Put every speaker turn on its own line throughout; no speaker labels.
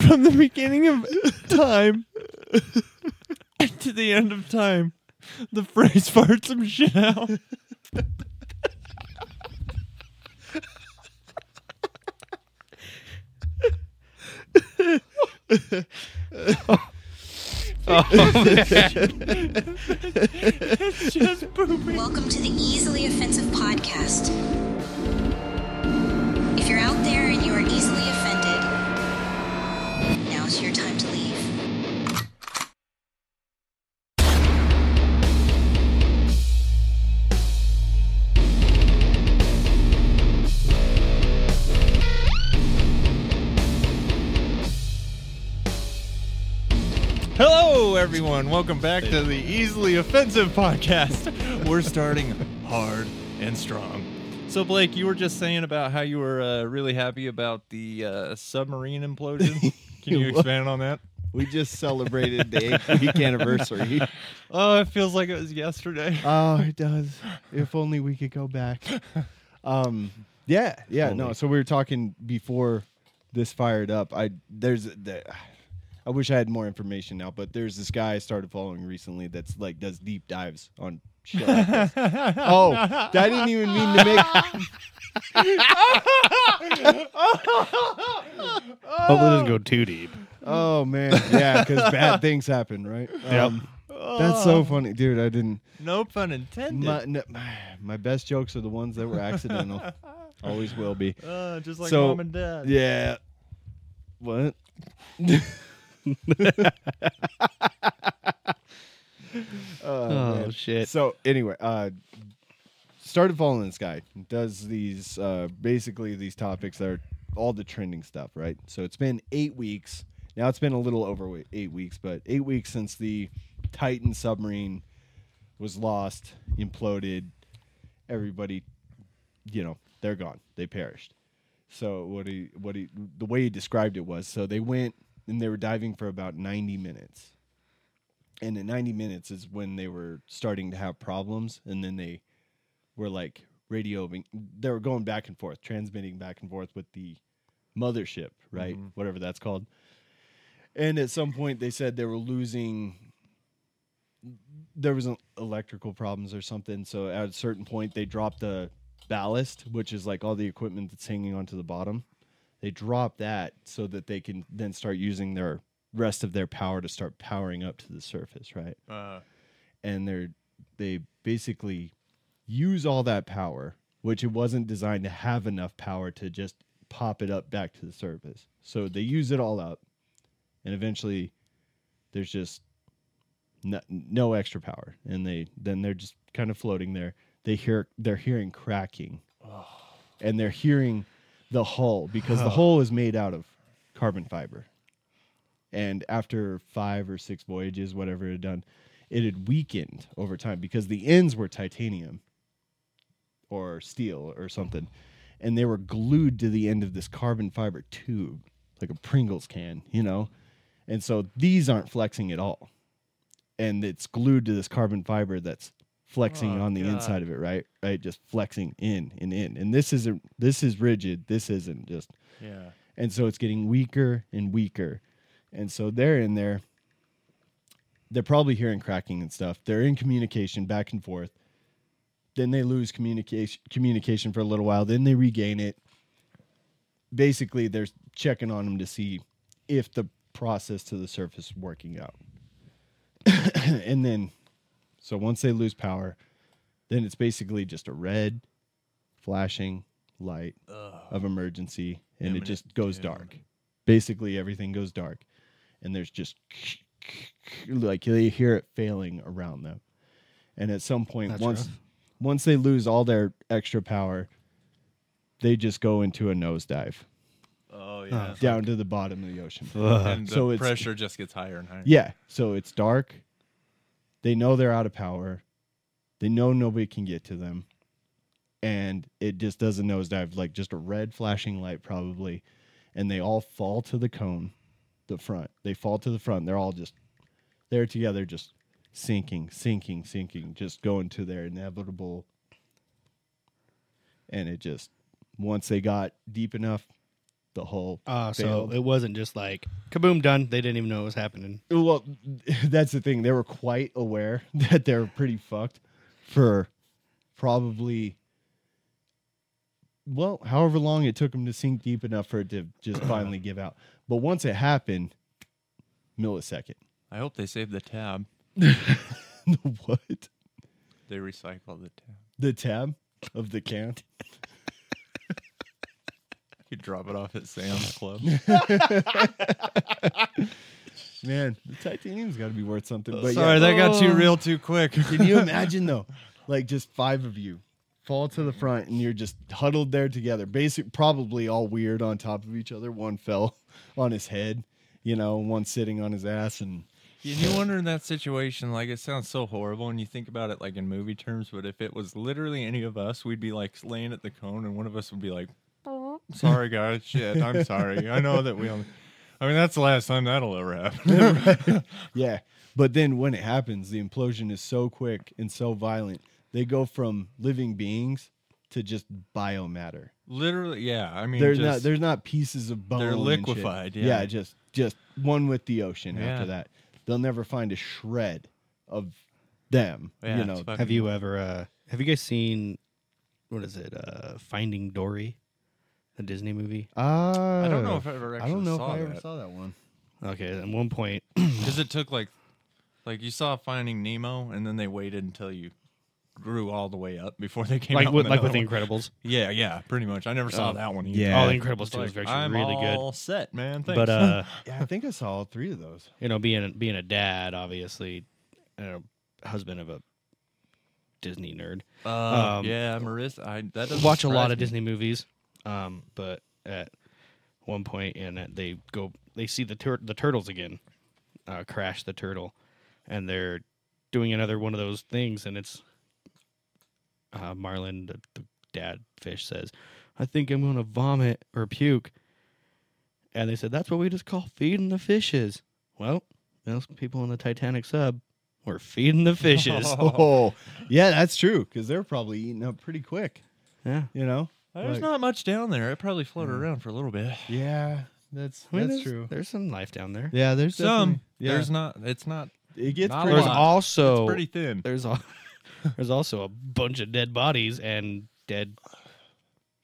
from the beginning of time to the end of time, the phrase "fart some shit out." it's just pooping.
Welcome to the Easily Offensive Podcast. If you're out there and you are easily offended, now's your time to leave.
Hello, everyone. Welcome back to the Easily Offensive Podcast. We're starting hard and strong. So, Blake, you were just saying about how you were uh, really happy about the uh, submarine implosion. Can you
What?
expand on that?
We just celebrated the eighth week anniversary.
Oh, it feels like it was yesterday.
Oh, it does. If only we could go back. Um, yeah, yeah. No,
Only.
so we were talking before this fired up. I there's the, I wish I had more information now, but there's this guy I started following recently that's like does deep dives on shit like this. oh, I didn't even mean to make.
Hope it doesn't go too deep.
Oh man, yeah, because bad things happen, right? Um,
Yep.
that's so funny, dude. I didn't.
Oh, No pun intended.
My, no, my best jokes are the ones that were accidental. Always will be.
Uh, just like
So-
mom and dad.
Yeah. What?
Oh,
man.
shit.
So anyway, uh started following this guy. Does these uh basically these topics that are all the trending stuff, right? So it's been eight weeks. Now it's been a little over wa- eight weeks, but eight weeks since the Titan submarine was lost, imploded, everybody you know, they're gone. They perished. So what he what he the way he described it was so they went and they were diving for about 90 minutes. And at 90 minutes is when they were starting to have problems and then they were like radioing they were going back and forth, transmitting back and forth with the mothership, right? Whatever that's called. And at some point they said they were losing there was an electrical problems or something. So at a certain point, they dropped the ballast, which is like all the equipment that's hanging onto the bottom. They drop that so that they can then start using their rest of their power to start powering up to the surface, right?
Uh,
and they're they basically use all that power, which it wasn't designed to have enough power to just pop it up back to the surface. So they use it all up, and eventually there's just no, no extra power, and they then they're just kind of floating there. They hear they're hearing cracking, and they're hearing the hull because the hull is made out of carbon fiber. And after five or six voyages, whatever it had done, it had weakened over time because the ends were titanium or steel or something. And they were glued to the end of this carbon fiber tube, like a Pringles can, you know? And so these aren't flexing at all. And it's glued to this carbon fiber that's flexing
Oh,
on the
God.
inside of it, right? Right? Just flexing in and in. And this isn't this is rigid. This isn't just
yeah.
and so it's getting weaker and weaker. And so they're in there. They're probably hearing cracking and stuff. They're in communication back and forth. Then they lose communication communication for a little while. Then they regain it. Basically, they're checking on them to see if the process to the surface is working out. and then, so once they lose power, then it's basically just a red flashing light of emergency and
Imminent
it just goes
doom.
dark. Basically, everything goes dark, and there's just like they hear it failing around them. And at some point,
That's
once
rough.
once they lose all their extra power, they just go into a nosedive
Oh yeah.
down to the bottom of the ocean.
and the
So it's-
pressure just gets higher and higher.
Yeah. So it's dark. They know they're out of power. They know nobody can get to them. And it just does a nosedive, like just a red flashing light, probably. And they all fall to the cone, the front. They fall to the front. They're all just there together, just sinking, sinking, sinking, just going to their inevitable. And it just, once they got deep enough, the whole
Uh, so
failed.
it wasn't just like kaboom done. They didn't even know it was happening.
well, that's the thing. They were quite aware that they're pretty fucked for probably well, however long it took them to sink deep enough for it to just finally give out. But once it happened, millisecond.
I hope they saved the tab.
what?
They recycled the tab.
The tab of the can.
You drop it off at Sam's Club.
Man, the titanium's got to be worth something. But yeah.
Sorry, that got you real too quick.
Can you imagine though? Like just five of you fall to the
Mm-hmm.
front and you're just huddled there together. Basic probably all weird on top of each other. One fell on his head, you know, one sitting on his ass and
Yeah, you wonder in that situation, like it sounds so horrible, and you think about it like in movie terms. But if it was literally any of us, we'd be like laying at the cone, and one of us would be like, "Sorry, guys, shit, I'm sorry. I know that we only." I mean, that's the last time that'll ever happen.
yeah. But then when it happens, the implosion is so quick and so violent. They go from living beings to just biomatter.
literally, yeah. I mean,
They're
just,
not they're not pieces of bone.
They're
and shit.
liquefied, yeah.
Yeah, just just one with the ocean
Yeah.
after that. They'll never find a shred of them.
Yeah,
you
it's
know,
fucking-
Have you ever? Uh, have you guys seen what is it? Uh, Finding Dory, the Disney movie.
Uh,
I don't know if I ever
I
actually
don't know if
saw
I
that.
ever saw that one.
Okay, at one point,
Because it took like, like you saw Finding Nemo, and then they waited until you grew all the way up before they came
like
out.
with, like
another
with
one.
The Incredibles.
Yeah, yeah, pretty much. I never saw
Oh,
that one either.
yeah.
Oh, The
It's
Incredibles
It's
two
like,
was actually
I'm
really good.
all set, man. Thanks.
But uh,
Yeah, I think I saw all three of those.
you know, being being a dad, obviously, and a husband of a Disney nerd,
Uh,
Um,
yeah, Marissa. I that doesn't
watch a lot
surprise
of
me.
Disney movies. Um, but at one point, and at- they go, they see the tur- the turtles again, uh, crash the turtle, and they're doing another one of those things, and it's uh, Marlin, the, the dad fish, says, "I think I'm gonna vomit or puke," and they said, "That's what we just call feeding the fishes." Well, those people on the Titanic sub were feeding the fishes.
Oh, yeah, that's true because they're probably eating up pretty quick.
yeah.
You know,
There's
Like-
not much down there. It probably floated
Mm.
around for a little bit.
yeah, that's
I mean,
that's
there's,
true.
There's some life down there.
Yeah, there's
Some.
definitely- Yeah,
There's not. It's not.
it gets
not a
pretty.
There's
lot.
also
Pretty thin.
there's al- there's also a bunch of dead bodies and dead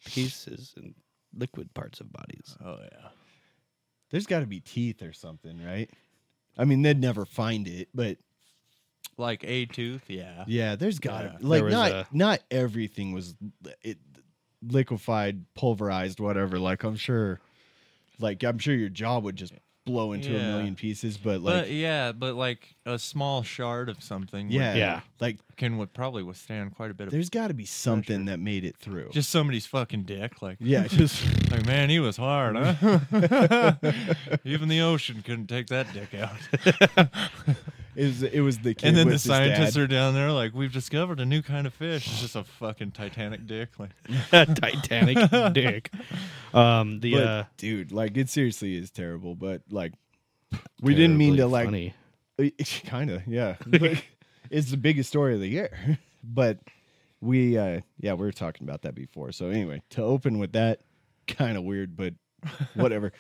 pieces and liquid parts of bodies.
Oh yeah.
There's got to be teeth or something, right? I mean, they'd never find it, but
Like a tooth. Yeah.
yeah, there's got to
Yeah.
like
There was
not
a-
not everything was li- it liquefied, pulverized, whatever. Like I'm sure, like I'm sure your jaw would just blow into a
Yeah.
million pieces, but like
But yeah, but like a small shard of something. would-
Yeah.
Yeah.
Like
Can would probably withstand quite a bit of.
there's got to be something that made it through.
just somebody's fucking dick. Like
yeah, just
Like man, he was hard, huh? Even the ocean couldn't take that dick out.
it was, it was the kid
and then the
with his
scientists
dad.
are down there, like we've discovered a new kind of fish. It's just a fucking Titanic dick. Like
Titanic dick. Um, the
But,
uh,
dude, like it seriously is terrible, but like we didn't mean to
terribly
like
funny.
kind of, yeah. But it's the biggest story of the year. But we uh yeah, we were talking about that before. So anyway, to open with that kind of weird, but whatever.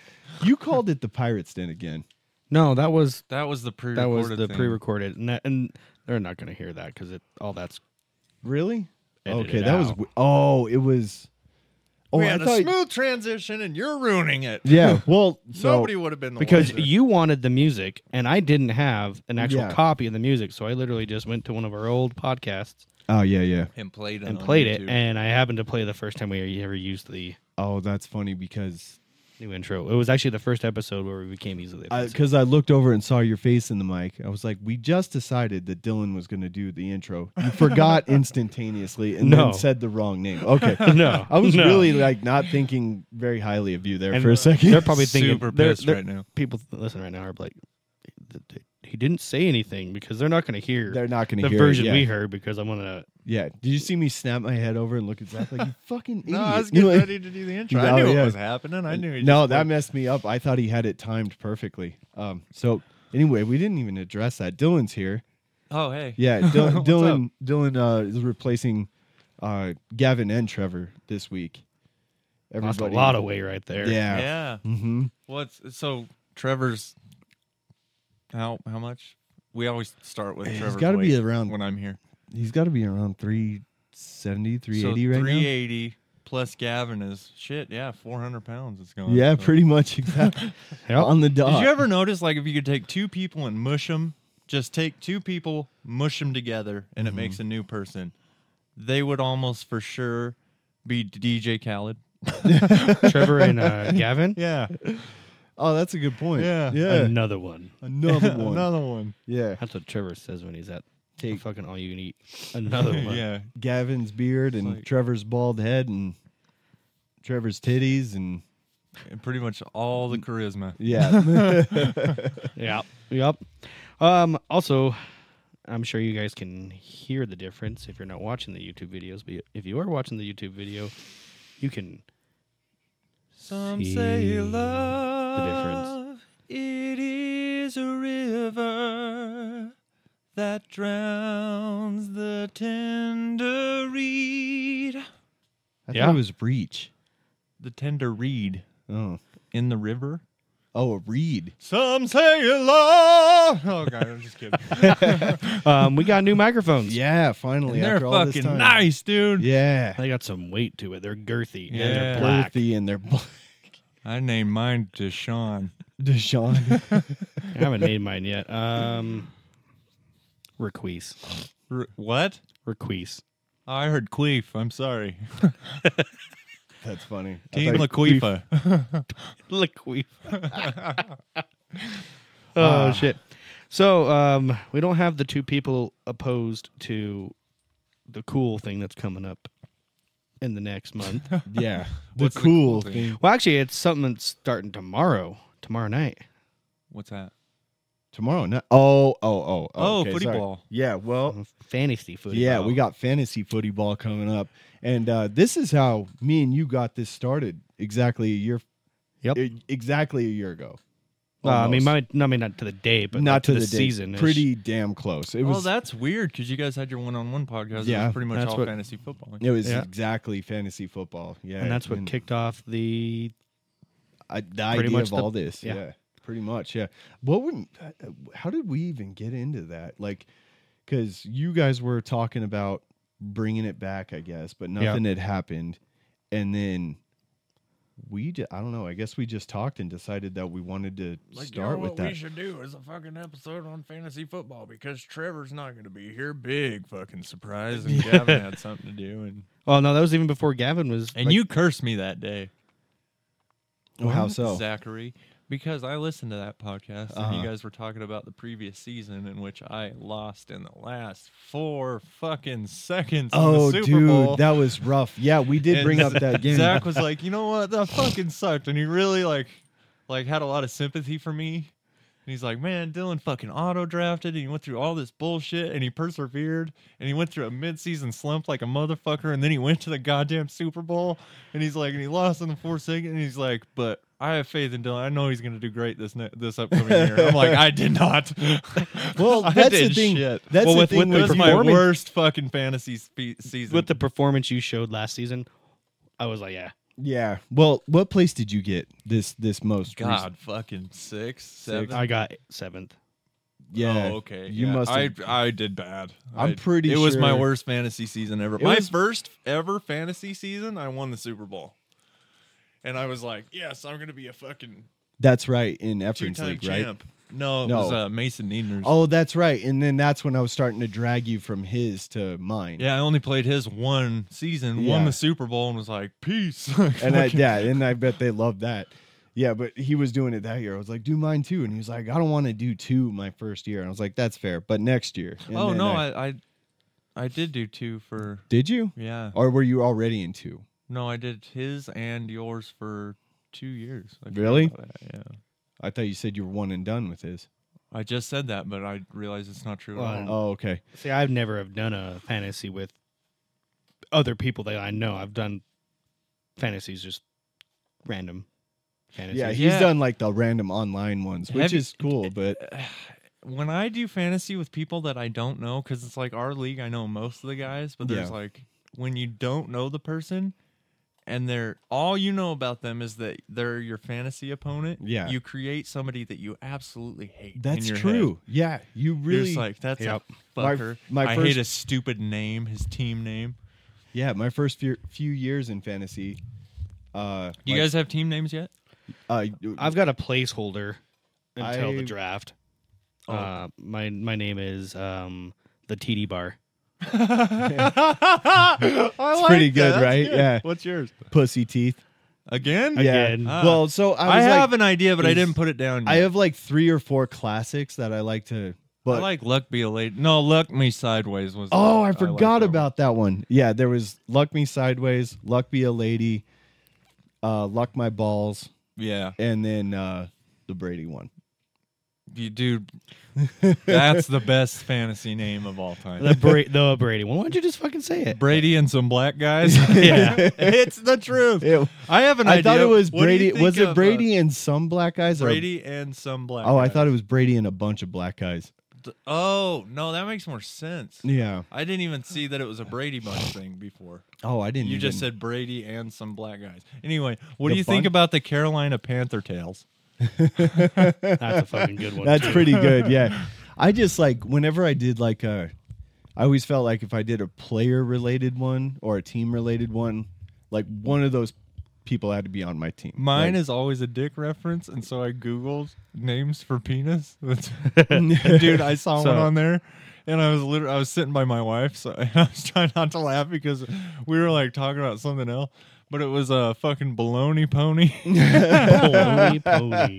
you called it the Pirates Den again.
No, that was
that was the pre.
that was the pre-recorded, and, that, and they're not going to hear that because it all that's
Really?
Edited
okay, that was
out.
w- Oh, it was Oh,
we
I
had a
thought
smooth transition, and you're ruining it.
Yeah, well, so
Nobody would have been the
because
one to-
you wanted the music and I didn't have an actual
Yeah.
copy of the music, so I literally just went to one of our old podcasts
Oh yeah, yeah.
and played it
and
on
played it,
YouTube.
and I happened to play the first time we ever used the
Oh, that's funny because
new intro. It was actually the first episode where we became easily offensive.
because I, looked over and saw your face in the mic. I was like, we just decided that Dylan was going to do the intro. You forgot instantaneously and
No.
then said the wrong name. Okay.
no,
I was
no.
really like not thinking very highly of you there
And
for a second.
They're probably thinking
Super
they're-
pissed
they're-
right now.
People th- listen right now are like, "Th- th- he didn't say anything because they're not going to hear
They're not going to
the
hear
version
it. Yeah.
we heard because I'm gonna.
Yeah. Did you see me snap my head over and look at Zach like you fucking idiot?
No, I was
You
getting
know,
ready to do the intro.
No,
I knew
yeah.
what was happening. I knew. he
No,
just
that
played-
messed me up. I thought he had it timed perfectly. Um. So anyway, we didn't even address that. Dylan's here.
Oh hey.
Yeah, Dylan
What's
Dylan, Dylan uh, is replacing uh, Gavin and Trevor this week
Lost a
Everybody
lot of weight right there.
Yeah.
Yeah.
hmm
What's so Trevor's how how much? We always start with
He's
Trevor's
gotta be
weight
around
when I'm here.
He's got to be around 370, 380
so
right
380 plus Gavin is shit. Yeah, 400 pounds. It's
now.
going.
Yeah,
so.
pretty much exactly. On the dot.
Did you ever notice like if you could take two people and mush them, just take two people, mush them together, and
Mm-hmm.
it makes a new person? They would almost for sure be DJ Khaled.
Trevor and uh, Gavin.
Yeah,
Oh, that's a good point.
Yeah.
yeah.
Another one.
Another one.
another one.
Yeah,
That's what Trevor says when he's at
Take-
take fucking all you can eat. Another one.
yeah,
Gavin's beard and
like-
Trevor's bald head and Trevor's titties and
and pretty much all the charisma.
yeah,
Yep. Yep. Um, also, I'm sure you guys can hear the difference if you're not watching the YouTube videos, but if you are watching the YouTube video, you can.
Some
See
say
the
love it is a river that drowns the tender reed.
I
Yeah.
thought it was reach.
The tender reed
Oh,
in the river.
oh, a reed.
Some say love. Oh god, I'm just kidding.
Um, we got new microphones.
Yeah, finally
And they're
after all this
fucking
time.
nice, dude.
Yeah,
They got some weight to it. They're girthy and
Yeah.
they're black.
girthy and they're black.
I named mine Deshaun.
Deshaun.
I haven't named mine yet. Um, Requise.
R- what?
Requise.
Oh, I heard Queef. I'm sorry.
That's funny. I
Team
thought-
LaQueefa.
Liquid. oh shit. So um, we don't have the two people opposed to the cool thing that's coming up in the next month.
yeah, the
What's the cool
cool
thing?
thing.
well, actually, it's something that's starting tomorrow. Tomorrow night.
What's that?
Tomorrow night. Oh, oh, oh,
Oh,
okay,
footy
sorry.
ball.
Yeah,
Uh-huh.
well,
Oh. Fantasy food.
yeah, we got fantasy footy ball coming up, and uh, this is how me and you got this started exactly a year.
Yep.
e- exactly a year ago.
Uh, I
Almost.
mean, my, no, I mean, not to the day, but
not to the, day.
season.
Pretty damn close. It
Oh,
was.
that's weird because you guys had your one-on-one podcast. Yeah,
Yeah,
pretty much
that's
all
what-
fantasy football.
it was
yeah.
exactly fantasy football. Yeah,
and that's what
and
kicked off the
I, the
pretty
idea
much
of
the-
all this. Yeah.
yeah.
pretty much. Yeah. What would? How did we even get into that? Like, because you guys were talking about bringing it back, I guess, but
Yeah.
nothing had happened, and then we. Just, I don't know. I guess we just talked and decided that we wanted to start with that.
should do is a fucking episode on fantasy football because Trevor's not going to be here. Big fucking surprise, and Gavin had something to do, and
Oh no, that was even before Gavin was.
and
like-
you cursed me that day,
Oh, how so?
Zachary, because I listened to that podcast and
Uh-huh.
you guys were talking about the previous season in which I lost in the last four fucking seconds.
Oh,
in the Super
dude,
Bowl.
that was rough. Yeah, we did
And
bring up
Z-
that game.
Zach was like, you know what, that fucking sucked, and he really like, like had a lot of sympathy for me. And he's like, man, Dylan fucking auto drafted, and he went through all this bullshit, and he persevered, and he went through a midseason slump like a motherfucker, and then he went to the goddamn Super Bowl, and he's like, and he lost in the fourth second, and he's like, but. I have faith in Dylan. I know he's going to do great this ne- this upcoming year. I'm like, I did not.
Well,
I
that's the
did
thing.
Shit.
That's
Well,
the
with-
thing.
with
It
with
was my
performance-
worst fucking fantasy spe- season.
with the performance you showed last season. I was like, yeah,
yeah. Well, what place did you get this this most? recent-
God, fucking six, seven.
I got seventh.
Yeah.
Oh, okay.
You
yeah.
must.
I
have-
I did bad.
I'm
I-
pretty
It was my
sure-
worst fantasy season ever.
It
my
was-
first ever fantasy season. I won the Super Bowl, and I was like, "Yes, I'm gonna be a fucking
That's right. In Efforts
two-time
League, right?
champ." No, it
No.
was uh, Mason Nieder's.
Oh, that's right. And then that's when I was starting to drag you from his to mine.
Yeah, I only played his one season, won
Yeah.
the Super Bowl, and was like, "Peace."
And I,
Fucking-
yeah, and I bet they loved that. Yeah, but he was doing it that year. I was like, do mine too. And he was like, I don't want to do two my first year. And I was like, that's fair. But next year. And
oh
then
no, I, I I did do two for
did you?
yeah.
Or were you already in two?
No, I did his and yours for two years. I forgot
Really?
about that, Yeah.
I thought you said you were one and done with his.
I just said that, but I realize it's not true
Well,
at all.
Oh, okay.
See, I've never have done a fantasy with other people that I know. I've done fantasies just random fantasies.
Yeah, he's
Yeah.
done like the random online ones, which
Have you-
is cool. But
when I do fantasy with people that I don't know, because it's like our league, I know most of the guys, but there's
Yeah.
like when you don't know the person and they're all you know about them is that they're your fantasy opponent.
Yeah.
you create somebody that you absolutely hate. in
That's
your
true. Yeah, you
Head. You're
really
just like that's
Yep.
a
My-
fucker.
my
I hate
first-
his stupid name, his team name.
Yeah, my first few, few years in fantasy. Uh,
Do you
like,
guys have team names yet?
Uh,
I've got a placeholder until
I-
the draft.
Oh.
Uh, my my name is um, the TD Bar.
it's
pretty good, right? Yeah.
What's yours?
pussy teeth.
Again?
Again.
Yeah.
Ah.
well, so I, was
I, have
Like,
an idea, but I
is-
didn't put it down. Yet.
I have like three or four classics that I like to. But
I like luck be a lady. No, luck me sideways was.
oh, I
like
forgot
that one.
about that one. Yeah, there was luck me sideways, luck be a lady, uh, luck my balls,
Yeah,
and then uh, the Brady one.
you dude. That's the best fantasy name of all time.
The, Bra- the Brady one. Why don't you just fucking say it?
Brady and some black guys.
Yeah.
it's the truth.
It-
I have an
I
idea.
thought it was
What do you
Brady.
think
Was
of,
it
uh,
Brady and some black guys? or-
Brady and some black.
oh, I
guys?
thought it was Brady and a bunch of black guys.
Oh no, that makes more sense.
Yeah.
I didn't even see that it was a Brady bunch thing before.
Oh, I didn't.
You just
even-
said Brady and some black guys. Anyway, what
The
do you think
bun-
about the Carolina Panther tails?
That's a fucking good one.
That's
too.
pretty good. Yeah. I just like whenever I did like a I always felt like if I did a player related one or a team related one, like one of those people had to be on my team.
Mine is always a dick reference, and so I googled names for penis. That's- Dude, I saw
So-
one on there, and I was literally I was sitting by my wife, so and I was trying not to laugh because we were like talking about something else, but it was a fucking baloney pony.
Holy pony.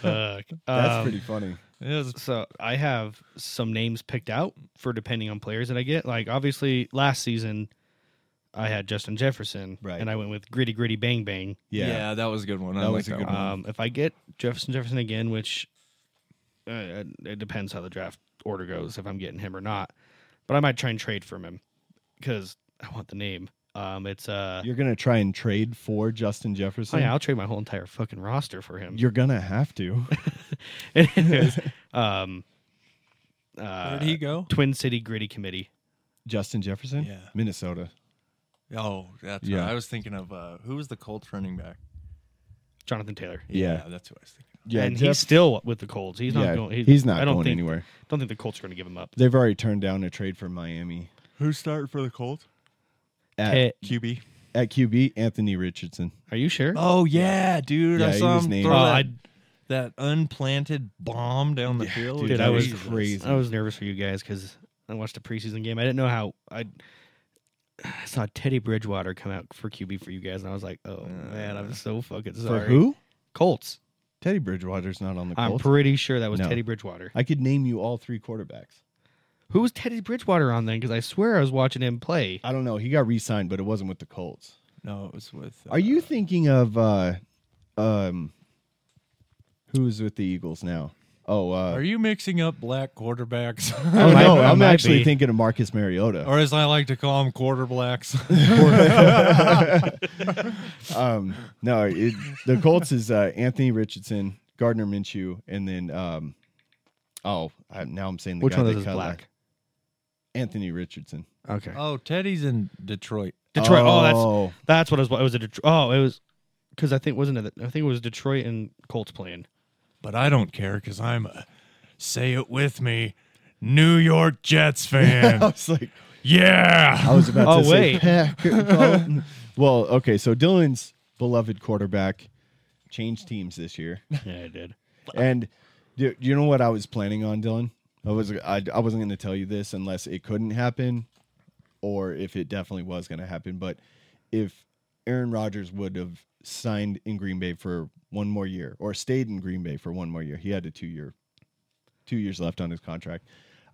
Fuck.
That's
Um,
pretty funny.
it was
so I have some names picked out for depending on players that I get. Like obviously last season I had Justin Jefferson.
Right.
And I went with gritty gritty bang bang.
Yeah.
that was a good one. I
That
like
was a good one.
Um, if I get Jefferson Jefferson again, which uh, it depends how the draft order goes, if I'm getting him or not. But I might try and trade from him because I want the name. Um, it's uh,
You're gonna try and trade for Justin
oh,
Jefferson.
yeah, I'll trade my whole entire fucking roster for him.
You're gonna have to.
Anyways, um, uh,
Where did he go?
Twin City Gritty Committee.
Justin Jefferson?
Yeah.
Minnesota.
Oh, that's
Yeah.
right. I was thinking of uh, who was the Colts running back?
Jonathan Taylor.
Yeah.
that's who I was thinking.
Yeah.
and
Jeff-
he's still with the Colts. He's
yeah,
not going.
he's not
I don't
going
think,
anywhere.
Don't think the Colts are going to give him up.
They've already turned down a trade for Miami.
Who started for the Colts?
At,
Ted-
QB.
at QB, Anthony Richardson.
are you sure?
Oh yeah, dude!
Yeah,
I
he
saw
was
him
named-
throw
Oh,
that,
I,
that unplanted bomb down the field.
dude,
Dude, I was
Jesus.
crazy.
Oh, I was nervous for you guys because I watched the preseason game. I didn't know how I. I saw Teddy Bridgewater come out for QB for you guys, and I was like, "Oh man, I'm so fucking sorry."
Uh, For who?
Colts.
Teddy Bridgewater's not on the
I'm
Colts.
pretty sure that was
No.
Teddy Bridgewater.
I could name you all three quarterbacks.
Who was Teddy Bridgewater on then? Because I swear I was watching him play.
I don't know. He got re-signed, but it wasn't with the Colts.
No, it was with.
Uh,
Are you thinking of uh um who's with the Eagles now? Oh, uh
Are you mixing up black quarterbacks,
I don't
Might-
know.
I
I'm
might
actually
be.
thinking of Marcus Mariota.
or as I like to call them, quarter blacks?
Um no, it, the Colts is uh Anthony Richardson, Gardner Minshew, and then um oh, I, now I'm saying the
Which
guy
one of
that
those is
cut
black?
La- Anthony Richardson.
Okay,
oh, Teddy's in Detroit.
Detroit. Oh, that's
Oh,
that's what it was. It was a Detroit. Oh, it was because I think wasn't it? I think it was Detroit and Colts playing.
but I don't care because I'm a say it with me, New York Jets
I
fan.
was like I
yeah.
was about
Oh,
to
wait.
say Pack- Colton. well, okay, so Dylan's beloved quarterback changed teams this year,
Yeah, I did.
and do, do you know what I was planning on, Dylan? I was I, I wasn't going to tell you this unless it couldn't happen, or if it definitely was going to happen. But if Aaron Rodgers would have signed in Green Bay for one more year, or stayed in Green Bay for one more year, he had a two year, two years left on his contract.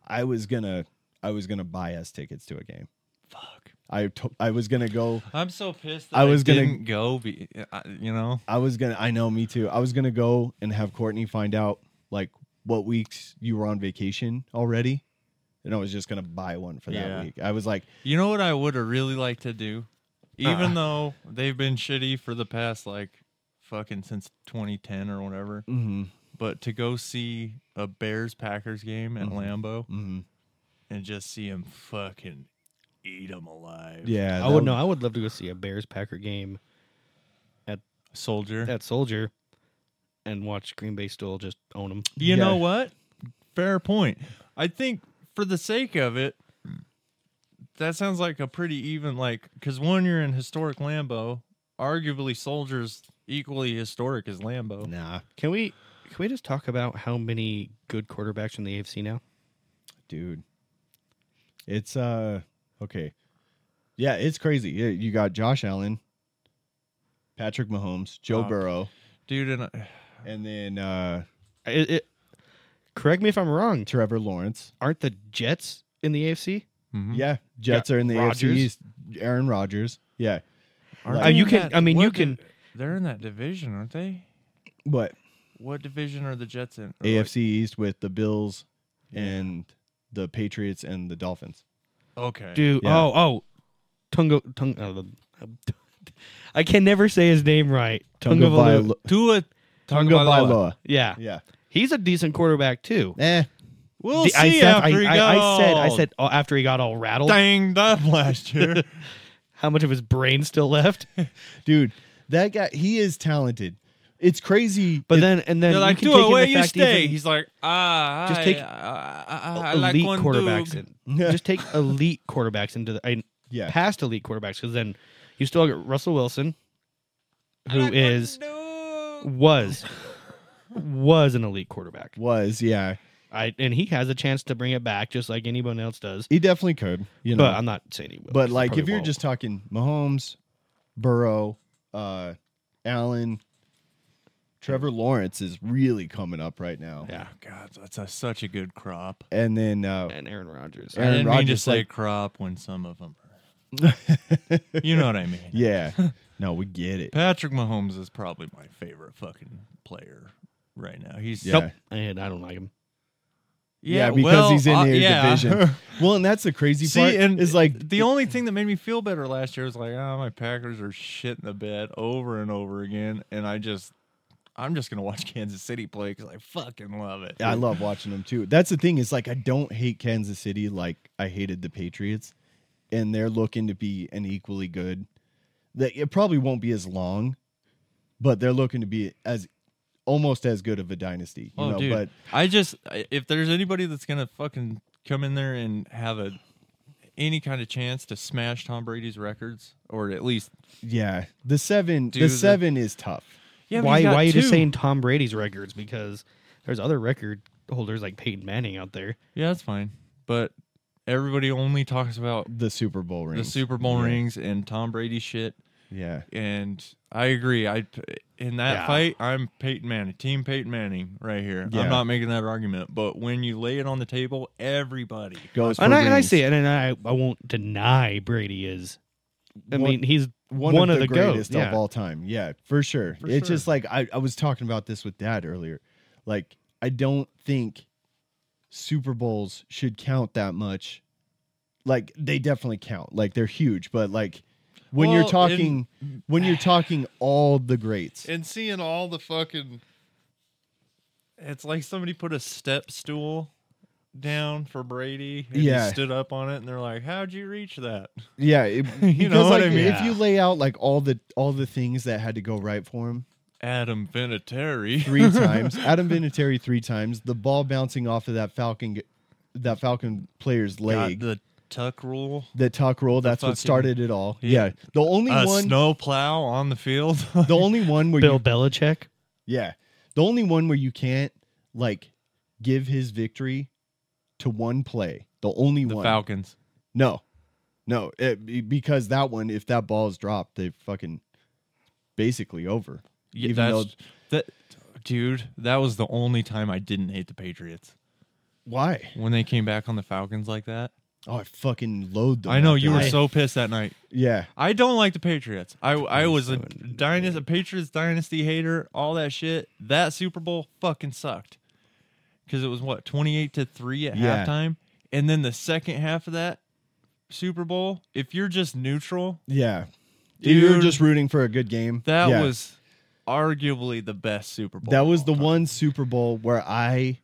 I was gonna I was gonna buy us tickets to a game.
Fuck.
I to- I was gonna go.
I'm so pissed that
I was gonna-
didn't go. Be, I- you know,
I was gonna. I know, me too. I was gonna go and have Courtney find out like what weeks you were on vacation already, and I was just gonna buy one for that
Yeah.
week. I was like,
you know what I would have really liked to do, even
Uh-uh.
though they've been shitty for the past like fucking since 2010 or whatever.
mm-hmm,
But to go see a Bears Packers game at
Mhm.
Lambeau
mm-hmm.
and just see him fucking eat them alive.
Yeah,
I would know. I would love to go see a Bears Packer game
Soldier.
at Soldier and watch Green Bay still just own them.
You know
Yeah.
what? Fair point. I think for the sake of it, that sounds like a pretty even like because one you're in historic Lambo, arguably Soldier's equally historic as Lambo.
Nah,
Can we can we just talk about how many good quarterbacks in the AFC now?
dude. It's uh okay. Yeah, it's crazy. Yeah, You got Josh Allen, Patrick Mahomes, Joe
Fuck.
Burrow,
Dude, and I-
and then uh
It, it, correct me if I'm wrong.
Trevor Lawrence.
Aren't the Jets in the AFC?
Mhm.
Yeah, Jets are in the
Mm-hmm. Rodgers.
AFC East. Aaron Rodgers. Yeah,
Aren't
Uh,
they
you
in
can-
that-
I mean, you
what di-
can-
They're in that division, aren't they?
but
What division are the Jets in? Or like-
AFC East with the Bills and the Patriots and the Dolphins.
okay.
Dude,
Yeah.
oh, oh, Tungo, Tung, uh, the- I can never say his name right. Tungavaloa.
Tagovailoa-
Tua Tagovailoa.
Tagovailoa.
Yeah,
Yeah.
he's a decent quarterback too.
Eh.
We'll
D-
see
I said,
after
I,
he
I- I said, I
goes.
said, oh, after he got all rattled,
dang that last year.
how much of his brain still left?
Dude, that guy he is talented. It's crazy.
But then, and then
They're like,
you
do
can take
it
in
where
the
you
fact
stay.
even
He's like, ah,
Just
I-
take
I, I, I, I like
elite
one
quarterbacks.
dude."
In, just take elite quarterbacks into the I,
Yeah.
past elite quarterbacks because then you still got Russell Wilson,
I
who
like one
is
dude.
was was an elite quarterback.
was, yeah.
I and he has a chance to bring it back just like anyone else does.
He definitely could, you know.
but I'm not saying he will.
But
He
like, if
probably
you're
won't.
just talking Mahomes, Burrow, uh, Allen, Trevor Lawrence is really coming up right now,
yeah,
Oh, God, that's a, such a good crop.
and then uh,
and Aaron Rodgers,
I
Aaron
didn't mean to
Rodgers,
say
like-
crop when some of them are. you know what I mean?
yeah, no, we get it.
Patrick Mahomes is probably my favorite fucking player right now. He's
Yeah.
Nope. and I don't like him.
Yeah, because he's in
uh,
their
yeah.
division. Well, and that's the crazy
See,
part
and
is like
the only thing that made me feel better last year was like, oh, my Packers are shit in the bed over and over again, and I just, I'm just gonna watch Kansas City play because I fucking love it.
I love watching them too. That's the thing is like I don't hate Kansas City like I hated the Patriots, and they're looking to be an equally good. That it probably won't be as long, but they're looking to be as almost as good of a dynasty. You
Oh,
know,
dude.
but
I just I- if there's anybody that's gonna fucking come in there and have a any kind of chance to smash Tom Brady's records, or at least
yeah, the seven
Do
the
the-
seven is tough.
yeah, but
why?
he's got
Why are you just
two.
saying Tom Brady's records? Because there's other record holders like Peyton Manning out there.
Yeah, that's fine. But everybody only talks about
The Super Bowl
the
rings.
Super Bowl
Yeah.
rings and Tom Brady shit.
Yeah.
And I agree. I in that
Yeah.
fight, I'm Peyton Manning, Team Peyton Manning, right here.
Yeah.
I'm not making that argument. But when you lay it on the table, everybody.
Goes
and
for
I, and I
rings.
see it, and I, I won't deny Brady is. I
One-
mean, he's
one, of, the,
GOATs,
greatest
yeah.
of all time. Yeah, for sure.
For
it's
sure.
just like I, I was talking about this with dad earlier. Like, I don't think Super Bowls should count that much. Like, they definitely count. Like, they're huge, but like when you're
Well, and-
talking when you're talking all the greats.
and seeing all the fucking it's like somebody put a step stool down for Brady and
Yeah.
he stood up on it and they're like, How'd you reach that?
yeah, it- because,
know what
like,
I mean?
If you lay out like all the all the things that had to go right for him,
Adam Vinatieri.
three times. Adam Vinatieri three times. The ball bouncing off of that Falcon, that Falcon player's
Got
leg.
the tuck rule.
the tuck roll. That's
fucking-
what started it all.
Yeah.
Yeah. The only
A
one.
snow plow on the field.
the only one where
Bill
you.
Belichick.
Yeah. The only one where you can't like give his victory to one play. The only
the
one.
Falcons.
No. No, it, be- because that one, if that ball is dropped, they fucking basically over.
Yeah,
Even
that's that dude, that was the only time I didn't hate the Patriots.
Why?
When they came back on the Falcons like that.
Oh, I fucking load them.
I know
after
you were
that.
so pissed that night.
Yeah.
I don't like the Patriots. I I was a
Twenty-seven.
dynasty, a Patriots dynasty hater, all that shit. That Super Bowl fucking sucked because it was what twenty eight to three at
Yeah.
halftime, and then the second half of that Super Bowl, if you're just neutral,
Yeah. you were
Dude.
just rooting for a good game.
that
Yeah.
was Oh, arguably the best Super Bowl.
That
of
was
all
the
time.
one Super Bowl where I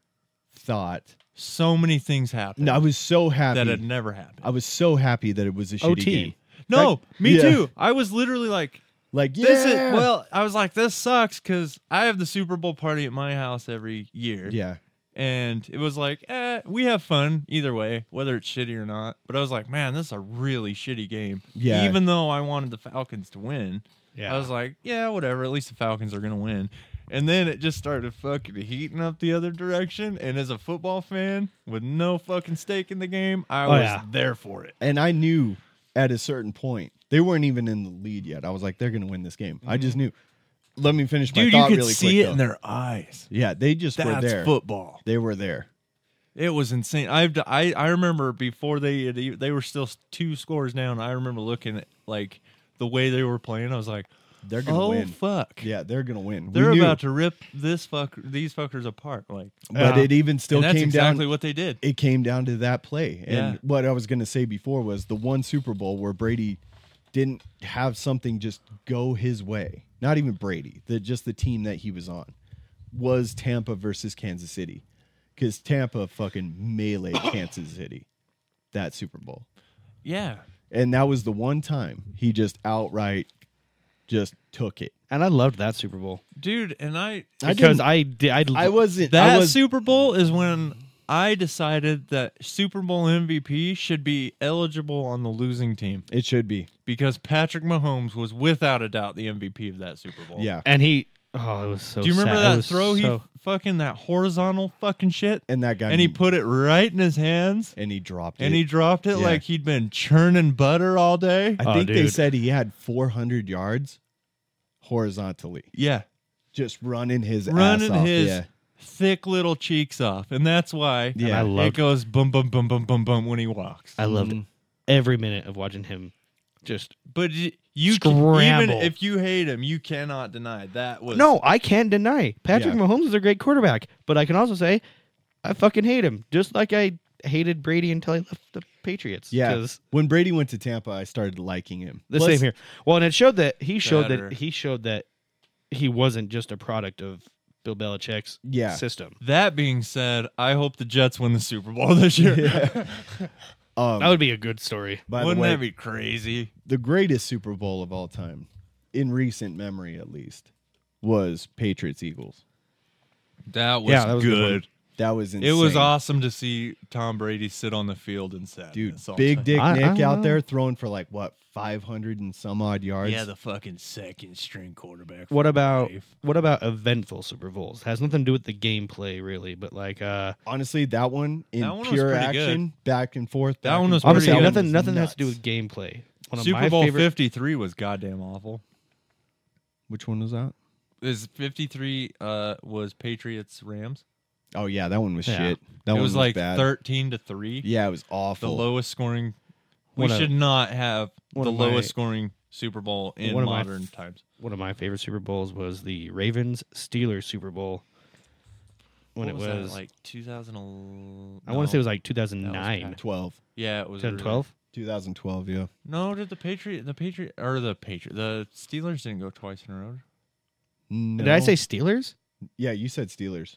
thought
so many things happened
No, I was so happy.
that had never happened.
I was so happy that it was a shitty
OT.
game.
no, me
Yeah.
too. I was literally like,
Like yeah,
this is well, I was like, this sucks because I have the Super Bowl party at my house every year.
yeah,
And it was like, eh, we have fun either way, whether it's shitty or not. But I was like, man, this is a really shitty game.
Yeah.
Even though I wanted the Falcons to win.
Yeah.
I was like, yeah, whatever. At least the Falcons are gonna win. And then it just started fucking heating up the other direction. And as a football fan with no fucking stake in the game, I
Oh,
was
yeah.
there for it.
and I knew at a certain point they weren't even in the lead yet. I was like, they're gonna win this game. I just knew. Let me finish my
Mm-hmm. Dude, you
thought
could
really
see
quick.
it in
though.
their eyes.
yeah, they just were
That's
there.
football.
They were there.
It was insane. I've d- I I remember before they had e- they were still s- two scores down. I remember looking at like the way they were playing. I was like,
They're gonna
oh
win.
fuck,
Yeah, they're gonna win.
they're
we knew,
about to rip this fuck these fuckers apart. Like,
but
Yeah.
it even still
and that's
came down.
exactly what they did.
it came down to that play. And
Yeah.
what I was going to say before was the one Super Bowl where Brady didn't have something just go his way. Not even Brady, the just the team that he was on was Tampa versus Kansas City. Cuz Tampa fucking melee Kansas City that Super Bowl.
Yeah,
And that was the one time he just outright just took it.
And I loved that Super Bowl
dude, and I
I
because
didn't-
I did. I,
I wasn't
that
I was
Super Bowl is when I decided that Super Bowl MVP should be eligible on the losing team
it should be.
because Patrick Mahomes was without a doubt the MVP of that Super Bowl.
Yeah.
and he. Oh, it was so.
Do you remember
sad. It
that
was
throw? He
so-
fucking that horizontal fucking shit,
And that guy
and he put it right in his hands,
and he dropped it.
and he dropped it
yeah.
like he'd been churning butter all day.
I
Oh,
think they
dude.
said he had 400 yards horizontally,
yeah,
just running his
running
ass off.
his
yeah.
thick little cheeks off, and that's why
Yeah.
And I
it
loved.
goes bum bum bum bum bum bum when he walks.
I loved
Mm.
every minute of watching him. Just
But y- you can, even
Scramble.
if you hate him, you cannot deny that was
no, I can't deny Patrick
Yeah.
Mahomes is a great quarterback, but I can also say I fucking hate him, just like I hated Brady until he left the Patriots.
Yeah.
'cause
When Brady went to Tampa, I started liking him.
The
Plus,
same here. Well, and it showed that he showed
Better.
that he showed that he wasn't just a product of Bill Belichick's
Yeah.
system.
That being said, I hope the Jets win the Super Bowl this year.
That
Um,
would be a good story.
by the
Wouldn't
way,
that be crazy?
the greatest Super Bowl of all time, in recent memory at least, was Patriots Eagles.
That was,
Yeah, that was a good
good.
one.
That was insane.
It was awesome to see Tom Brady sit on the field and sad.
Dude, Big Dick
I- I
Nick
don't
out
know.
there throwing for like what 500 and some odd yards.
Yeah, the fucking second string quarterback.
What about
Dave.
what about eventful Super Bowls? Has nothing to do with the gameplay really, but like uh
Honestly, that one in
That one was
pure
pretty good.
action, back and forth.
That
back
one
and
was
forth,
pretty
obviously
that
good.
one was
nothing nothing has to do
nuts.
with gameplay. One of
Super
my
Bowl
favorite
53 was goddamn awful.
Which one was that?
Is 53 uh was Patriots Rams?
Oh yeah, that one was
Yeah.
shit. That
it
one
was, like
bad.
13 to 3.
Yeah, it was
The
awful.
lowest scoring We
One of-
should not have
one
the
of my-
lowest scoring Super Bowl in
one of my-
modern times.
one of my favorite Super Bowls was the Ravens Steelers Super Bowl. When
What
it
was,
was,
that, like 2011.
I want to say it was like 2009,
12.
Yeah, it was
10,
really-
12.
2012, yeah.
No, did the Patriot the Patriot or the Patriot the Steelers didn't go twice in a row?
No.
Did I say Steelers?
Yeah, you said Steelers.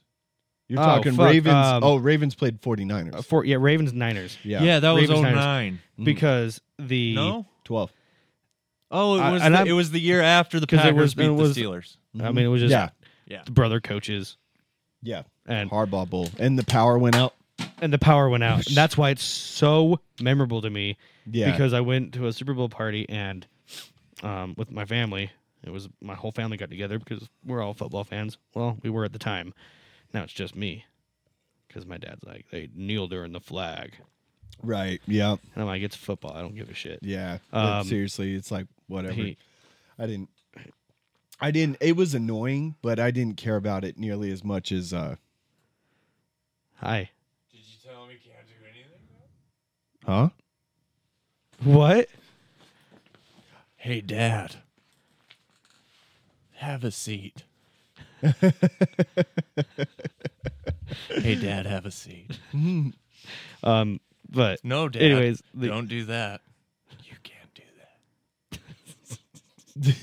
You're
Oh,
talking
fuck,
Ravens.
um,
oh, Ravens played 49ers.
Uh, four, yeah, Ravens Niners.
yeah.
that was
Ravens, Niners.
09.
Mhm.
because the
Mm. No?
12.
Oh, it
I-
was
and
the,
I'm-
it was the year after the
'Cause it
Packers
was-
beat
it was-
the Steelers.
I mean it was just
Yeah.
Yeah.
the brother coaches
Yeah.
and
Hardball Bowl. And the power went out.
and the power went out. And that's why it's so memorable to me
Yeah.
because I went to a Super Bowl party and um, with my family. It was my whole family got together because we're all football fans. Well, we were at the time. Now it's just me because my dad's like they kneel during the flag,
right. Yeah.
and I'm like it's football. I don't give a shit.
Yeah. But
Um,
seriously, it's like whatever.
He-
I didn't I didn't it was annoying, but I didn't care about it nearly as much as uh
hi.
Did you tell him he can't do anything?
Huh?
What?
Hey, Dad. Have a seat. hey, Dad, have a seat.
Um, but
No, Dad.
Anyways, the-
don't do that. You can't do that.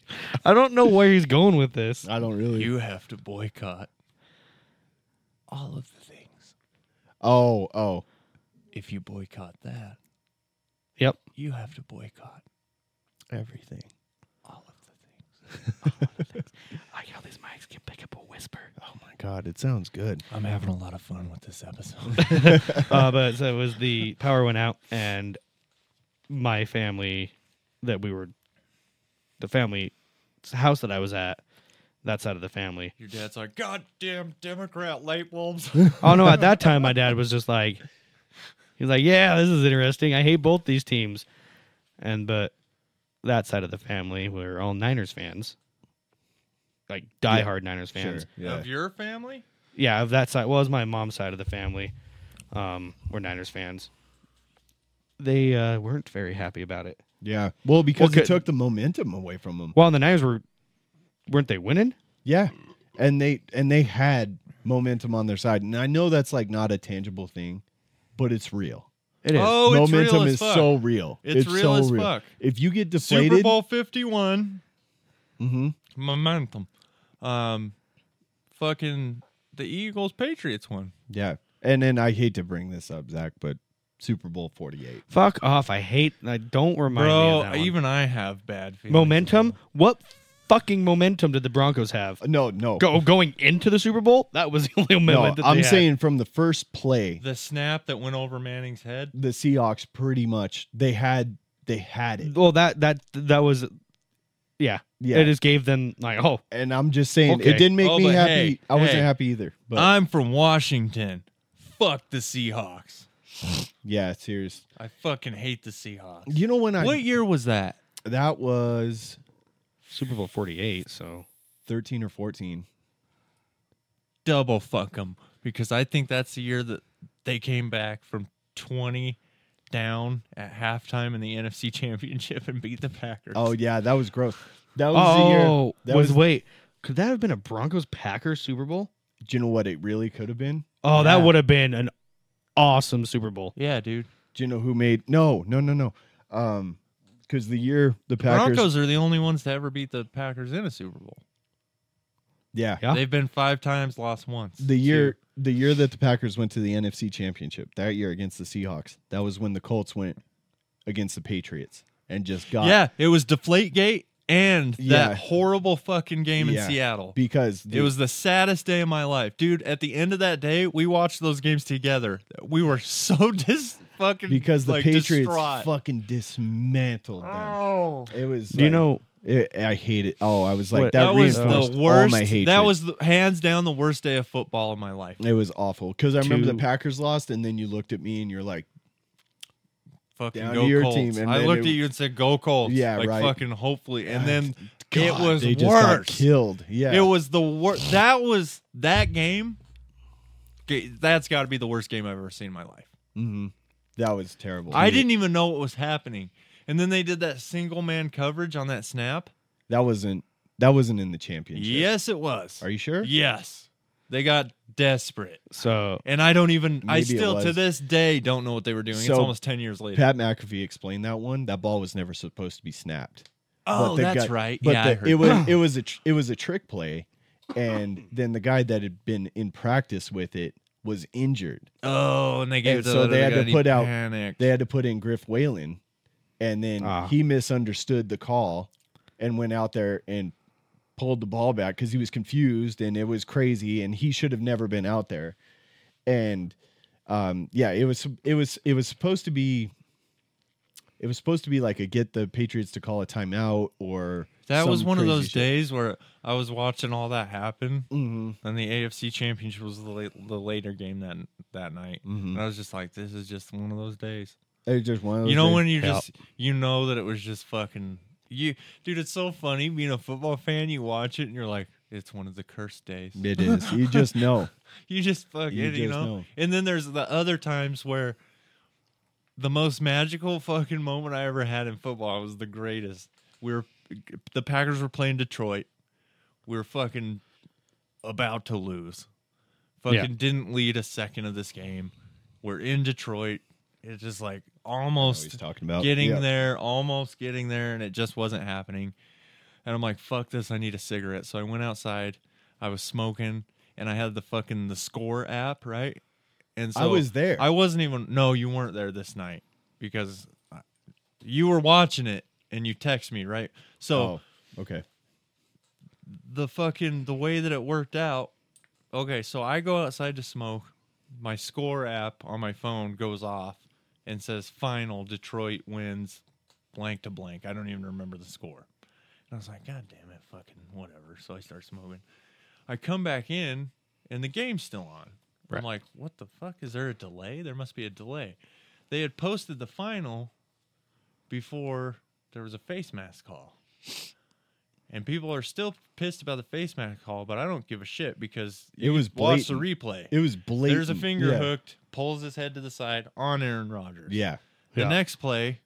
I don't know where he's going with this.
I don't really
You have to boycott all of the things.
Oh, oh.
If you boycott that,
Yep.
you have to boycott
Everything.
all of the things.
I how these mics can pick up a whisper.
Oh my god, it sounds good.
I'm having a lot of fun with this episode.
uh, but so it was the power went out, and my family that we were, the family house that I was at, that side of the family.
Your dad's like, goddamn Democrat light bulbs.
Oh no! At that time, my dad was just like, he's like, yeah, this is interesting. I hate both these teams, and but that side of the family were all Niners fans, like diehard Niners fans.
Sure. Yeah.
Of your family?
yeah, of that side. Well, it was my mom's side of the family. Um, we're Niners fans. They uh, weren't very happy about it.
Yeah. Well, because
Okay.
it took the momentum away from them.
Well, and the Niners were, weren't they winning?
Yeah. And they and they had momentum on their side. And I know that's like not a tangible thing, but it's real.
It is.
Oh, it's
momentum
real as
is
fuck.
so real.
It's real
so
as fuck.
If you get deflated,
Super Bowl 51.
hmm
Momentum. Um, fucking the Eagles Patriots one.
yeah. And then I hate to bring this up, Zach, but Super Bowl forty eight.
Fuck off! I hate. I don't remind me
Bro,
of that one.
even I have bad feelings.
momentum. What fucking momentum did the Broncos have?
No, no,
Go going into the Super Bowl. That was the only
no.
momentum.
I'm
they had.
saying from the first play,
The snap that went over Manning's head.
the Seahawks pretty much they had they had it.
Well, that that that was. Yeah.
Yeah.
It just gave them like, oh,
And I'm just saying
Okay.
it didn't make
Oh,
me
but
happy.
hey,
I wasn't
hey. Uh,
happy either. But
I'm from Washington. Fuck the Seahawks.
yeah, serious.
I fucking hate the Seahawks.
You know when I
What year was that?
that was
Super Bowl 48. So
13 or 14.
Double fuck them because I think that's the year that they came back from 20 down at halftime in the NFC Championship and beat the Packers.
Oh yeah, that was gross. That was
oh,
the year. That
was,
was,
wait. Could that have been a Broncos Packers Super Bowl?
do you know what it really could have been?
Oh,
Yeah.
that would have been an awesome Super Bowl.
yeah, dude.
Do you know who made? No, no, no, no. Um, because the year the Packers.
Broncos are the only ones to ever beat the Packers in a Super Bowl.
Yeah.
Huh?
They've been five times, lost once.
The year the year that the Packers went to the NFC Championship that year against the Seahawks. That was when the Colts went against the Patriots and just got
Yeah, it was Deflategate and that
Yeah.
horrible fucking game in
Yeah.
Seattle.
because the-
It was the saddest day of my life, dude. At the end of that day, we watched those games together. We were so dis fucking
because the
like,
Patriots
distraught.
fucking dismantled them.
Oh,
It was.
Do you
like-
know?
It, I hate it. Oh, I was like
What-
that,
that was
reinforced
the worst.
all my hatred.
That was the, hands down the worst day of football in my life.
It was awful because I remember
Two-
the Packers lost, and then you looked at me and you're like,
Fucking
Down
go
to your
Colts.
team, and
I
then
looked
it-
at you and said, "Go Colts."
Yeah,
like
right. Ah,
fucking hopefully. And then
"God,
it was
they just got
worse.
killed. Yeah,
It was the worst. That was that game. g- That's got to be the worst game I've ever seen in my life.
Mhm. That was terrible.
I didn't even know what was happening. And then they did that single man coverage on that snap.
That wasn't. That wasn't in the championship.
Yes, it was.
Are you sure?
Yes. They got desperate.
So
And I don't even, I
Maybe it
still to
was.
this day don't know what they were doing.
So,
it's almost 10 years later.
Pat McAfee explained that one. That ball was never supposed to be snapped.
oh,
But the
that's
guy-
right.
But
yeah,
the-
I heard
it
that.
was. It was a. Tr- it was a trick play, and then the guy that had been in practice with it was injured.
Oh, and they gave
and
the
so
other
they had
guy
to
and he
put out-
panicked.
They had to put in Griff Whalen, and then
Ah.
he misunderstood the call and went out there and pulled the ball back because he was confused and it was crazy and he should have never been out there. And um, yeah, it was it was it was supposed to be. It was supposed to be like a get the Patriots to call a timeout or
that was
some
one of
crazy
those
shit.
days where I was watching all that happen.
Mhm,
And the AFC Championship was the, late, the later game that that night.
mhm.
And I was just like, this is just one of those days.
It was just one of those
You know
days.
when you
Yeah.
just you know that it was just fucking you, dude. It's so funny being a football fan. You watch it and you're like, it's one of the cursed days.
it is. You just know.
You just fuck
You
it, you
just
know?
know.
And then there's the other times where the most magical fucking moment I ever had in football was the greatest. We were the Packers were playing Detroit. We were fucking about to lose. Fucking
Yeah.
didn't lead a second of this game. We're in Detroit. It's just like
What
almost
he's talking about
getting
Oh, Yeah.
there, almost getting there, and it just wasn't happening. And I'm like, fuck this, I need a cigarette. So I went outside, I was smoking, and I had the fucking the score app, right? and so
I was there.
I wasn't even. No, you weren't there this night because I- you were watching it and you text me right. So
oh, okay.
the fucking the way that it worked out. Okay, so I go outside to smoke. My score app on my phone goes off and says final Detroit wins blank to blank. I don't even remember the score. And I was like, God damn it, fucking whatever. So I start smoking. I come back in and the game's still on.
Right.
I'm like, what the fuck? Is there a delay? There must be a delay. They had posted the final before there was a face mask call. And people are still pissed about the face mask call, but I don't give a shit because
It was
watch the replay.
It was blatant.
There's a finger
yeah.
hooked, pulls his head to the side on Aaron Rodgers.
Yeah.
The
Yeah.
next play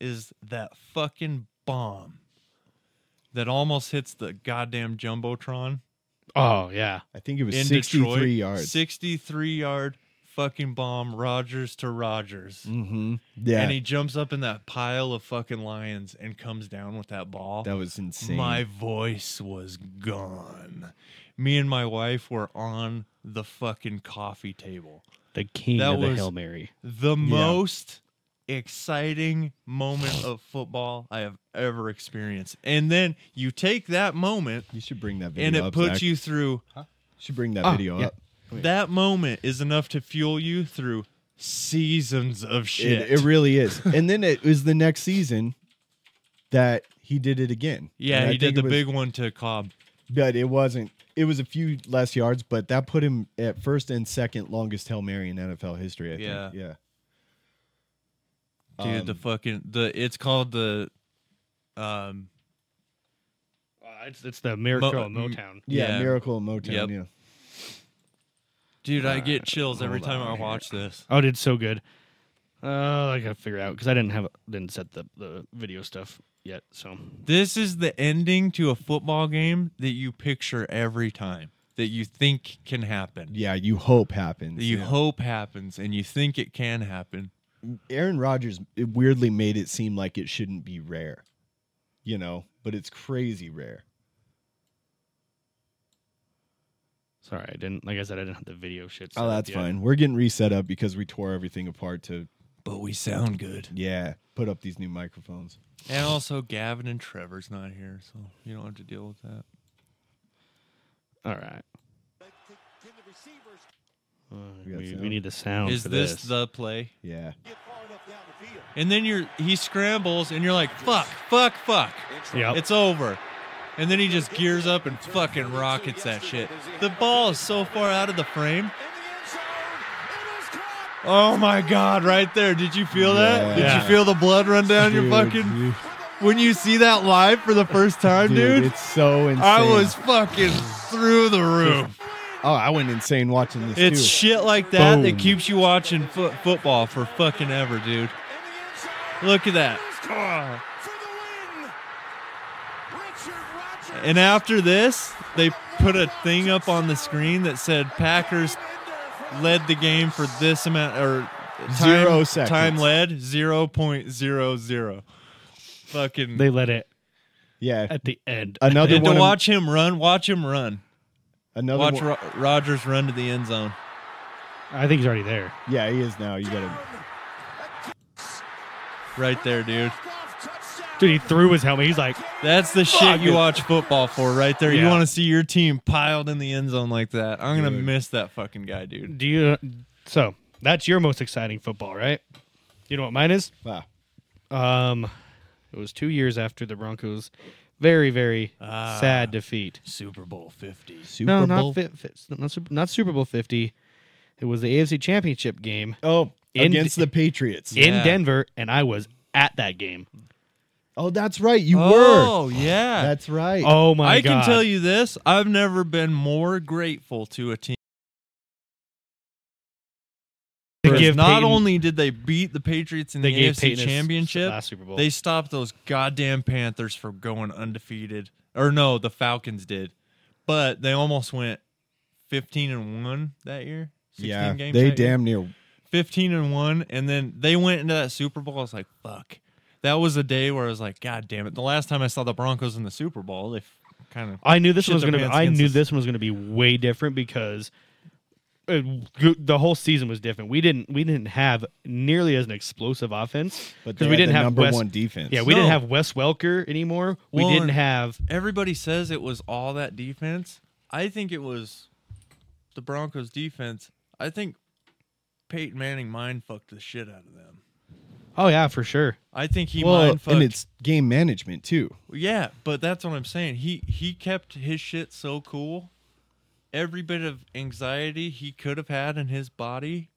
is that fucking bomb that almost hits the goddamn jumbotron
Oh yeah,
I think it was
in
63
Detroit.
yards.
63 yard fucking bomb, Rodgers to Rodgers.
Mm-hmm. Yeah.
And he jumps up in that pile of fucking lions and comes down with that ball.
that was insane.
My voice was gone. Me and my wife were on the fucking coffee table.
the king
That
of the
was-
hail mary.
The most exciting moment of football I have ever experienced. And then you take that moment
you should bring that video
and it
up.
puts
Zach.
you through
should bring that
Ah,
video
yeah.
up. Wait.
that moment is enough to fuel you through seasons of shit.
It, it really is. and then it was the next season that he did it again. And
yeah,
I
he
think
did
it
the
was-
big one to Cobb.
but it wasn't. It was a few less yards, but that put him at first and second longest hail mary in NFL history. I
Yeah.
think. Yeah.
Dude, the
Um,
fucking the it's called the um
Uh, it's, it's the miracle
Mo-
of Motown.
yeah,
yeah.
miracle in Motown.
Yep.
Yeah.
dude, I
Uh,
get chills every
hold
time
on
I
here.
watch this.
Oh, I did so good. Uh, I gotta figure it out because I didn't have didn't set the the video stuff yet. So
This is the ending to a football game that you picture every time, that you think can happen,
Yeah, you hope happens.
that you
yeah.
hope happens, and you think it can happen.
Aaron Rodgers weirdly made it seem like it shouldn't be rare, you know, but it's crazy rare.
sorry, I didn't. Like I said, I didn't have the video shit. set
Oh,
up
that's
yet.
fine. We're getting reset up because we tore everything apart to,
But we sound good.
yeah, put up these new microphones.
And also, Gavin and Trevor's not here, so you don't have to deal with that.
All right. Uh,
We got
we,
sound?
we need the sound.
Is
for
this, the play?
Yeah.
And then you're he scrambles, and you're like, fuck, fuck, fuck.
Yep.
It's over. And then he just gears up and fucking rockets that shit. The ball is so far out of the frame. Oh my god, right there. Did you feel that? Did
Yeah.
you feel the blood run down your
Dude,
fucking
dude,
when you see that live for the first time,
dude,
dude?
it's so insane.
I was fucking through the roof.
Oh, I went insane watching this
It's
too.
shit like that
Boom.
that keeps you watching foot football for fucking ever, dude. Look at that. Ah. And after this, they put a thing up on the screen that said Packers led the game for this amount or time,
Zero seconds.
Time led 0.00. Fucking
they let it
yeah.
at the end.
Another
and to
one of-
watch him run, watch him run.
another
Watch
one-
Ro- Rodgers run to the end zone.
I think he's already there.
Yeah, he is now. You got to
Right there, dude.
Dude, he threw his helmet. He's like,
That's the shit you watch football for right there. You
Yeah.
want to see your team piled in the end zone like that. I'm going to
Dude.
miss that fucking guy, dude.
"Do you?" So that's your most exciting football, right? You know what mine is?
wow.
Um, it was two years after the Broncos' very, very sad defeat.
Ah. Super Bowl 50.
Super
no,
Bowl.
not, fi- fi- not Super, not Super Bowl Fifty. It was the AFC Championship game
Oh,
In-
against the Patriots.
Yeah.
in Denver, and I was at that game.
Oh, that's right. You were.
Oh, yeah.
That's right.
Oh my
I
god!
can tell you this. I've never been more grateful to a team.
To
Because
give
not
Peyton-
only did they beat the Patriots in
they
the
gave
AFC
Peyton his
Championship,
last Super Bowl.
they stopped those goddamn Panthers from going undefeated. Or no, the Falcons did. But they almost went 15 and 1 that year. 16
yeah.
games
They
that year.
damn near
15 and 1 and then they went into that Super Bowl. I was like, "Fuck." That was a day where I was like, "God damn it." The last time I saw the Broncos in the Super Bowl, they f- kind of
I knew this
Shit
one was
their
gonna. Be,
pants
I
against
knew
us.
this one was gonna be way different because uh, g- the whole season was different. We didn't we didn't have nearly as an explosive offense
But
because
they
we
had
didn't
the
have
number
Wes-
one defense.
Yeah, we didn't
No.
have Wes Welker anymore. We
Well, and-
didn't have
Everybody says it was all that defense. I think it was the Broncos defense. I think Peyton Manning mind fucked the shit out of them.
oh yeah for sure.
I think he
well,
mind
and
fucked.
it's game management too.
Yeah, but that's what I'm saying. He he kept his shit so cool. Every bit of anxiety he could have had in his body,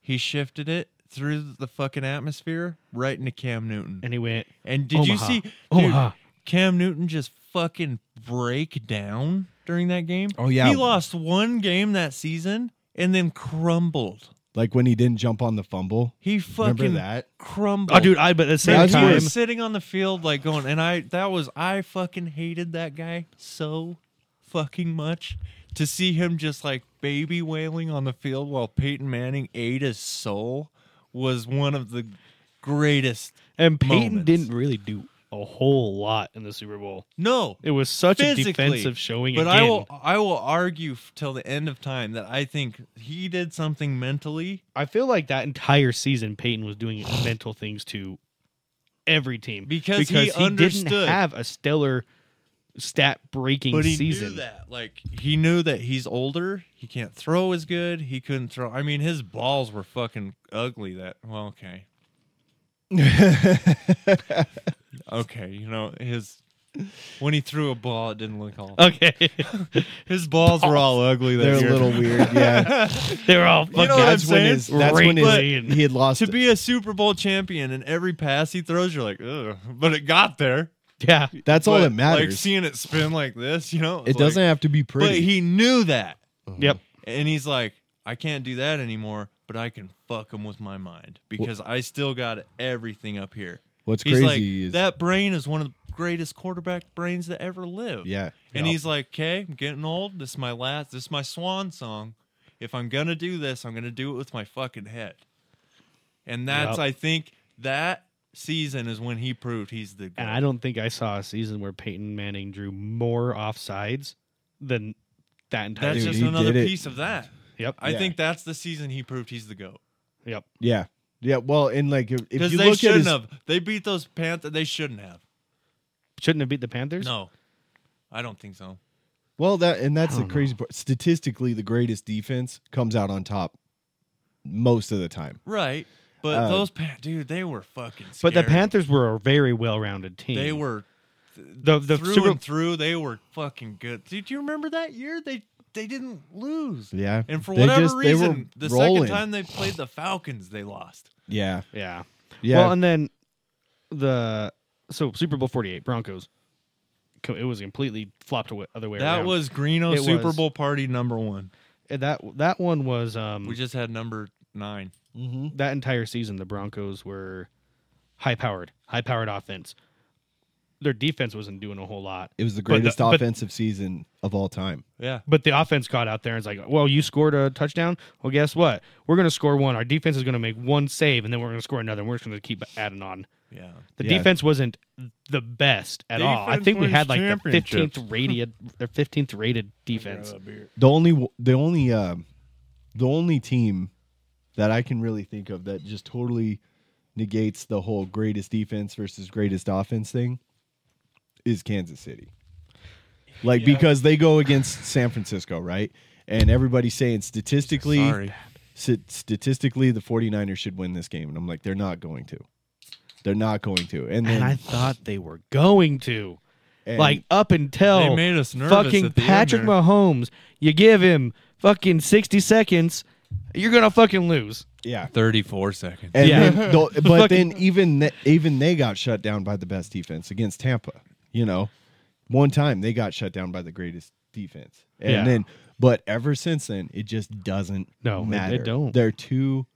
he shifted it through the fucking atmosphere right into Cam Newton.
And he went oh,
And did you
Omaha.
see dude,
Omaha.
Cam Newton just fucking break down during that game?
Oh, yeah.
He lost one game that season and then crumbled.
Like when he didn't jump on the fumble.
He
Remember
fucking
that?
crumbled.
oh dude I but at the same
That's
He
time
was sitting on the field like going, and I that was I fucking hated that guy so fucking much to see him just like baby wailing on the field while Peyton Manning ate his soul was one of the greatest.
and Peyton
moments.
didn't really do a whole lot in the Super Bowl.
No,
It was such a
physically,
defensive showing.
But
again.
I will I will argue f- till the end of time that I think he did something mentally.
I feel like that entire season Peyton was doing mental things to every team
Because he
didn't
understood.
have a stellar stat breaking
But he
season.
knew that, like he knew that he's older. He can't throw as good. He couldn't throw. I mean, his balls were fucking ugly. That well, okay, okay. You know his when he threw a ball, it didn't look all.
Okay,
his balls, were all ugly. That
They're a
year.
little weird. Yeah,
they were all fucking.
know what I'm
that's when
saying?
his, that's when his,
Rain.
he had lost.
To be a Super Bowl champion and every pass he throws, you're like, ugh. But it got there.
yeah,
that's all
But,
that
Like
matters.
seeing it spin like this, you know.
it doesn't have to be
But
pretty.
he knew that,
yep.
and he's like, I can't do that anymore. But I can fuck him with my mind because I still got everything up here.
What's
He's
crazy
like,
is
that brain is one of the greatest quarterback brains that ever lived.
yeah,
And
Yeah.
he's like, okay, I'm getting old. This is my last, this is my swan song. If I'm going to do this, I'm going to do it with my fucking head. And that's,
Yep.
I think, that season is when he proved he's the
And
goat.
I don't think I saw a season where Peyton Manning drew more offsides than that entire.
That's
Dude,
just
he
another
did it.
piece of that.
yep,
I
Yeah.
think that's the season he proved he's the goat.
yep.
yeah, yeah. Well, and like if, if
Because
you
they
look at
shouldn't
his,
have. They beat those Panthers. They shouldn't have.
Shouldn't have beat the Panthers.
No. I don't think so.
well, that and that's
I
the
don't
crazy part. Statistically, the greatest defense comes out on top most of the time.
Right. But
Uh,
those, pa- dude, they were fucking
but
scary.
the Panthers were a very well-rounded team.
They were
the the
through
Super
and through, they were fucking good. Did you remember that year? They they didn't lose.
Yeah,
And for
They
whatever
just- they were
reason, the
rolling.
second time they played the Falcons, they lost.
Yeah,
yeah.
yeah.
Well, and then the so Super Bowl forty eight Broncos. co- It was completely flopped away, other way
that
around.
was Greeno
It
Super
was.
Bowl party number one.
And that that one was um
We just had number nine.
Mhm.
that entire season the Broncos were high powered, high powered offense. Their defense wasn't doing a whole lot,
It was the
But the-
greatest
but-
offensive season of all time.
Yeah.
but the offense got out there and was like, "Well, you scored a touchdown. Well, guess what? We're going to score one. Our defense is going to make one save, and then we're going to score another. and We're just going to keep adding on."
Yeah.
The
Yeah.
defense wasn't the best at all. I
Defense
think we
wins
had like the
championships.
fifteenth rated, their fifteenth rated defense.
The only the only um the only team that I can really think of that just totally negates the whole greatest defense versus greatest offense thing is Kansas City. Like because they go against San Francisco, right? And everybody's saying statistically
Sorry.
st- statistically the 49ers should win this game and I'm like they're not going to. They're not going to. And then
And I thought they were going to.
and-
like up until
They made us nervous
fucking
at the end
Patrick
there.
Mahomes. You give him fucking 60 seconds, you're going to fucking lose.
yeah.
34 seconds.
And
Yeah.
then the- but
Fucking-
then even th- even they got shut down by the best defense against Tampa. You know, one time they got shut down by the greatest defense, and
Yeah.
then but ever since then it just doesn't
No, they- they
matter.
don't.
They're too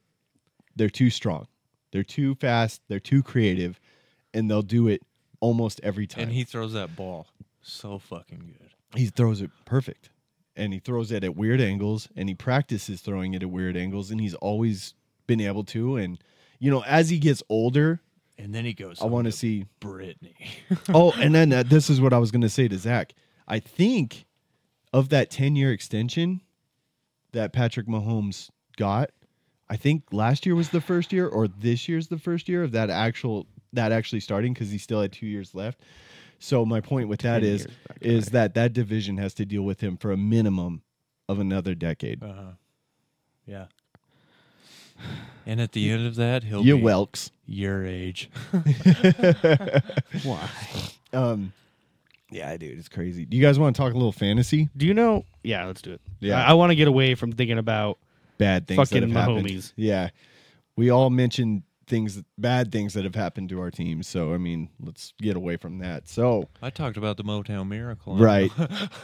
they're too strong. They're too fast. They're too creative, and they'll do it almost every time.
And he throws that ball so fucking good.
he throws it perfect, and he throws it at weird angles, and he practices throwing it at weird angles, and he's always been able to. And you know, as he gets older.
And then he goes,
I want to see
Brittany.
oh, and then uh, this is what I was going to say to Zach. I think of that 10 year extension, that Patrick Mahomes got, I think last year was the first year, or this year's the first year of that actual that actually starting because he still had two years left. So my point with that
Ten
is
years back to
is
back.
that that division has to deal with him for a minimum of another decade.
Uh-huh. Yeah. And at the end of that, he'll
You
be
whelks.
your age.
Why?
Um, yeah, dude, it's crazy. Do you guys want to talk a little fantasy?
Do you know? Yeah, let's do it.
Yeah.
I, want to get away from thinking about.
Bad things that
Fucking
have happened.
Mahomes.
Yeah, we all mentioned things, bad things that have happened to our team. So I mean, let's get away from that. So
I talked about the Motown Miracle.
right,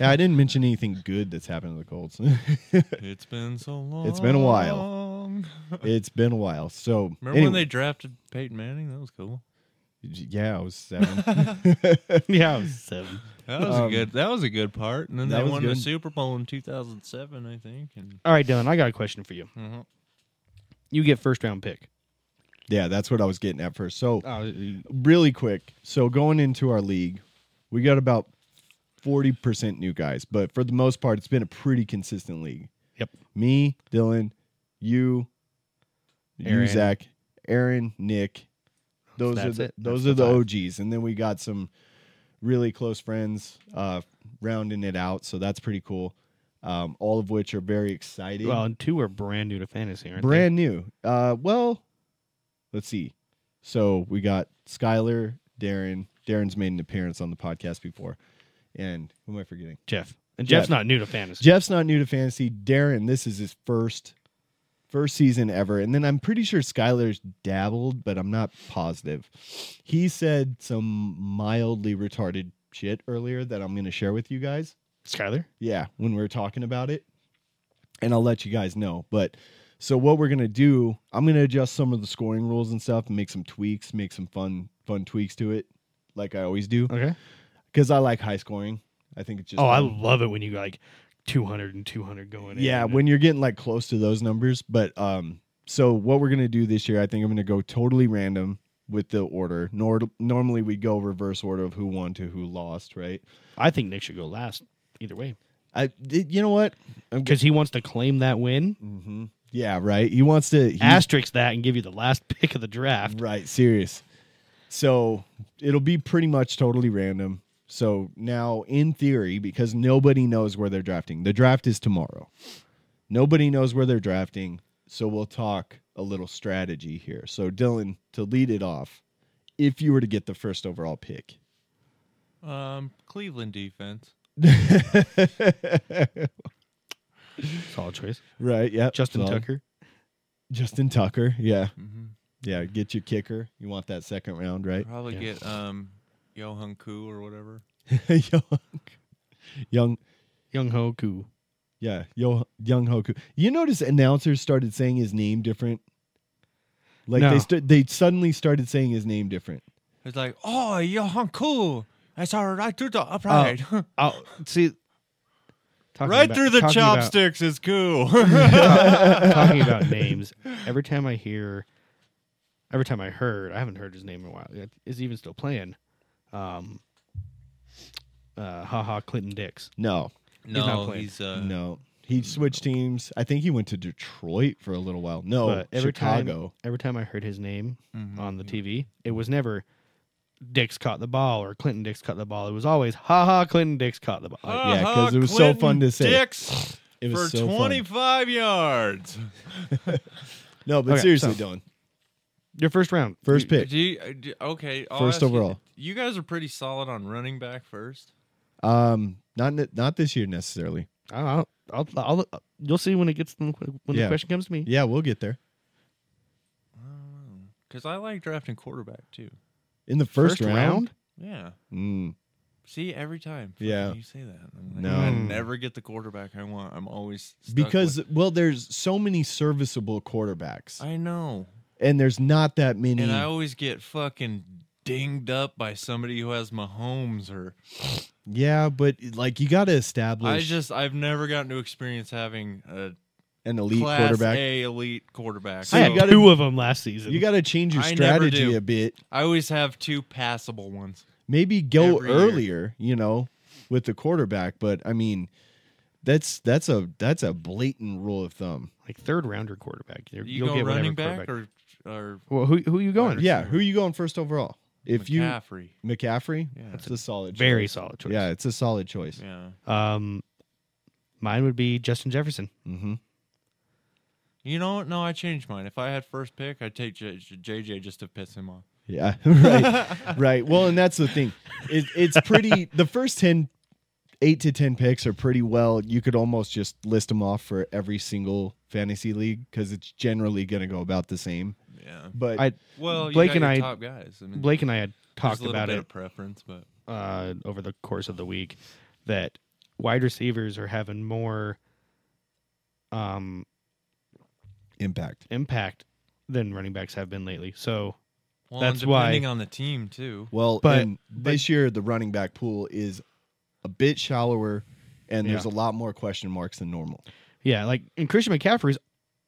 yeah, I didn't mention anything good that's happened to the Colts.
It's been so long.
It's been a while.
Remember
it's been a while. So
when
anyway-
they drafted Peyton Manning? That was cool.
Yeah, I was seven.
Yeah, I was seven.
That was a good. That was a good part. And then
Um, that
they
was
won the
good.
Super Bowl in 2007, I think. And uh-huh.
All right, Dylan, I got a question for you. You get first round pick.
yeah, that's what I was getting at first. So
Oh,
really quick. So going into our league, we got about forty percent new guys, but for the most part, it's been a pretty consistent league.
Yep.
Me, Dylan, you, you,
Aaron.
Zach, Aaron, Nick. Those
That's
are the,
it.
those
That's
are the
the
OGs, and then we got some really close friends uh, rounding it out. So that's pretty cool. Um, all of which are very exciting.
well, and two are brand new to fantasy, aren't
brand new. Uh, well, let's see. So we got Skylar, Darren. Darren's made an appearance on the podcast before, and who am I forgetting?
they? Jeff. And
Jeff.
Jeff's not new to fantasy.
Jeff's not new to fantasy. Darren, this is his first first season ever, and then I'm pretty sure Skylar's dabbled, but I'm not positive. He said some mildly retarded shit earlier that I'm going to share with you guys.
Skyler.
Yeah, when we were talking about it. And I'll let you guys know. But so what we're gonna do, I'm gonna adjust some of the scoring rules and stuff and make some tweaks, make some fun, fun tweaks to it, like I always do.
Okay.
Because I like high scoring. I think it's just
Oh, I
fun.
love it when you got like 200 and 200 going in.
yeah,
and-
when you're getting like close to those numbers. But um, so what we're gonna do this year, I think I'm gonna go totally random with the order. Nor- normally we go reverse order of who won to who lost, right?
I think Nick should go last either way
I you know what? I'm
because he wants to claim that win,
hmm Yeah, right. He wants to he-
asterisk that, and give you the last pick of the draft.
Right, serious. So it'll be pretty much totally random. So now, in theory, because nobody knows where they're drafting, the draft is tomorrow. Nobody knows where they're drafting. So we'll talk a little strategy here. So, Dylan, to lead it off, if you were to get the first overall pick,
Um, Cleveland defense.
Solid choice.
right? Yeah.
Justin
So,
Tucker.
Justin Tucker. Yeah.
Mm-hmm.
Yeah. Get your kicker. You want that second round, right?
Probably
Yeah.
get um, Johan Koo or whatever.
young, young,
Young Ho Koo.
yeah, yo, young Hoku. You notice announcers started saying his name different. Like they
No.
st- they suddenly started saying his name different.
It's like, oh, Johan Koo. I saw her right through the upright.
Oh, see, talking
right
about-
through the
talking about-
chopsticks is cool.
talking about names, every time I hear, every time I heard, I haven't heard his name in a while. It- Is he even still playing? Um, uh, haha, Clinton Dix.
No,
not
no,
playing.
he's uh,
no, he switched teams. I think he went to Detroit for a little while. No,
But every
Oh, Chicago.
time, every time I heard his name
mhm.
on the TV, it was never Dix caught the ball or Clinton Dix caught the ball. It was always haha, Clinton Dix caught the ball. Like,
Ah.
yeah, 'cause it was so
Uh-huh, Clinton
fun to say.
Dix
It was
for
so fun.
25 yards.
No, but
Okay,
seriously,
so-
Dylan,
your first round,
first
You-
pick.
Do you, uh, do- okay, I'll ask
First
you-
overall.
You, guys are pretty solid on running back first.
Um, not ne- not this year necessarily.
I'll, I'll, I'll, I'll- you'll see when it gets when
Yeah.
the question comes to me.
Yeah, we'll get there
Because I like drafting quarterback too.
in the first, round.
Yeah.
Mm,
See, every time. fucking
Yeah.
You say that. I'm like,
No.
I never get the quarterback I want. I'm always. stuck
because
with-
well, there's so many serviceable quarterbacks,
I know.
and there's not that many.
And I always get fucking dinged up by somebody who has Mahomes or.
Yeah, but like you got to
I
establish
just, I've never gotten to experience having a
an elite
class
quarterback.
A elite quarterback.
So
I
you
had
gotta-
two of them last season.
You got to change your
I never
strategy
do.
a bit.
I always have two passable ones.
Maybe go
Every year.
earlier, you know, with the quarterback. But I mean, That's that's a that's a blatant rule of thumb.
Like third rounder quarterback. You're,
You
will
go
get whatever
running back
quarterback.
or or
well, who who you going?
Yeah, who you going first overall? If
McCaffrey.
you McCaffrey,
Yeah.
that's a solid,
Very
choice.
solid choice.
Yeah, it's a solid choice.
yeah.
Um, mine would be Justin Jefferson.
Mm-hmm.
You know what? No, I changed mine. If I had first pick, I'd take J- J- JJ just to piss him off.
Yeah, right, right. Well, and that's the thing. It, it's pretty. The first ten, eight to ten picks are pretty well. You could almost just list them off for every single fantasy league because it's generally going to go about the same.
Yeah.
But
I
Well, you
Blake
got
and
your
I-
top guys. I mean,
Blake and I had
there's
talked
a little
about
bit
it
Of preference, but
uh, over the course of the week that wide receivers are having more um,
impact.
impact than running backs have been lately. So
well, and
That's why-
depending on the team too.
Well,
But-
and this year the running back pool is a bit shallower, and there's a lot more question marks than normal.
yeah, like and Christian McCaffrey's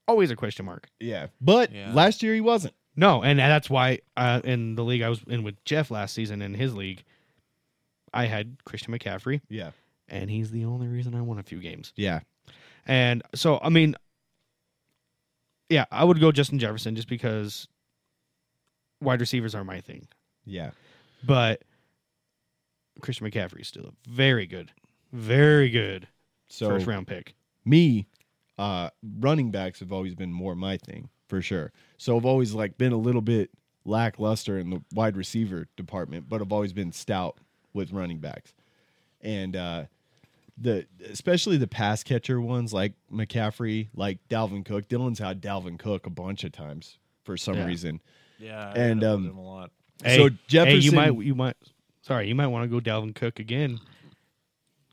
always a question mark.
Yeah, but
Yeah.
last year he wasn't.
No, and that's why uh, in the league I was in with Jeff last season in his league, I had Christian McCaffrey,
Yeah,
and he's the only reason I won a few games.
yeah,
And so, I mean, yeah, I would go Justin Jefferson just because wide receivers are my thing.
yeah.
But Christian McCaffrey is still a very good, very good
So
first round pick.
me, uh, running backs have always been more my thing for sure. So I've always like been a little bit lackluster in the wide receiver department, but I've always been stout with running backs, and uh, the especially the pass catcher ones like McCaffrey, like Dalvin Cook. Dylan's had Dalvin Cook a bunch of times for some
Yeah.
reason.
Yeah.
I And, ended up with um,
him a lot.
so
hey,
Jefferson,
you might, you might, sorry, you might want to go Dalvin Cook again.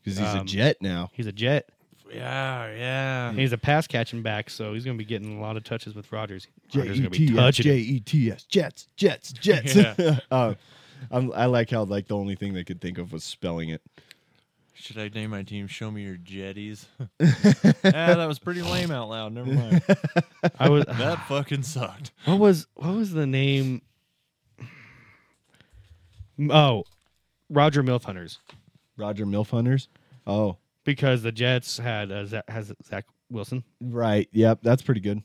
because he's a
um,
Jet now.
He's a Jet.
Yeah, yeah.
And he's a pass catching back, so he's going to be getting a lot of touches with Rodgers.
J
Rodgers
E
going to oh, be
T S
touching.
J
him.
E T S Jets Jets Jets.
Yeah.
uh, I'm, I like how like the only thing they could think of was spelling it.
Should I name my team? Show me your jetties. ah, that was pretty lame out loud. Never mind.
I was
That fucking sucked.
What was what was the name? Oh, Roger Milf Hunters,
Roger Milf Hunters. Oh,
because the Jets had uh, Zach, has Zach Wilson,
right. Yep, that's pretty good.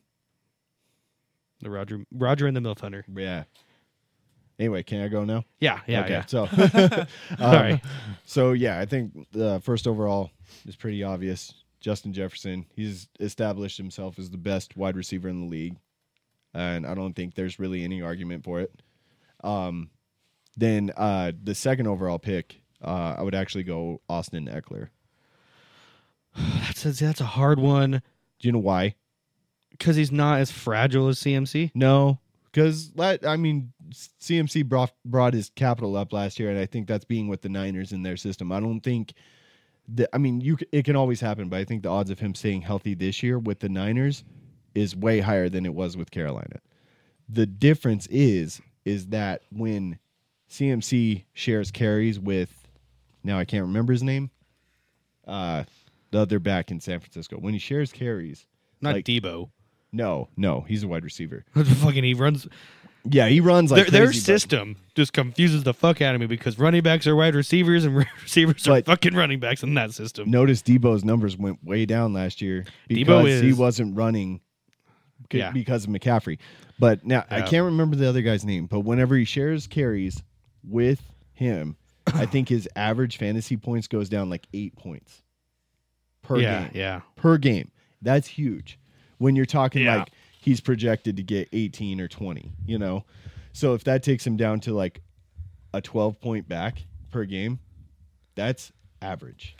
the Roger Roger and the Milf Hunter.
Yeah. Anyway, can I go now?
Yeah, yeah,
okay.
yeah.
So, um,
Sorry.
So yeah, I think the first overall is pretty obvious. Justin Jefferson, he's established himself as the best wide receiver in the league, and I don't think there's really any argument for it. Um, then uh, the second overall pick, uh, I would actually go Austin Eckler.
that's a, that's a hard one
Do you know why?
because he's not as fragile as CMC.
No, because I mean CMC brought brought his capital up last year, and I think that's being with the Niners in their system. I don't think that I mean you c- it can always happen, but I think the odds of him staying healthy this year with the Niners is way higher than it was with Carolina. The difference is is that when CMC shares carries with now I can't remember his name, uh, the other back in San Francisco when he shares carries.
Not
Like-
Debo.
No, no, he's a wide receiver.
Fucking, he runs.
Yeah, he runs like
their their
crazy, but-
system just confuses the fuck out of me because running backs are wide receivers and receivers are
But-
fucking running backs in that system.
Notice Debo's numbers went way down last year
Debo
because he
is-
wasn't running c-
Yeah.
because of McCaffrey. But now I
Yeah.
can't remember the other guy's name, but whenever he shares carries with him, I think his average fantasy points goes down like 8 points per
yeah,
game.
yeah.
Per game. That's huge. When you're talking
Yeah.
like he's projected to get 18 or 20, you know. So if that takes him down to like a 12 point back per game, that's average.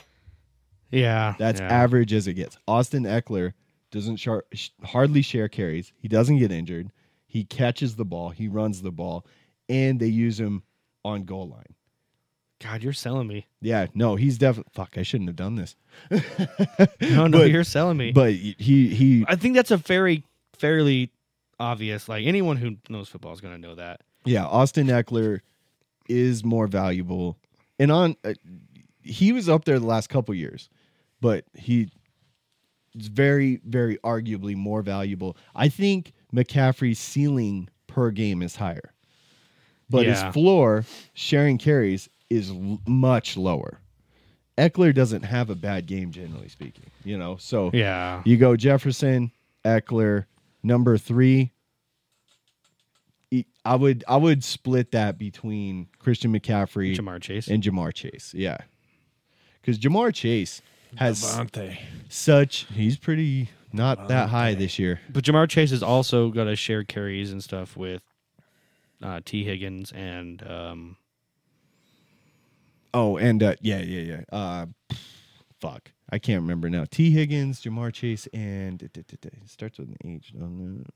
Yeah.
That's
yeah.
average as it gets. Austin Eckler doesn't shar- sh- hardly share carries. He doesn't get injured. He catches the ball. He runs the ball, and they use him on goal line.
God, you're selling me.
Yeah, no, he's definitely. Fuck, I shouldn't have done this.
No, no,
But-
you're selling me.
But he he
I think that's a very fairly obvious. Like anyone who knows football is going to know that.
yeah, Austin Eckler is more valuable, and on uh, he was up there the last couple years, but he is very very arguably more valuable. I think McCaffrey's ceiling per game is higher, but
Yeah.
his floor sharing carries is l- much lower. Eckler doesn't have a bad game, generally speaking. You know, so
Yeah.
you go Jefferson, Eckler, number three. E- I would I would split that between Christian McCaffrey
Jamar Chase.
and Jamar Chase. Yeah, because Jamar Chase has
Devontae.
such he's pretty not that high this year.
But Jamar Chase has also got to share carries and stuff with uh, T. Higgins and um,
Oh, and uh, yeah, yeah, yeah. Uh, fuck, I can't remember now. T. Higgins, Jamar Chase, and it starts with an H. doesn't it?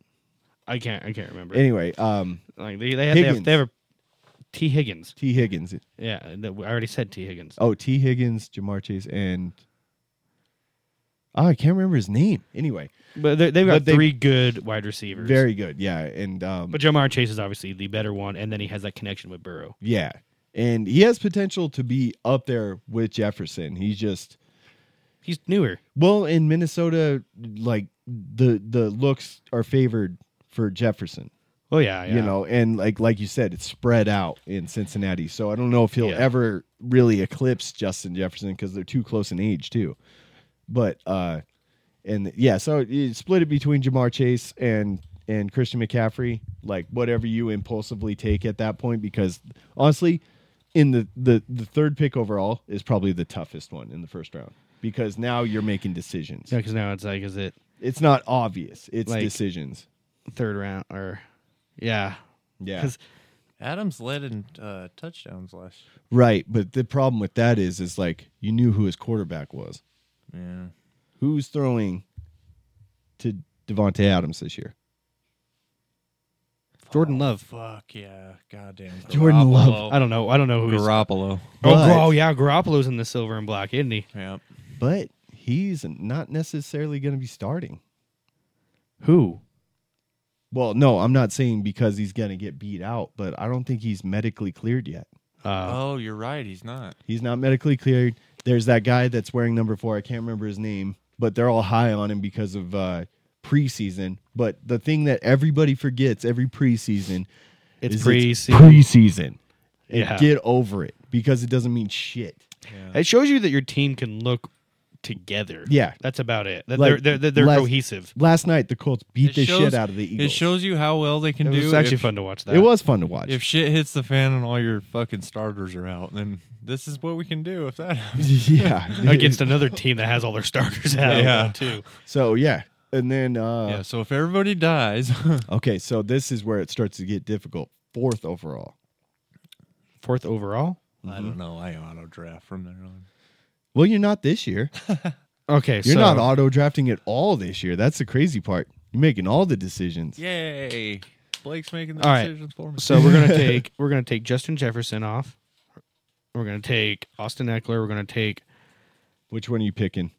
I can't I can't remember.
Anyway, um,
like they they have, they have,
Higgins.
they have a, T. Higgins.
T. Higgins.
Yeah, and that- I already said T. Higgins.
Oh, T. Higgins, Jamar Chase, and oh, I can't remember his name. Anyway,
But they- they've got
But they-
three good wide receivers.
very good. Yeah, and um,
But Jamar Chase is obviously the better one, and then he has that connection with Burrow.
yeah, and he has potential to be up there with Jefferson. He's just
He's newer.
well in Minnesota. Like the the looks are favored for Jefferson.
Oh yeah, yeah.
you know and like like you said it's spread out in cincinnati so i don't know if he'll
Yeah.
ever really eclipse justin jefferson because they're too close in age too but uh and yeah so you split it between jamar chase and and christian mccaffrey like whatever you impulsively take at that point because honestly in the the, the third pick overall is probably the toughest one in the first round because now you're making decisions
because now it's like, is it
it's not obvious it's
Like-
decisions
third round or, yeah,
yeah
because
Adams led in uh, touchdowns last.
Right, but the problem with that is, is like you knew who his quarterback was.
Yeah.
Who's throwing to Devonte Adams this year?
Jordan Love.
Oh, Fuck yeah. Goddamn.
Jordan Love.
I don't know. I don't know who. he's-
Garoppolo.
Oh,
But-
Gar- oh yeah, Garoppolo's in the silver and black, isn't he?
Yep.
But he's not necessarily going to be starting.
Who?
Well, no, I'm not saying because he's going to get beat out, but I don't think he's medically cleared yet.
Uh,
Oh, you're right. He's not.
He's not medically cleared. There's that guy that's wearing number four. I can't remember his name, but they're all high on him because of uh, preseason. But the thing that everybody forgets every preseason
it's
is
preseason.
preseason. And
Yeah.
Get over it because it doesn't mean shit.
Yeah.
It shows you that your team can look together.
Yeah.
that's about it. That
Like,
they're they're, they're, they're
last-
cohesive.
Last night the Colts beat
It
the
shows-
shit out of the
It
Eagles.
shows you how well they can
It
do.
was actually
if,
fun to watch that.
It was fun to watch.
If shit hits the fan and all your fucking starters are out, then this is what we can do if that happens.
yeah.
against another team that has all their starters out
Yeah.
too.
so yeah. And then uh
yeah. So if everybody dies,
okay, so this is where it starts to get difficult. Fourth overall.
Fourth overall.
I don't know. I auto draft from there on.
Well, you're not this year.
Okay,
You're
so
not auto drafting at all this year. That's the crazy part. You're making all the decisions.
Yay! Blake's making the
All right.
decisions for me.
So we're gonna take we're gonna take Justin Jefferson off. We're gonna take Austin Eckler. We're gonna take.
Which one are you picking?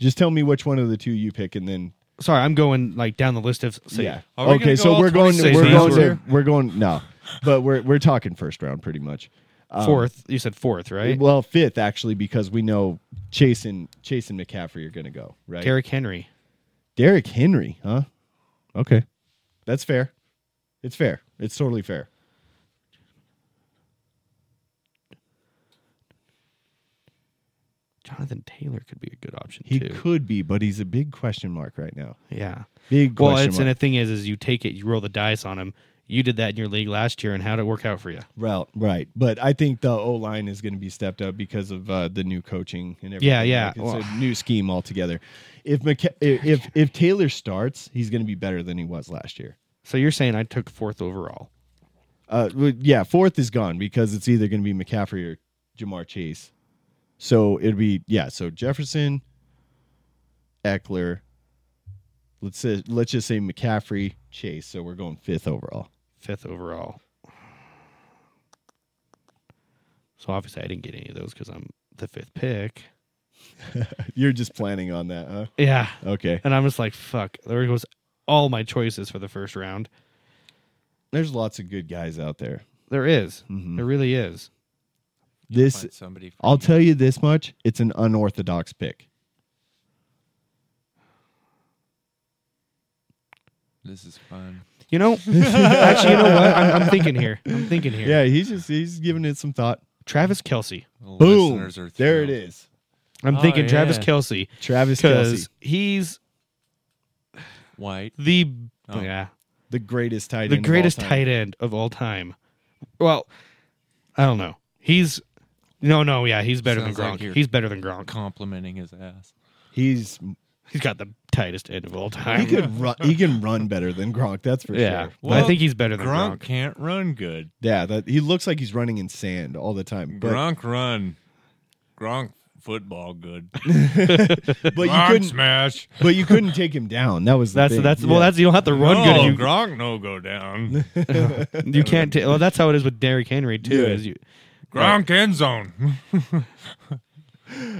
Just tell me which one of the two you pick and then
Sorry, I'm going like down the list of. Say,
yeah.
Are we
okay,
gonna go
so
all
we're going.
26
We're
teams
going.
here?
To, we're going. No, but we're we're talking first round pretty much. Um,
Fourth, you said fourth, right?
Well, fifth actually because we know Chase and Chase and McCaffrey are going to go right.
Derrick Henry.
Derrick Henry, huh? Okay, that's fair. It's fair. It's totally fair.
Jonathan Taylor could be a good option
He
too.
could be, but he's a big question mark right now.
Yeah.
Big
Well,
question
it's and
mark.
the thing is, is you take it, you roll the dice on him. You did that in your league last year, and how'd it work out for you?
Well, right, but I think the O line is going to be stepped up because of uh, the new coaching and everything.
Yeah, yeah.
Like, it's
Well-
a new scheme altogether. If McCa- if if- if Taylor starts, he's going to be better than he was last year.
So you're saying I took fourth overall?
Uh, well, yeah, fourth is gone because it's either going to be McCaffrey or Jamar Chase. So it'd be yeah. So Jefferson, Eckler. Let's say, let's just say McCaffrey, Chase. So we're going fifth overall.
fifth overall. So obviously I didn't get any of those because I'm the fifth pick.
You're just planning on that, huh?
Yeah.
Okay.
And I'm just like, fuck, there goes all my choices for the first round.
There's lots of good guys out there.
There is.
Mhm.
There really is.
This
Find somebody. for
I'll
you.
tell you this much: it's an unorthodox pick.
This is fun.
You know, actually, you know what? I'm, I'm thinking here. I'm thinking here.
Yeah, he's just he's giving it some thought.
Travis Kelsey.
Boom.
Listeners are
There it
thrilled.
is.
I'm
Oh,
thinking Travis
yeah.
Kelsey
Travis Kelsey,
because he's
White.
the
Oh.
yeah
the greatest tight
the
end.
greatest
of all time.
tight end of all time. Well, I don't know. He's no, no, yeah, he's better
Sounds
than
like
Gronk.
you're-
he's better than Gronk.
Complimenting his ass.
He's
He's got the tightest end of all
he
time.
could run. He can run better than Gronk. That's for
yeah,
sure.
Well,
I think he's better than
Gronk
Gronk.
can't run good.
Yeah, that he looks like he's running in sand all the time. But,
Gronk run. Gronk football good.
but you
Gronk
couldn't.
smash.
But you couldn't take him down. That was the
That's
thing.
that's
Yeah.
well, that's you don't have to run
no,
good.
Oh, Gronk no go down.
You, you can't. ta- well, that's how it is with Derrick Henry too.
Yeah.
Is you,
Gronk end zone.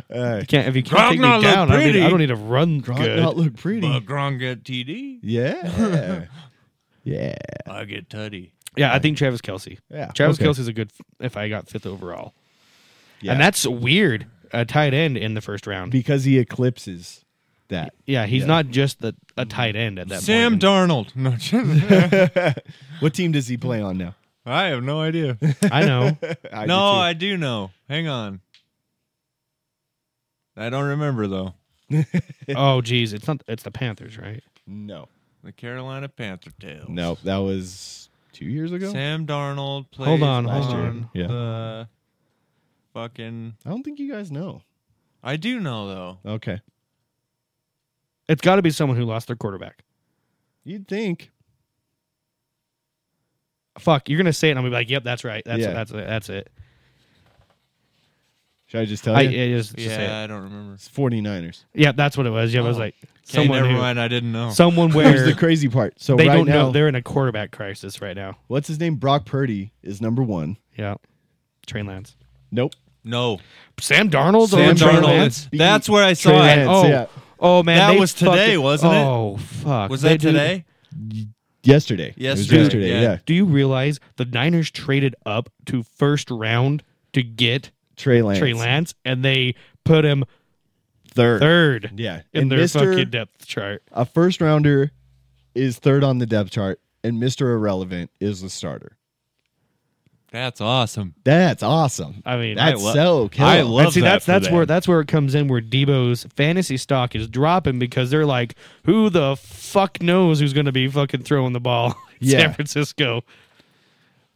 Uh,
you can't if you can't
Gronk
take
not
me
look
down. I don't, need,
pretty.
I don't need to run
Gronk
good.
not look pretty.
But Gronk get TD.
Yeah. yeah.
I get tutty.
yeah, I think Travis Kelsey.
Yeah.
Travis
okay.
Kelsey's a good. f- If I got fifth overall,
Yeah.
and that's weird. A tight end in the first round.
because he eclipses that.
Yeah, he's
Yeah.
not just a, a tight end at that
Sam
point.
Darnold. No,
What team does he play on now?
I have no idea.
I know.
I do
no,
too.
I do know. Hang on. I don't remember though.
Oh, geez, it's not. It's the Panthers, right?
no,
The Carolina Panther Tails.
no. That was two years ago.
Sam Darnold plays
Hold on,
on
hold
on. Yeah.
the fucking.
I don't think you guys know.
I do know though.
Okay,
It's got to be someone who lost their quarterback.
you'd think.
Fuck, you're gonna say it, and I'll be like, "Yep, that's right. That's
Yeah.
that's it. That's it."
Should I just tell
I,
you?
yeah, just, just say
yeah,
it.
I don't remember.
it's 49ers.
yeah, that's what it was. Yeah, it was
Oh.
like
Okay,
someone
never
who-
mind. Oh. I didn't know.
someone
Here's
where
the crazy part. So
they
right
don't
now,
know they're in a quarterback crisis right now.
what's his name? Brock Purdy is number one.
Yeah, Train Lance,
Nope.
no,
Sam Darnold,
Sam
over Trey
Darnold.
Lance?
is- That's where I saw
Trey
it.
Lance,
Oh,
yeah.
oh man,
That
they
was today,
fucking-
wasn't it?
Oh fuck,
Was
They
that
do-
today?
Yesterday. It was
Yesterday,
yesterday.
yeah.
Yeah.
Do you realize the Niners traded up to first round to get
Trey Lance.
Trey Lance, and they put him
Third.
third
Yeah.
in
and
their
Mr.
fucking depth chart.
a first rounder is third on the depth chart, and Mr. Irrelevant is the starter.
That's awesome.
That's awesome.
I mean,
That's
I lo-
so killer.
I love
and see,
that
that's
for
that's
them.
where that's where it comes in, where Debo's fantasy stock is dropping because they're like, who the fuck knows who's going to be fucking throwing the ball in
Yeah.
San Francisco?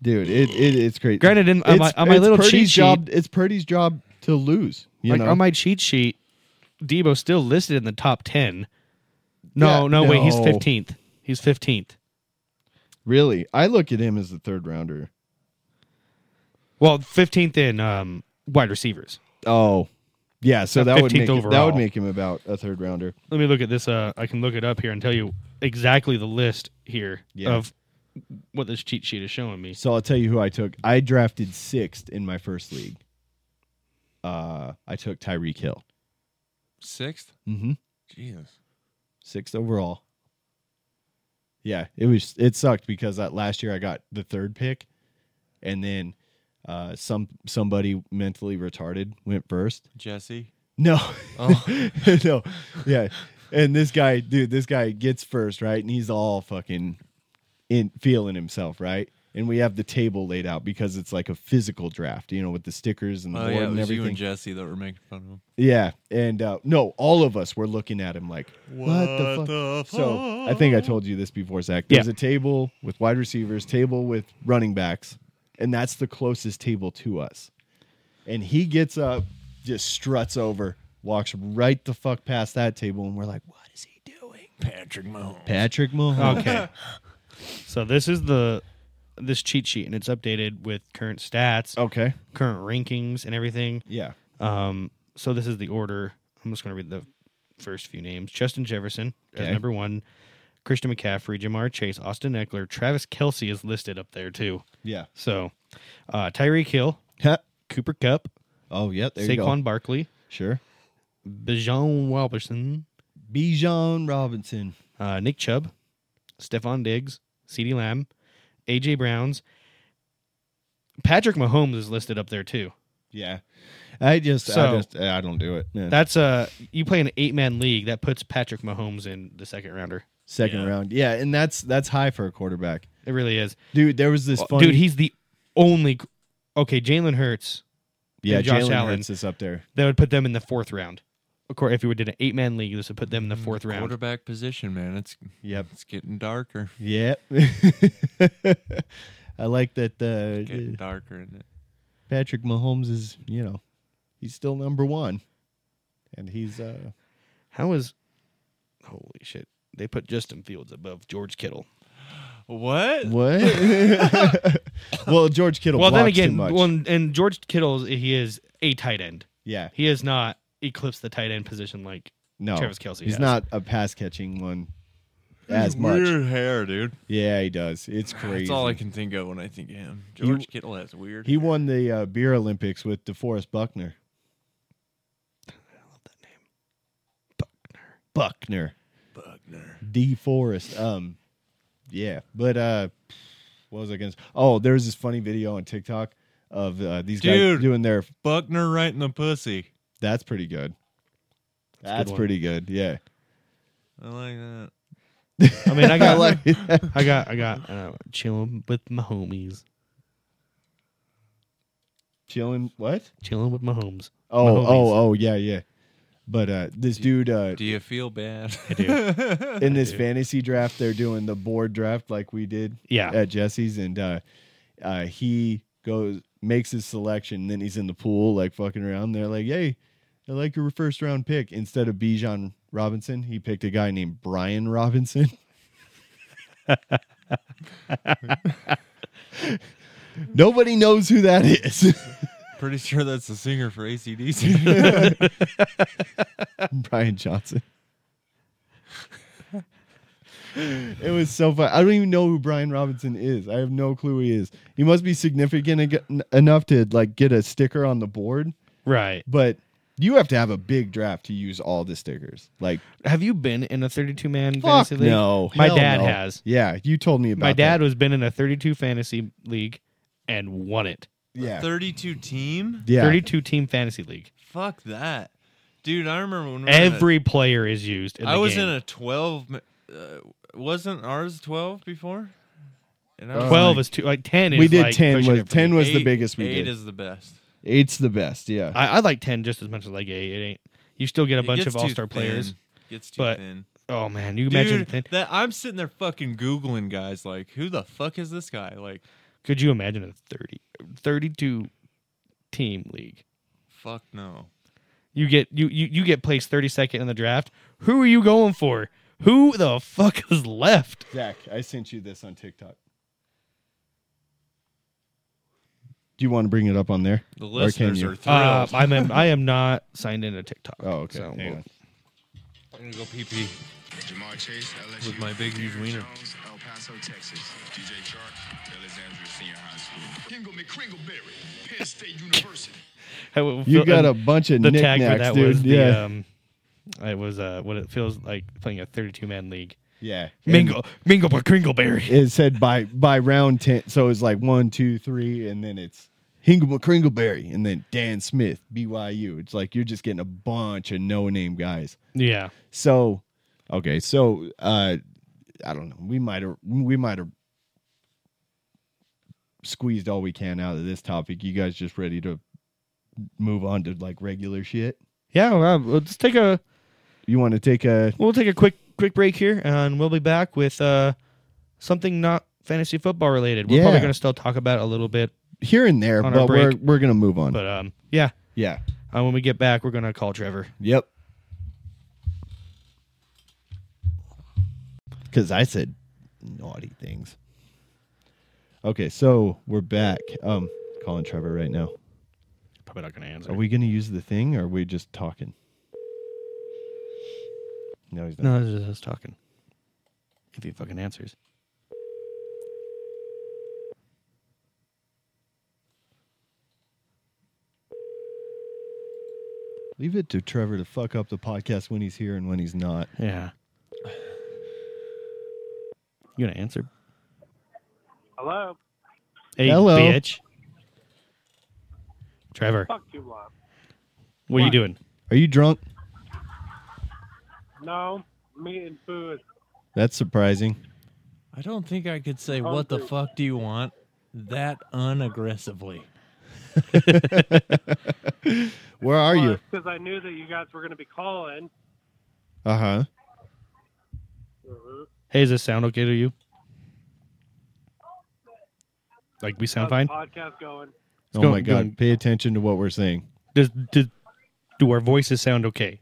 dude. It, it it's crazy.
Granted, in- on
it's,
my- on my
it's
little
Purdy's
cheat sheet-
job, it's Purdy's job to lose. You
like
know,
on my cheat sheet, Debo's still listed in the top ten. No,
Yeah,
no, wait, he's
no.
fifteenth. He's fifteenth.
really, I look at him as the third rounder.
Well, fifteenth in um, wide receivers.
Oh, yeah. So
So
that would
15th
make it, that
overall.
would make him about a third rounder.
Let me look at this. Uh, I can look it up here and tell you exactly the list here
Yeah.
of what this cheat sheet is showing me.
So I'll tell you who I took. I drafted sixth in my first league. Uh, I took Tyreek Hill,
Sixth.
mm-hmm.
Jesus.
sixth overall. Yeah, it was it sucked because that last year I got the third pick, and then uh, some somebody mentally retarded went first,
Jesse.
No.
Oh.
no. Yeah. And this guy, dude, this guy gets first, right? And he's all fucking in feeling himself, right? And we have the table laid out because it's like a physical draft, you know, with the stickers and the
Oh
board
yeah, it
and
was you
everything.
and Jesse that were making fun of him.
yeah. And uh, no, all of us were looking at him like, what, the fuck? So I think I told you this before, Zach. There's
Yeah.
a table with wide receivers, table with running backs, and that's the closest table to us. And he gets up, just struts over, walks right the fuck past that table, and we're like, "What is he doing?"
Patrick Mahomes.
Patrick Mahomes.
Okay. so this is the this cheat sheet and it's updated with current stats,
Okay.
current rankings and everything.
Yeah.
Um so this is the order. I'm just going to read the first few names. Justin Jefferson
Okay.
as number 1. Christian McCaffrey, Jamar Chase, Austin Eckler, Travis Kelsey is listed up there too.
Yeah.
So, uh Tyreek Hill,
Ha.
Cooper Cup,
Oh, yeah. There you
Saquon
go.
Barkley,
Sure.
Bijan Robertson,
Bijan Robinson.
uh, Nick Chubb, Stephon Diggs, CeeDee Lamb, AJ Browns. Patrick Mahomes is listed up there too.
Yeah. I just, I
So-
just, I don't do it. man.
That's uh you play an eight man league that puts Patrick Mahomes in the second rounder.
Second
Yeah.
round. Yeah, and that's that's high for a quarterback,
It really is.
dude. There was this funny.
Dude, he's the only okay, Jalen Hurts
Yeah,
and Josh
Jalen
Allen.
Hurts is up there.
That would put them in the fourth round. Of course, if you did an eight man league, this would put them in the
Mm,
fourth round.
Quarterback position, man. It's
Yep.
it's getting darker.
Yep. I like that
Getting
uh,
darker in it.
Patrick Mahomes is, you know, he's still number one. And he's uh
How is holy shit? They put Justin Fields above George Kittle.
What?
what? well, George Kittle.
well, then
blocks too
again,
much.
well, and George Kittle he is a tight end.
yeah,
He has not eclipsed the tight end position like
no,
Travis Kelce
He's
has.
not a pass catching one as much.
Weird hair, dude.
Yeah, he does. It's crazy.
That's all I can think of when I think of him. George Kittle has weird.
He won the uh, beer Olympics with DeForest Buckner.
I love that name.
Buckner.
Buckner.
DeForest. Um, yeah, but uh, what was I gonna? s- Oh, there's this funny video on TikTok of uh, these
Dude.
guys doing their.
Buckner right in the pussy.
That's pretty good.
a good
That's
one.
pretty good. Yeah.
I like that.
I mean, I got
like that.
I got I got uh, chilling with my homies.
chilling. What?
Chilling with my homes.
Oh,
My homies.
oh, oh, yeah, yeah. But uh, this dude uh,
Do you feel bad?
I do.
in this
Dude.
fantasy draft, they're doing the board draft like we did
Yeah.
at Jesse's, and uh, uh, he goes makes his selection. then he's in the pool, like fucking around. They're like, "Hey, I like your first round pick." Instead of Bijan Robinson, he picked a guy named Brian Robinson. Nobody knows who that is.
Pretty sure that's the singer for ACDC.
Brian Johnson. it was so fun. I don't even know who Brian Robinson is. I have no clue who he is. He must be significant ag- enough to like get a sticker on the board,
Right.
but you have to have a big draft to use all the stickers. Like
Have you been in a 32 man
fuck
fantasy league?
no.
My
Hell
dad
no.
has.
Yeah, you told me about
My dad
that.
was been in a 32 fantasy league and won it.
Yeah.
32 team?
yeah.
32 team fantasy league.
Fuck that. Dude, I remember when we were in a-
Every player is used. In
I
the
was
game.
in a 12 ma- uh, wasn't ours 12 before? And I
Uh,
was
12
like-
is too like 10 is
we did
like
10
pushing
was
it for
10
me.
was the
eight-
biggest we
Eight
did.
is the best.
Eight's the best, yeah.
I, I like 10 just as much as like 8 it ain't. You still get a
It
bunch
gets
of
too
all-star players.
thin. Gets too
but-
thin.
Oh man, you imagine
Dude,
thin-
that I'm sitting there fucking googling guys like, who the fuck is this guy? Like,
Could you imagine a 30 32 team league?
fuck no.
You get you you, you get placed 32nd in the draft. Who are you going for? Who the fuck is left?
Zach, I sent you this on TikTok. Do you want to bring it up on there?
The
Or can
listeners
you?
are thrilled.
Uh, I'm I am not signed into TikTok.
Oh, okay.
so
Hang
we'll-
on.
I'm gonna go pee pee.
Jamar Chase, LSU.
With my big, huge
Aaron
wiener.
Jones, El Paso, Texas. DJ Shark, Alexandria Senior High School. Gingle McCringleberry, Penn State University.
I will
You
fill-
got a
and
bunch of
um, the tag for
knickknacks,
that
dude.
was
yeah,
the um, it was uh what it feels like playing a 32 man league.
yeah.
Mingle mingle but Kringleberry.
And It said by by round ten, so it's like one, two, three, and then it's Hingle McCringleberry, and then Dan Smith, BYU. It's like you're just getting a bunch of no name guys.
Yeah,
So, okay, so uh, I don't know. We might have we might have squeezed all we can out of this topic. You guys just ready to move on to like regular shit?
yeah. Well, let's take a
You want to take a
we'll take a quick quick break here, and we'll be back with uh something not fantasy football related. We're probably
Yeah.
gonna still talk about it a little bit,
here and there,
On our
but we're
break.
we're gonna move on.
but um yeah.
yeah.
Uh, when we get back, we're gonna call Trevor.
Yep. Because I said naughty things. Okay, so we're back. Um, calling Trevor right now.
Probably not gonna answer.
Are we going to use the thing, or are we just talking? No, he's not.
No, it's just us talking. If he fucking answers.
Leave it to Trevor to fuck up the podcast when he's here and when he's not.
Yeah. You gonna answer?
Hello.
Hey,
Hello.
bitch. Trevor,
Fuck you, Bob.
what are you doing?
Are you drunk?
No, I'm eating food.
That's surprising.
I don't think I could say what the fuck do you want that unaggressively.
Where are you?
Because I knew that you guys were going to be calling.
Uh huh.
Hey, does this sound okay to you? Like we
How's
sound fine?
The podcast going.
Oh
go-
my God!
go-
Pay attention to what we're saying.
Does, does do our voices sound okay?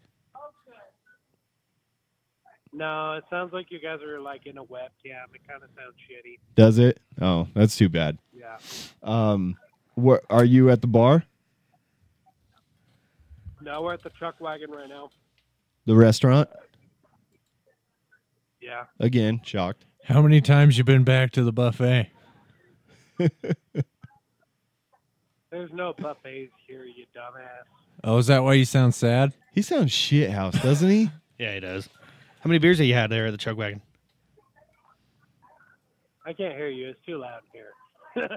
No, it sounds like you guys are like in a webcam. It kind of sounds shitty.
Does it? Oh, that's too bad.
Yeah.
Um, where are you at the bar?
No, we're at the truck wagon right now.
The restaurant
Yeah.
again? Shocked.
How many times you been back to the buffet?
There's no buffets here, you dumbass.
Oh, is that why you sound sad?
He sounds shit house, doesn't he?
Yeah, it does. How many beers have you had there at the chuck wagon?
I can't hear you. It's too loud here.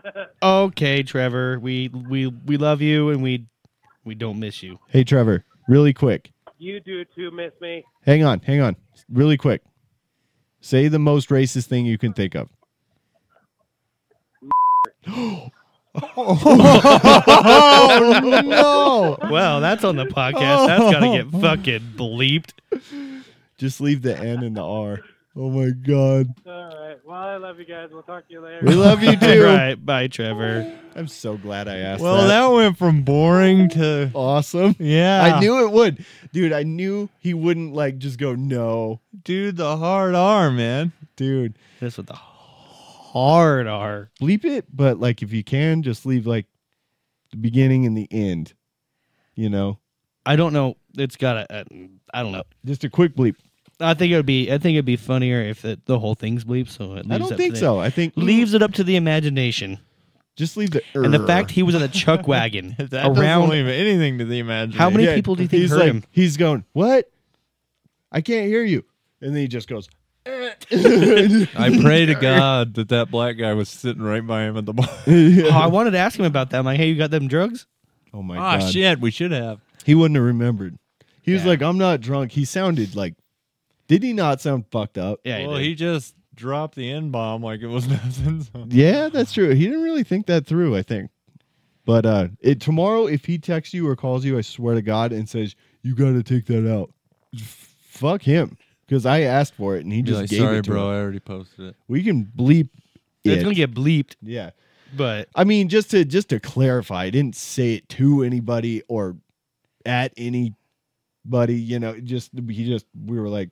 Okay, Trevor, we we we love you and we we don't miss you.
hey, Trevor, really quick.
you do too, miss me.
Hang on, hang on, really quick. Say the most racist thing you can think of. oh no!
Well, that's on the podcast. That's gotta get
Oh.
fucking bleeped.
Just leave the N and the R. Oh my god.
All right. Well, I love you guys. We'll talk to you later.
We love you too.
right, bye, Trevor.
I'm so glad I asked.
Well, that went from boring to
awesome.
yeah.
I knew it would. Dude, I knew he wouldn't like just go no.
dude, the hard R, man.
Dude,
This with the hard R.
bleep it, but like if you can just leave like the beginning and the end. You know,
I don't know. It's gotta. Uh, I don't know.
just a quick bleep.
I think it would be. I think it'd be funnier if it, the whole thing's bleeped. So it leaves
I
up
don't
to
think
the-
so. I think
Leaves it up to the imagination.
just leave the
And the
er.
fact he was in a chuck wagon
That doesn't
around.
leave anything to the imagination.
How many people do you think
he's
heard
like,
him?
He's going, "What? I can't hear you." And then he just goes eh.
I pray to God that that black guy was sitting right by him at the bar.
Ah,
Oh, I wanted to ask him about that. I'm like, hey, you got them drugs?
Oh my
Ah,
god.
shit, we should have.
He wouldn't have remembered. He was
Yeah.
like, I'm not drunk. He sounded like, did he not sound fucked up?
Yeah.
well,
did.
he just dropped the N bomb like it was nothing. so-
Yeah, that's true. He didn't really think that through, I think. But uh it, tomorrow, if he texts you or calls you, I swear to God, and says, you got to take that out, f- fuck him. Because I asked for it and he
Be
just
like,
gave
sorry,
it to
bro,
him.
I already posted it.
We can bleep
It's
it.
gonna get bleeped,
yeah.
but
I mean, just to just to clarify, I didn't say it to anybody or at anybody. You know, it just he just we were like,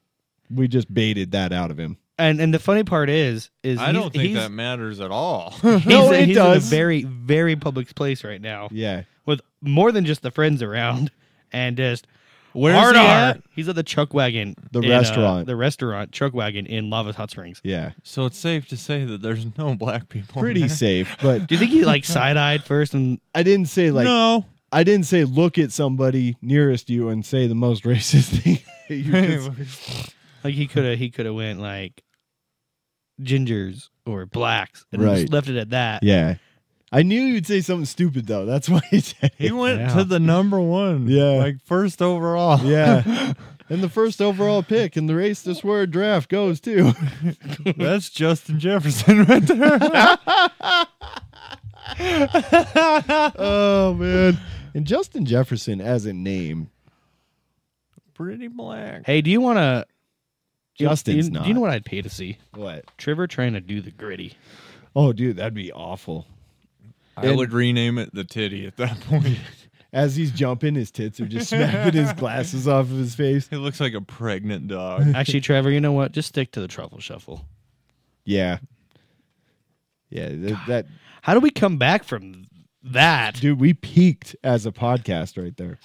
we just baited that out of him.
and and the funny part is is
I
he's-
don't think
he's,
that matters at all.
he's,
No, it
he's
does.
in a very very public place right now
Yeah,
with more than just the friends around and just
Where's
hard
he
R.
at?
He's at the Chuck Wagon,
The
uh,
restaurant.
the restaurant Chuck Wagon in Lava Hot Springs.
yeah,
So it's safe to say that there's no black people.
pretty
there.
safe. But
Do you think he like side eyed first and
I didn't say like
no,
I didn't say look at somebody nearest you and say the most racist thing. that you could say.
like he could have he could have went like gingers or blacks and
Right.
just left it at that.
yeah, I knew you'd say something stupid though. That's why he said
he
it.
went
Yeah.
to the number one.
Yeah.
like first overall.
Yeah. And the first overall pick in the race this word draft goes to.
That's Justin Jefferson right there.
oh man. And Justin Jefferson as a name.
pretty black.
Hey, do you want to?
Justin's
do you,
not.
Do you know what I'd pay to see?
What?
Trevor trying to do the gritty.
Oh dude, that'd be awful.
I would rename it the titty at that point.
As he's jumping, his tits are just smacking his glasses off of his face.
It looks like a pregnant dog.
Actually, Trevor, you know what? Just stick to the truffle shuffle.
Yeah. Yeah, that, that
How do we come back from that?
dude, we peaked as a podcast right there.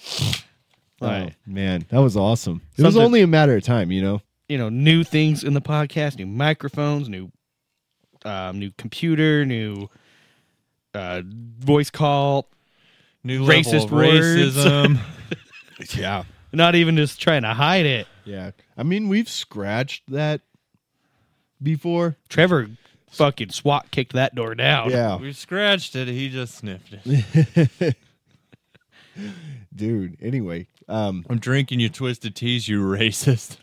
Right.
Oh man, that was awesome. It was
Something-
only a matter of time, you know.
You know, new things in the podcast, new microphones, new um, new computer, new uh, voice call.
New
Racist
level of racism.
Yeah.
Not even just trying to hide it.
Yeah. I mean, we've scratched that before.
Trevor fucking SWAT kicked that door down.
Yeah.
we scratched it. He just sniffed it.
Dude, anyway, um
I'm drinking your twisted teas, you racist.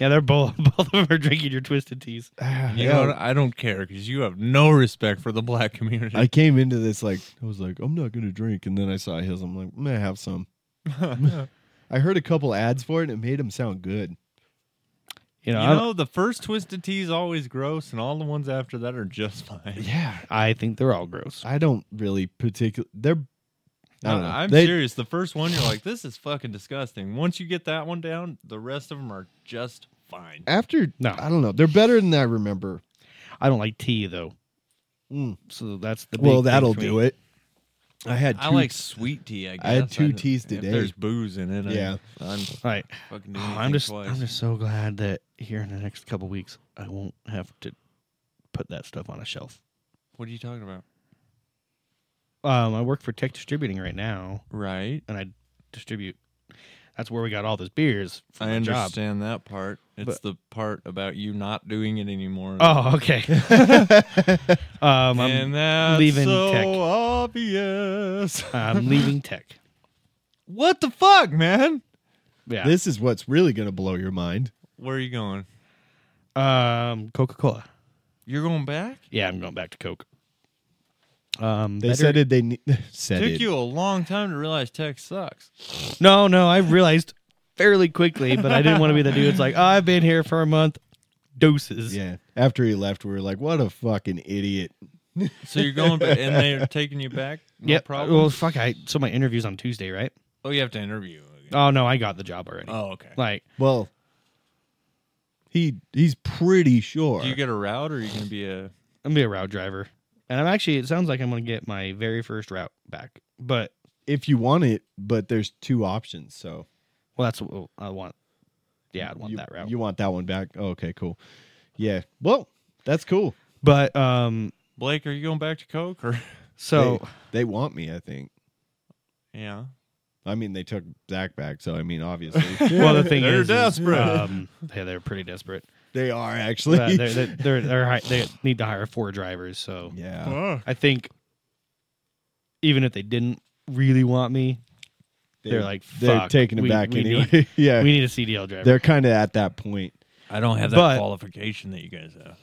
Yeah, they're both both of them are drinking your twisted teas.
You
Yeah.
know what? I don't care because you have no respect for the black community.
I came into this like I was like, I'm not gonna drink, and then I saw his. I'm like, I'm gonna have some. I heard a couple ads for it, and it made him sound good.
You know,
you
I-
know, the first twisted tea is always gross, and all the ones after that are just fine.
Yeah,
I think they're all gross.
I don't really particular. They're I don't know.
I'm
They-
serious. The first one, you're like, this is fucking disgusting. Once you get that one down, the rest of them are just fine.
after.
No.
I don't know. They're better than I remember.
I don't like tea though,
Mm.
so that's the
Well, that'll do it. I had. Two,
I like sweet tea. I guess
I had two
don't-
teas
If
today.
there's booze in it,
Yeah.
I, am
All right,
fucking.
Oh,
Doing
I'm just
Twice.
I'm just so glad that here in the next couple weeks I won't have to put that stuff on a shelf.
What are you talking about?
Um, I work for Tech Distributing right now,
Right.
and I distribute. That's where we got all those beers. For
I
my job.
understand that part. It's
But-
the part about you not doing it anymore.
Oh, okay.
and
um, I'm,
that's
leaving
so
tech.
obvious.
I'm leaving tech.
what the fuck, man?
Yeah.
This is what's really gonna blow your mind.
Where are you going?
um, Coca Cola.
You're going back?
Yeah, I'm going back to Coke. Um,
They
better-
said it. They ne- said
Took
it.
you a long time to realize tech sucks.
No, no, I realized fairly quickly, but I didn't want to be the dude. that's like, oh, I've been here for a month. Doses.
Yeah. After he left, we were like, "What a fucking idiot."
So you're going back, and they're taking you back. No
Yep. Uh,
problem.
Well, fuck. I so my interview's on Tuesday, right?
oh, you have to interview.
Oh no, I got the job already.
Oh, okay.
Like,
Well, he he's pretty sure.
Do you get a route, or are you gonna be a?
I'm gonna be a route driver, and I'm actually. It sounds like I'm gonna get my very first route back, but
if you want it, but there's two options. So
well, that's what I want. Yeah, I want
you,
that route.
You want that one back? Oh, okay, cool. Yeah. Well, that's cool.
but um,
Blake, are you going back to Coke or?
so
they, they want me. I think.
Yeah.
I mean, they took Zach back, so I mean, obviously,
well, the thing
They're
is, is,
desperate.
um, yeah, they're pretty desperate.
they are actually.
But they're, they're, they're, they're hi- they need to hire four drivers, so
yeah,
I think even if they didn't really want me, they're, like,
they're
"Fuck,
taking him
we-
back
we
anyway.
need-
yeah,
we need a CDL driver.
they're kind of at that point.
I don't have
that But-
qualification that you guys have.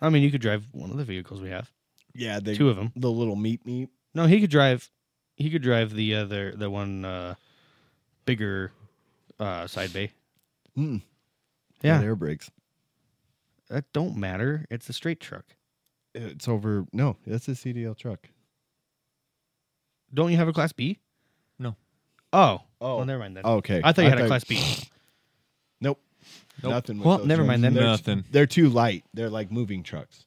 I mean, you could drive one of the vehicles we have,
Yeah, they
two of them.
the little meat meat.
No, he could drive. He could drive the other, the one uh, bigger uh, side bay.
Mm.
Yeah,
Not air brakes.
that don't matter. It's a straight truck.
It's over. No, that's a CDL truck.
Don't you have a class B?
No.
Oh.
Oh.
Well, never mind then.
Okay,
I thought you had a class B.
Nope.
Nope.
Nothing. with
Well,
those
never
trucks.
mind then.
They're-
Nothing.
They're too light. They're like moving trucks.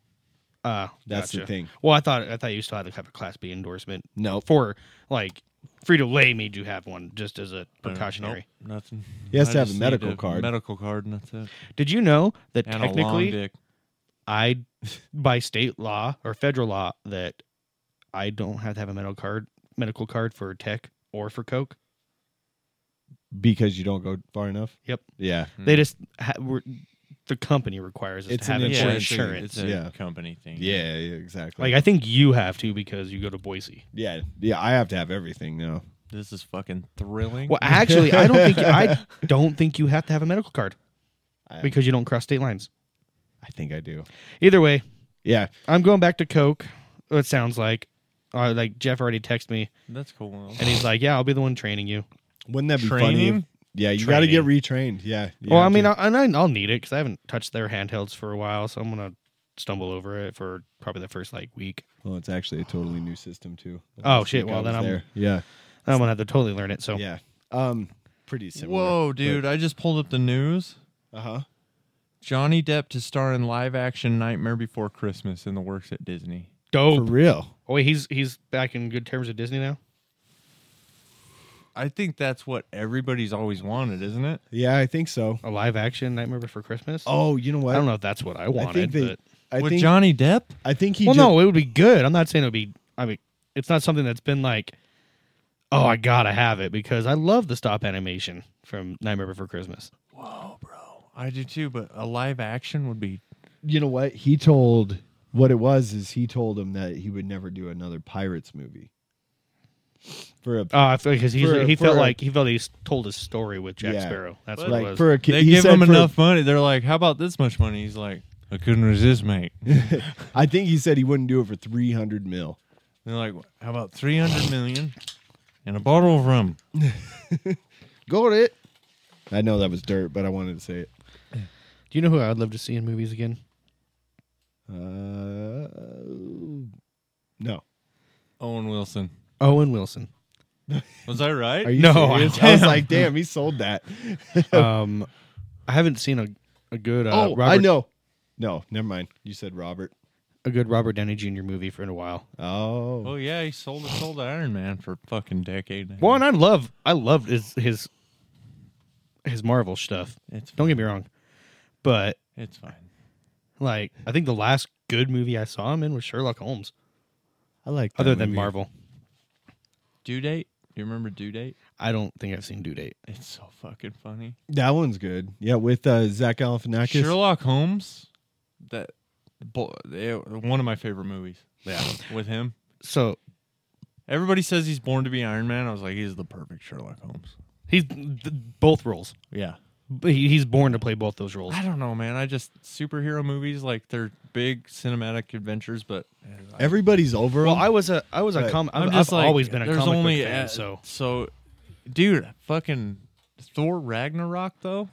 Uh,
That's the
gotcha.
thing.
Well, I thought I thought you still had to have a class B endorsement
No.
for like Frito Lay made you have one just as a precautionary.
nothing.
He has
I
to have a
just need
medical card.
Medical card, and that's it.
Did you know that
And a long
technically
dick.
I, by state law or federal law, that I don't have to have a medical card, medical card for tech or for Coke.
because you don't go far enough.
Yep.
Yeah.
They just ha- were, the company requires us
It's
to
an
have it for
Yeah,
it's a-
insurance.
It's a,
Yeah.
company thing.
Yeah. yeah, Exactly.
like I think you have to because you go to Boise.
yeah. Yeah. I have to have everything now.
This is fucking thrilling.
Well, actually, I don't think I don't think you have to have a medical card
I-
because you don't cross state lines.
I think I do.
Either way,
Yeah.
I'm going back to Coke. It sounds like, uh, like Jeff already texted me,
That's cool.
and he's like, "Yeah, I'll be the one training you."
Wouldn't that be funny?
Training?
if- yeah. You got to get
Training.
retrained. Yeah. you
well, I
have
mean,
to.
I, and I, I'll need it because I haven't touched their handhelds for a while, so I'm gonna stumble over it for probably the first like week.
well, it's actually a totally new system too.
Oh,
Last
shit,
week I
well, then
was
I'm-
there. Yeah.
I'm gonna have to totally learn it. So
Yeah. Um. Pretty similar.
Whoa, dude! I just pulled up the news.
Uh huh.
Johnny Depp to star in live-action Nightmare Before Christmas in the works at Disney.
For
dope.
real.
Oh wait, he's he's back in good terms with Disney now.
I think that's what everybody's always wanted, isn't it?
Yeah, I think so.
A live action Nightmare Before Christmas.
Oh, you know what?
I don't know if that's what I wanted.
I think they.
but...
I
With
think.
Johnny Depp?
I think he.
Well,
ju-
no, it would be good. I'm not saying it would be. I mean, it's not something that's been like, oh, I gotta have it because I love the stop animation from Nightmare Before Christmas.
Whoa, bro! I do too, but a live action would be.
you know what he told what it was is he told him that he would never do another pirates movie for a
Oh, because he
For-
he felt
for-
like he felt he s- told his story with Jack
Yeah.
Sparrow. That's
But-
what it
like
was.
for a kid.
They
he
give
said
him
for-
enough money. They're like, "How about this much money?" He's like, "I couldn't resist, mate." And
I think he said he wouldn't do it for three hundred mil.
they're like, "How about three hundred million and a bottle of rum?"
Got it. I know that was dirt, but I wanted to say it.
Do you know who I'd love to see in movies again?
Uh, no.
Owen Wilson.
Owen Wilson.
Was I right?
Are you
No,
serious?
I-
I Uh, was like, damn, he sold that.
um, I haven't seen a a good uh,
oh,
Robert,
I know. No, never mind. You said Robert.
a good Robert Downey Jr. movie for in a while.
Oh,
oh yeah, he sold his soul to Iron Man for a fucking decade. and a half.
One I love I loved his his his Marvel stuff.
It's
Don't get me wrong, but
it's fine.
like I think the last good movie I saw him in was Sherlock Holmes.
I like.
Other
that
than
movie.
Marvel,
Due date? Do you remember due date?
I don't think I've seen Due Date.
It's so fucking funny.
that one's good. Yeah, with uh, Zach Galifianakis.
Sherlock Holmes. That bo- eh, one of my favorite movies.
Yeah.
with him.
So
Everybody says he's born to be Iron Man. I was like, he's the perfect Sherlock Holmes.
he's th- both roles.
Yeah.
But he, he's born to play both those roles.
I don't know, man. I just superhero movies like they're big cinematic adventures, but I,
Everybody's over.
Well,
him.
I was a I was a
Right.
com-
I'm
I've,
just
I've
like,
always been a
there's
comic book
only
fan,
a-
so
so, dude, fucking Thor Ragnarok though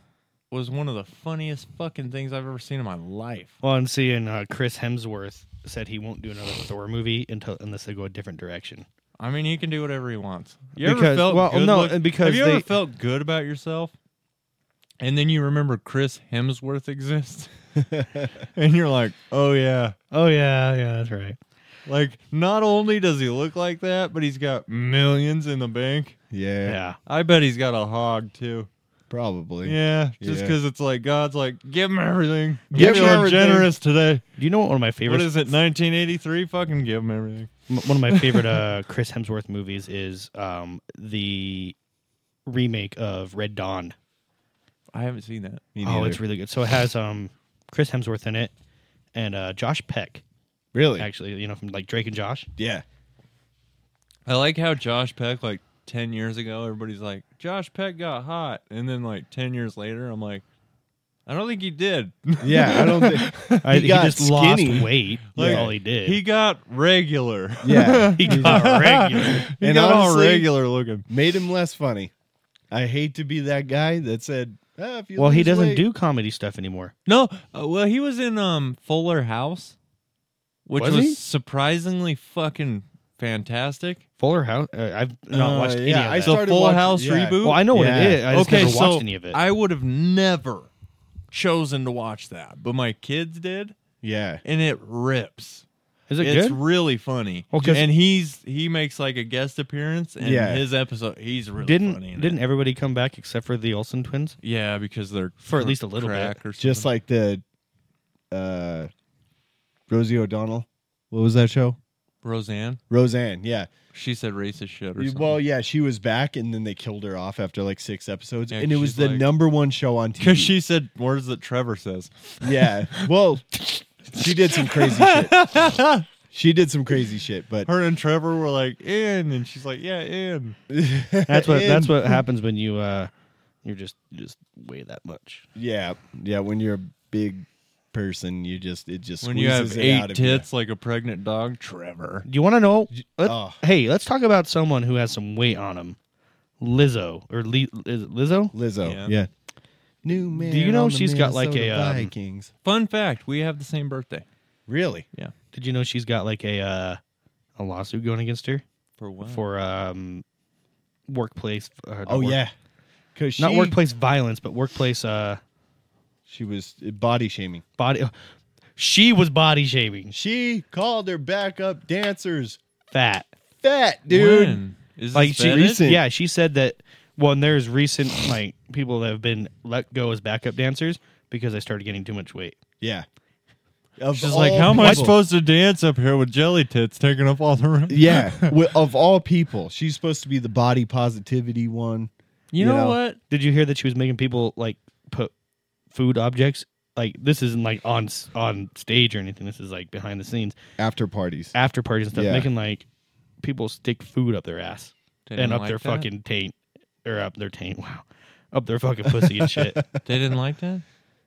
was one of the funniest fucking things I've ever seen in my life.
well, I'm seeing uh, Chris Hemsworth said he won't do another Thor movie until unless they go a different direction.
I mean, he can do whatever he wants. You ever
Because-
felt
well,
good
no,
look-
and because
have you ever
they-
felt good about yourself, and then you remember Chris Hemsworth exists, and you're like, oh yeah,
Oh yeah, yeah, that's right.
Like, not only does he look like that, but he's got millions in the bank.
yeah,
Yeah.
I bet he's got a hog too.
probably.
Yeah, just
Yeah.
because it's like God's like, give him everything. I'm
Give him
feeling
everything."
generous today.
Do you know what one of my favorite
What is it, 1983? Fucking give him everything.
m- one of my favorite uh, Chris Hemsworth movies is um, the remake of Red Dawn.
I haven't seen that.
Me
Oh, it's
neither.
really good. So it has um, Chris Hemsworth in it and uh, Josh Peck
really.
actually, you know, from like Drake and Josh.
Yeah.
I like how Josh Peck, like 10 years ago, everybody's like, Josh Peck got hot. And then, like, 10 years later, I'm like, I don't think he did.
Yeah, I don't think
I-
got
just
skinny.
lost weight.
Like,
That's all he did.
he got regular.
Yeah,
he got regular.
he
And
got all
honestly-
regular looking.
made him less funny. I hate to be that guy that said, ah, if you
Well, he
lose
doesn't
weight-
do comedy stuff anymore.
No, uh, well, he was in um Fuller House, which was,
Was he?
surprisingly fucking fantastic.
Fuller House. Uh, I've not
Uh,
watched any
yeah, I
of that.
The
started
Full
watching-
House
yeah.
reboot.
well, I know what
Yeah.
it is. I just
okay,
never watched
so
any of it.
I would have never chosen to watch that, but my kids did,
Yeah,
and it rips.
Is it
it's
good?
really funny.
Well, 'cause-
and he's he makes like a guest appearance, and
Yeah.
his episode he's really
didn't
funny. in it.
didn't everybody come back except for the Olsen twins?
yeah because they're
For at least a little bit.
crack or
just
something.
like the uh, Rosie O'Donnell. What was that show?
Roseanne.
Roseanne. Yeah.
She said racist shit or something.
Well, yeah, she was back, and then they killed her off after like six episodes,
Yeah,
and it was
she's
the
like-
number one show on TV.
because she said words that Trevor says.
yeah. Well, she did some crazy shit. She did some crazy shit, but
her and Trevor were like in, and she's like, yeah, in.
That's what
And-
that's what happens when you uh you're just you just weigh that much.
Yeah, yeah. When you're a big person, you just it just
When you have
squeezes it out
eight
of
tits like a pregnant dog, Trevor.
Do you want to know? let-
oh.
Hey, let's talk about someone who has some weight on him. Lizzo or Li- is it Lizzo?
You. Lizzo,
Yeah.
yeah. New man.
you know
on the
she's got, like,
Minnesota
a, um,
Vikings?
Fun fact: we have the same birthday.
Really?
Did you know she's got like a uh, a lawsuit going against her
For what?
for um workplace? Uh, not
Oh
work-
yeah. Because she
not workplace violence, but workplace uh
she was body shaming.
body. She was body shaming.
She called her backup dancers
Fat.
fat, dude.
When? Is
like
like
she
recent-
yeah she said that well and there's recent like people that have been let go as backup dancers because they started getting too much weight
Yeah. Of
She's like,
all
how am I
people-
supposed to dance up here with jelly tits taking up all the room?
Yeah, wi- of all people, she's supposed to be the body positivity one.
You,
You
know,
know?
what?
did you hear that she was making people like put food objects like this isn't like on s- on stage or anything this is like behind the scenes
After parties.
after parties and stuff
Yeah.
making like people stick food up their ass
They
and
didn't
up
like
their
that?
fucking taint or up their taint. Wow, up their fucking pussy and shit.
They didn't like that.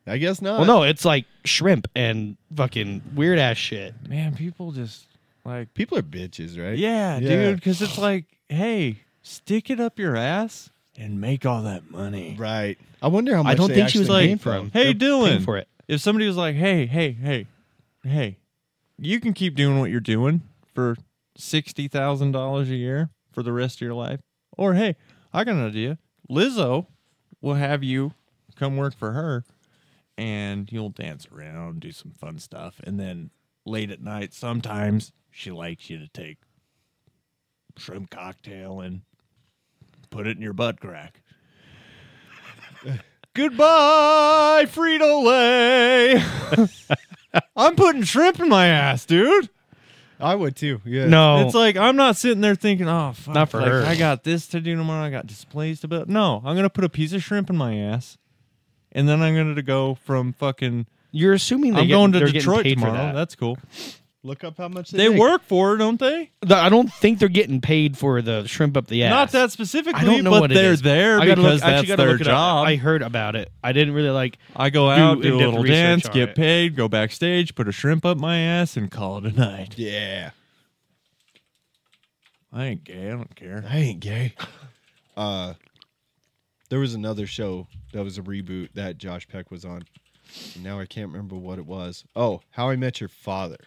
I guess not.
Well, no, it's like shrimp and fucking weird ass shit.
Man, people just like
People are bitches, right?
yeah,
Yeah.
dude, because it's like, hey, stick it up your ass and make all that money.
Right. I wonder how much
I don't
they
think she was
actually
like,
paid for 'em.
Hey,
they're paying
Dylan.
for it.
If somebody was like, hey, hey, hey, hey, you can keep doing what you're doing for sixty thousand dollars a year for the rest of your life, or hey, I got an idea. Lizzo will have you come work for her, and you'll dance around, do some fun stuff, and then late at night, sometimes she likes you to take shrimp cocktail and put it in your butt crack. Goodbye, Frito Lay. I'm putting shrimp in my ass, dude.
I would too. Yeah.
No,
It's like I'm not sitting there thinking, "Oh, fuck,
Oh. Not for
like,
her.
I got this to do tomorrow. I got displays to build." No, I'm gonna put a piece of shrimp in my ass, and then I'm gonna go from fucking.
you're assuming they
I'm
get,
going to
they're getting
Detroit
paid
tomorrow.
For that.
That's cool.
Look up how much
They
make.
work for it, don't they?
Th- I don't think they're getting paid for the shrimp up the ass.
Not that specifically,
I don't know
but
what it
they're
is.
there
I
because
gotta look, I actually
that's
gotta
their
look it up.
job.
I heard about it. I didn't really like.
I go out, do, a
in-depth
little
research
dance,
on
get
it.
paid, go backstage, put a shrimp up my ass, and call it a night.
Yeah.
I ain't gay. I don't care.
I ain't gay. Uh, there was another show that was a reboot that Josh Peck was on. And now I can't remember what it was. Oh, How I Met Your Father.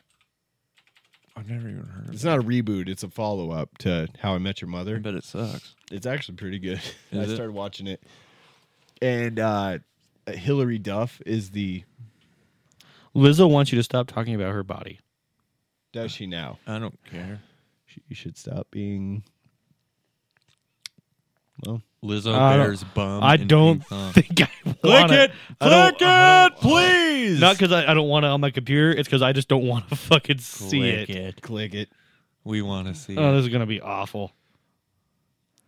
I've never even heard of
It's not a reboot. It's a follow up to How I Met Your Mother.
but it sucks.
It's actually pretty good.
Is
I
it?
started watching it, and uh, Hillary Duff is the
Lizzo wants you to stop talking about her body.
does she now?
I don't care.
She you should stop being. Well,
Lizzo
I don't-
Bear's bum.
I
and
don't
pink thong.
think I
Click
want
it.
I don't-
Click
I
it, please.
Not because I, I don't want it on my computer. It's because I just don't want to fucking see
Click
it.
it.
click it.
We want to see
Oh,
it.
this is gonna be awful.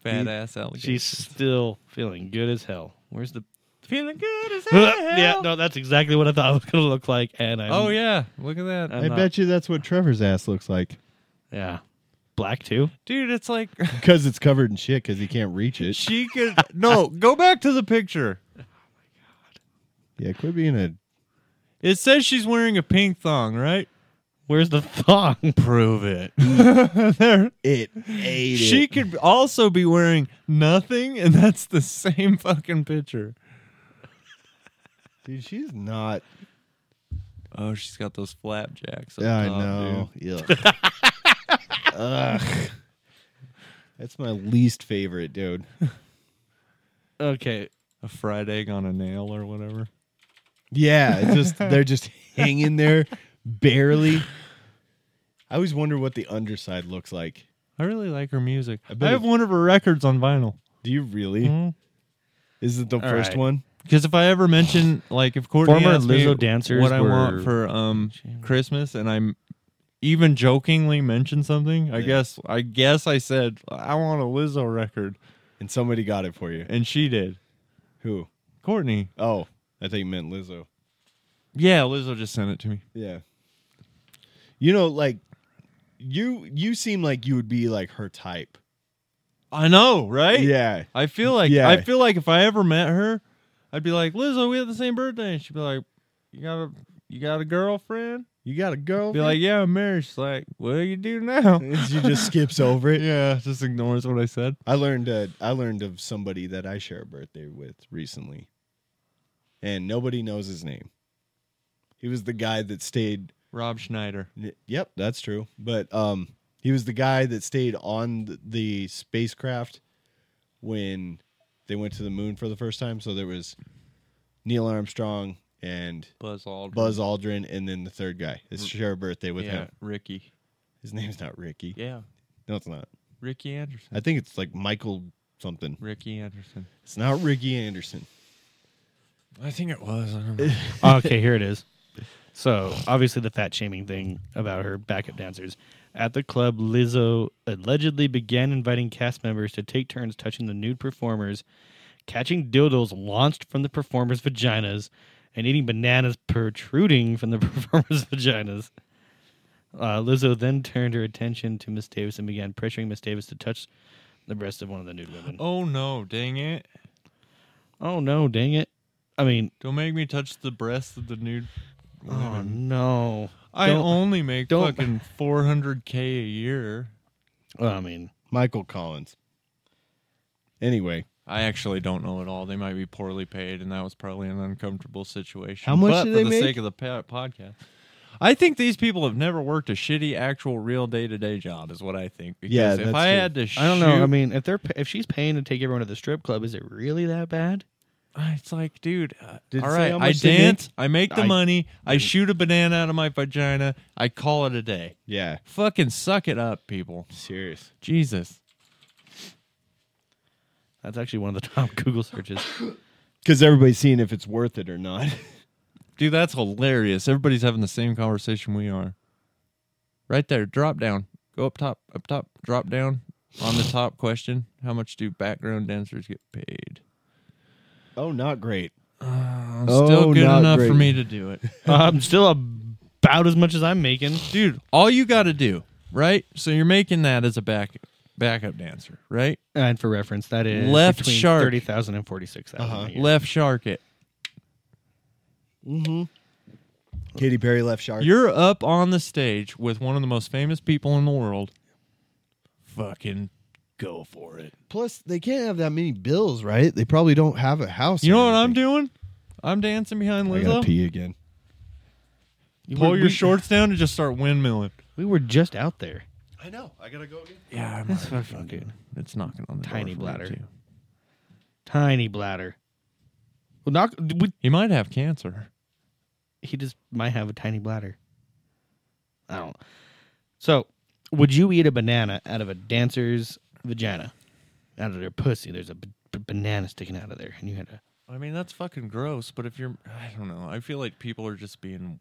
fat ass alligator.
She's still feeling good as hell. Where's the?
feeling good as hell.
yeah, no, that's exactly what I thought it was gonna look like. And i
Oh yeah, look at that,
I'm
I
not-
bet you that's what Trevor's ass looks like
yeah, black too.
dude. It's like
because it's covered in shit because he can't reach it.
she could. no, go back to the picture.
Yeah, quit being a.
It says she's wearing a pink thong, right?
Where's the thong?
Prove it. there,
It ate
she could also be wearing nothing, and that's the same fucking picture.
Dude, she's not.
Oh, she's got those flapjacks. Up
Yeah, I
top,
know. Ugh. Ugh. That's my least favorite, dude.
Okay,
dude. A fried egg on a nail or whatever.
Yeah, it's just they're just hanging there barely. I always wonder what the underside looks like.
I really like her music. I, Mm-hmm.
bet
have
if-
one of her records on vinyl.
Do you really?
Because
Is it the
All
first
right.
one?
if I ever mention, like, if Courtney
Former
asked me
Lizzo dancers
what I want
were-
for um Christmas, and I'm even jokingly mention something, I
Yeah.
guess I guess I said I want a Lizzo record,
And somebody got it for you.
and she did.
Who?
Courtney,
Oh, I think you meant Lizzo.
yeah, Lizzo just sent it to me.
Yeah. You know, like you you seem like you would be like her type.
I know, right?
Yeah.
I feel like
Yeah.
I feel like if I ever met her, I'd be like, Lizzo, we had the same birthday. And she'd be like, You got a you got a girlfriend?
You got a girl.
Be like, Yeah, I'm married. She's like, What do you do now?
she just skips over it.
yeah, just ignores what I said.
I learned uh, I learned of somebody that I share a birthday with recently, and nobody knows his name. He was the guy that stayed.
Rob Schneider.
y- Yep, that's true. But um, he was the guy that stayed on th- the spacecraft when they went to the moon for the first time. So there was Neil Armstrong and
Buzz Aldrin.
Buzz Aldrin, and then the third guy. It's share a birthday with
yeah,
him.
Ricky.
His name's not Ricky.
Yeah.
No, it's not.
Ricky Anderson.
I think it's like Michael something.
Ricky Anderson.
It's not Ricky Anderson.
I think it was. I don't
okay, here it is. So obviously the fat shaming thing about her backup dancers. At the club, Lizzo allegedly began inviting cast members to take turns touching the nude performers, catching dildos launched from the performers' vaginas, and eating bananas protruding from the performers' vaginas. Uh, Lizzo then turned her attention to Miss Davis and began pressuring Miss Davis to touch the breast of one of the nude women.
Oh no, dang it.
Oh no, dang it! I mean,
Don't make me touch the breasts of the nude
oh
women.
no!
I
Don't-
only make
don't-
fucking 400k a year.
Well, I mean,
Michael Collins. Anyway,
I actually don't know at all. They might be poorly paid, and that was probably an uncomfortable situation.
How much
but
do
for
they
the
make?
sake of the pa- podcast, I think these people have never worked a shitty, actual, real day to day job, is what I think. Because
Yeah,
if
that's
I
true.
had to, shoot,
I don't know. I mean, if they're pa- if she's paying to take everyone to the strip club, is it really that bad?
it's like, dude. uh,
Did it
all
say
right,
how
I
much they make?
dance, I make the
I-
money, I shoot a banana out of my vagina, I call it a day.
yeah,
Fucking suck it up, people.
serious.
Jesus.
That's actually one of the top Google searches.
Because everybody's seeing if it's worth it or not.
Dude, that's hilarious. Everybody's having the same conversation we are. Right there, drop down. Go up top, up top, drop down. On the top question, how much do background dancers get paid?
oh, not great.
Still
Oh,
good
not
enough for
great.
me to do it.
I'm still about as much as I'm making.
Dude, all you got to do, right? So you're making that as a back backup dancer, right?
And for reference, that is
Left
between
shark.
thirty thousand and forty six thousand.
Uh-huh.
Left shark it.
Katy Perry left shark.
You're up on the stage with one of the most famous people in the world. Fucking go for it.
Plus, they can't have that many bills, right? They probably don't have a house.
You
or
know what I'm
anything.
doing? I'm dancing behind
I gotta
Lizzo.
pee again.
Pull your shorts down and just start windmilling.
We were just out there.
I know. I gotta go again.
Yeah, I'm
That's fucking dude.
It's knocking on the door
Tiny
for me,
bladder.
too.
Tiny bladder. Well, knock. We,
He might have cancer.
he just might have a tiny bladder. I don't. So, would you eat a banana out of a dancer's vagina, out of their pussy? There's a b- b- banana sticking out of there, and you had to.
I mean, that's fucking gross. But if you're, I don't know. I feel like people are just being.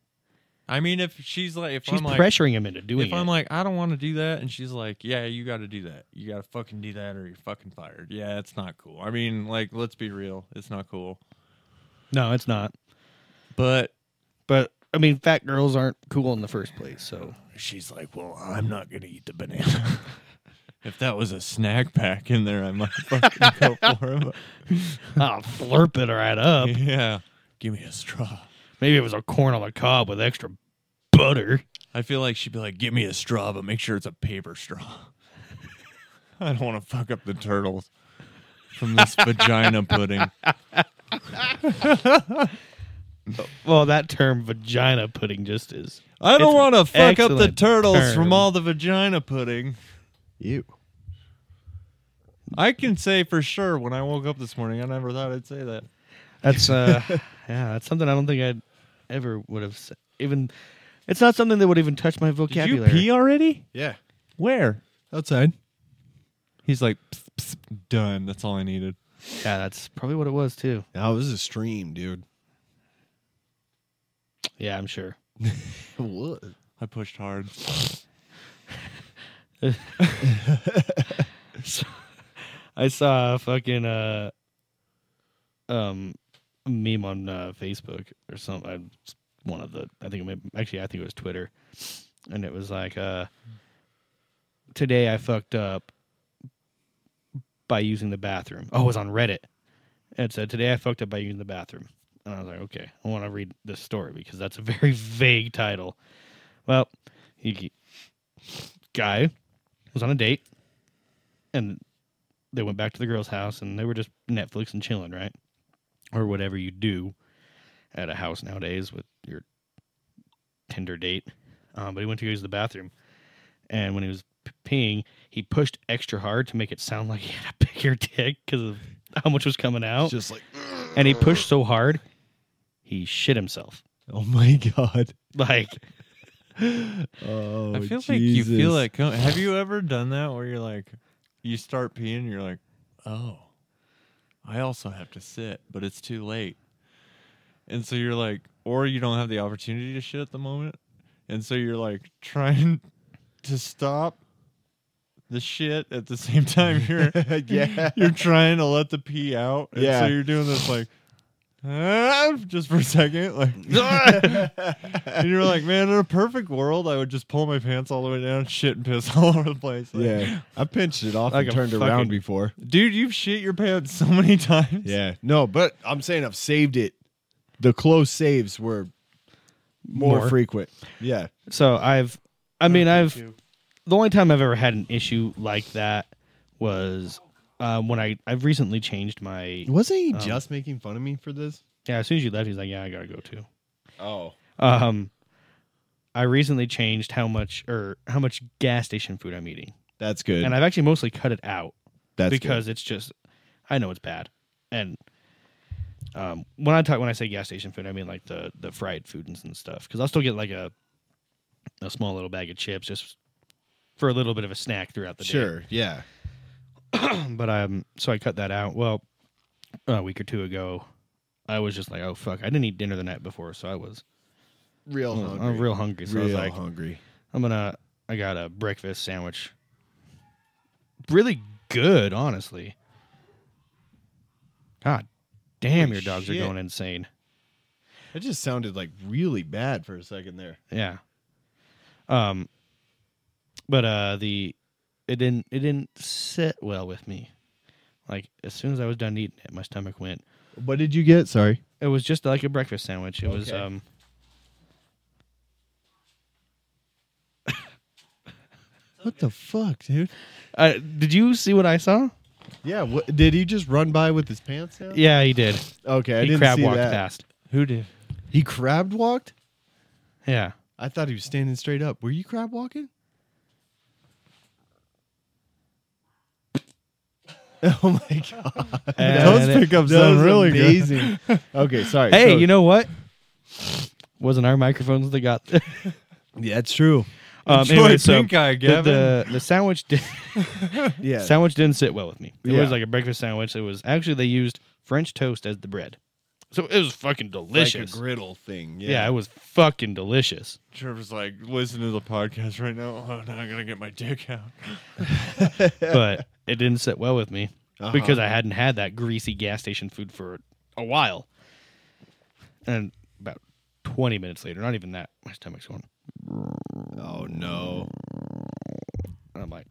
I mean, if she's like, if
She's
I'm like,
pressuring him into doing
if
it.
I'm like, I don't want to do that, and she's like, Yeah, you got to do that. You got to fucking do that, or you're fucking fired. Yeah, it's not cool. I mean, like, let's be real, it's not cool.
no, it's not.
But
But I mean, fat girls aren't cool in the first place. So
she's like, Well, I'm not gonna eat the banana. if that was a snack pack in there, I might fucking go for it. but-
I'll flurp it right up.
Yeah, give me a straw.
Maybe it was a corn on the cob with extra butter.
I feel like she'd be like, "Give me a straw, but make sure it's a paper straw." I don't want to fuck up the turtles from this vagina pudding.
Well, that term vagina pudding just is.
I don't
It's
want to fuck up the
excellent
turtles from
term.
all the vagina pudding.
Ew.
I can say for sure when I woke up this morning, I never thought I'd say that.
That's uh yeah, that's something I don't think I'd ever would have s- even it's not something that would even touch my
Did
vocabulary.
you pee already?
Yeah.
Where?
Outside.
He's like, "Psst, psst, done. That's all I needed.
yeah, that's probably what it was too.
Oh, this is a stream, dude.
Yeah, I'm sure.
What?
I pushed hard.
I saw a fucking uh um meme on uh, Facebook or something. One of the I think it may, actually I think it was Twitter, and it was like uh today I fucked up by using the bathroom. Oh, it was on Reddit. And It said today I fucked up by using the bathroom, and I was like, okay, I want to read this story because that's a very vague title. Well, he guy was on a date, and they went back to the girl's house and they were just Netflix and chilling, right? Or whatever you do at a house nowadays with your Tinder date. Um, but he went to use the bathroom, and when he was p- peeing, he pushed extra hard to make it sound like he had a bigger dick because of how much was coming out.
It's just like,
and he pushed so hard, he shit himself.
oh my god.
Like
Oh,
I feel like you feel like. co- Have you ever done that where you're like, you start peeing, and you're like, oh, I also have to sit, but it's too late, and so you're like, or you don't have the opportunity to shit at the moment, and so you're like trying to stop the shit at the same time you're
yeah.
you're trying to let the pee out, and so
Yeah.
you're doing this like. "Ah," just for a second, like, and you're like, man, in a perfect world, I would just pull my pants all the way down, shit and piss all over the place. Like,
yeah, I pinched it off
Like
and
a
turned
fucking-
around before.
dude, you've shit your pants so many times.
Yeah, no, but I'm saying I've saved it. The close saves were more,
More.
frequent. Yeah,
So I've, I mean, I've
you.
the only time I've ever had an issue like that was um, when I I've recently changed my
wasn't he
Um,
just making fun of me for this?
yeah. As soon as you left, he's like, yeah, I gotta go too.
Oh,
Um, I recently changed how much or how much gas station food I'm eating,
that's good.
and I've actually mostly cut it out
that's good.
because it's just I know it's bad. And um, when I talk when I say gas station food, I mean like the the fried food and, and stuff. Because I'll still get like a a small little bag of chips just for a little bit of a snack throughout the
sure. Yeah,
day. but um, so I cut that out. Well, a week or two ago, I was just like, oh fuck, I didn't eat dinner the night before, so I was
real
I was-
hungry.
I'm real hungry. So I was
Oh, Mm, Real
like,
hungry.
I'm gonna I got a breakfast sandwich. Really good, honestly. God damn,
Holy
your dogs
shit.
are going insane.
That just sounded like really bad for a second there.
Yeah. Um but uh the it didn't it didn't sit well with me. Like as soon as I was done eating it, my stomach went.
What did you get? Sorry.
It was just like a breakfast sandwich. It was
Okay.
um
What the fuck, dude?
uh, did you see what I saw?
Yeah. What, did he just run by with his pants down?
Yeah, he did.
Okay, I
he
didn't
crab
see
walked
that.
past.
Who did?
He crab walked.
Yeah.
I thought he was standing straight up. Were you crab walking? Oh my god!
And
Those
it-
pickups
That
sound
was
really good.
amazing. okay, sorry.
Hey,
So-
you know what? Wasn't our microphones that got?
yeah, it's true.
um,
Enjoy pink eye,
the,
Gavin.
the the sandwich did,
Yeah,
sandwich didn't sit well with me. It
Yeah.
was like a breakfast sandwich. It was actually they used French toast as the bread, so it was fucking
like
delicious.
a griddle thing.
yeah. it was fucking delicious.
Trevor's like, listen to the podcast right now. Oh, now I'm gonna get my dick out.
but it didn't sit well with me
Uh-huh.
because I hadn't had that greasy gas station food for a while. And about twenty minutes later, not even that, my stomach's going.
Oh no,
And I'm like,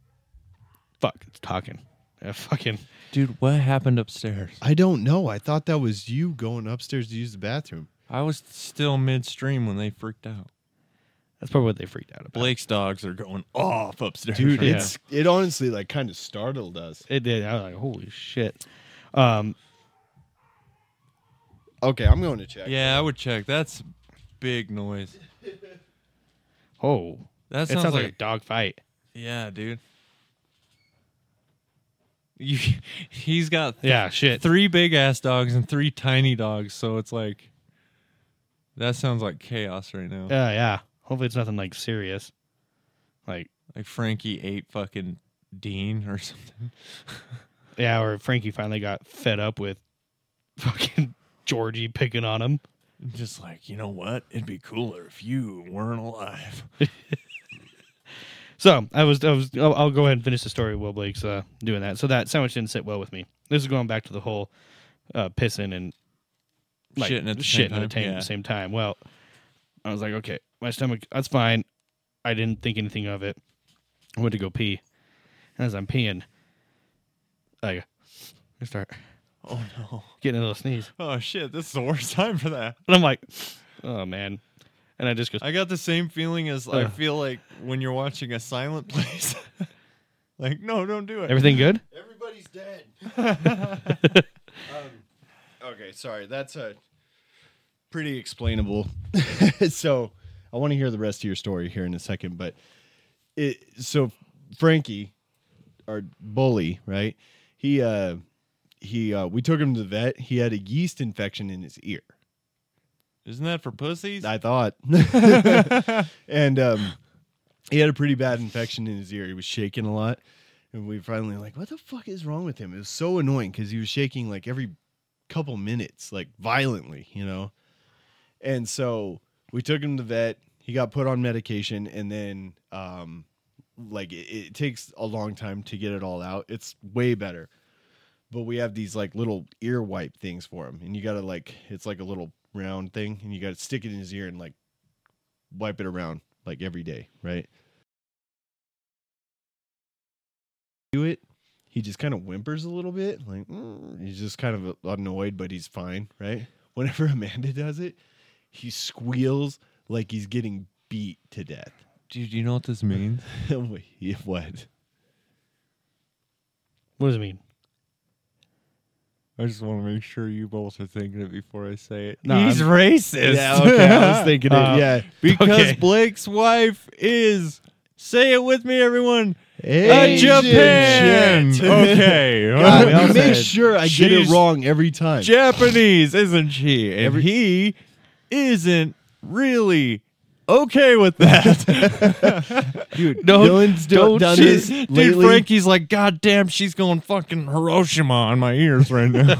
fuck, it's talking. I fucking
Dude, what happened upstairs?
I don't know. I thought that was you going upstairs to use the bathroom.
I was still midstream when they freaked out.
That's probably what they freaked out about.
Blake's dogs are going off upstairs.
Dude,
Yeah.
it's it honestly like kind of startled us.
It did. I was like, holy shit. Um,
Okay, I'm going to check.
yeah, I would check. That's big noise.
oh,
That
it sounds,
sounds,
like,
like,
a dog fight.
yeah, dude. You, he's got th-
Yeah, shit.
three big ass dogs and three tiny dogs, so it's like that sounds like chaos right now.
Yeah, Uh, yeah. Hopefully, it's nothing like serious. Like,
Like Frankie ate fucking Dean or something.
yeah, or Frankie finally got fed up with fucking Georgie picking on him.
Just like you know what, it'd be cooler if you weren't alive.
So I was, I was, I'll, I'll go ahead and finish the story while Blake's uh, doing that. So that sandwich didn't sit well with me. This is going back to the whole uh, pissing and like,
Shitting at the
shitting
same time.
at the, same-
yeah.
same time. Well, I was like, okay, my stomach, that's fine. I didn't think anything of it. I went to go pee. And as I'm peeing, I I start
Oh no.
getting a little sneeze.
Oh shit, this is the worst time for that.
And I'm like, oh man. And I just go,
I got the same feeling as I
Ugh.
feel like when you're watching a silent place. like, no, don't do it.
everything good?
Everybody's dead. um, okay, sorry. That's a pretty explainable. so I want to hear the rest of your story here in a second, but it so Frankie, our bully, right? He uh he uh we took him to the vet. He had a yeast infection in his ear.
Isn't that for pussies?
I thought. and um, he had a pretty bad infection in his ear. He was shaking a lot. And we finally like, what the fuck is wrong with him? It was so annoying because he was shaking like every couple minutes, like violently, you know? And so we took him to the vet. He got put on medication and then um like it, it takes a long time to get it all out. It's way better. but we have these like little ear wipe things for him, and you gotta like it's like a little round thing, and you gotta stick it in his ear and like wipe it around like every day, right? Do it. He just kind of whimpers a little bit, like "Mm," he's just kind of annoyed, but he's fine, right? Whenever Amanda does it, he squeals like he's getting beat to death.
Dude, do you know what this means?
Wait, what?
What does it mean?
I just want to make sure you both are thinking it before I say it.
No,
He's
I'm-
racist.
Yeah, okay. I was thinking it.
Uh,
yeah.
Because
Okay.
Blake's wife is, say it with me, everyone, a
Asian
Japan.
shit.
Okay.
God, we make sure I get it
She's
wrong every time.
Japanese, isn't she? And he isn't really okay with that.
Dude,
No,
Dylan's do-
don't
done
she-
this
Dude,
lately.
Frankie's like, God damn, she's going fucking Hiroshima on my ears right now.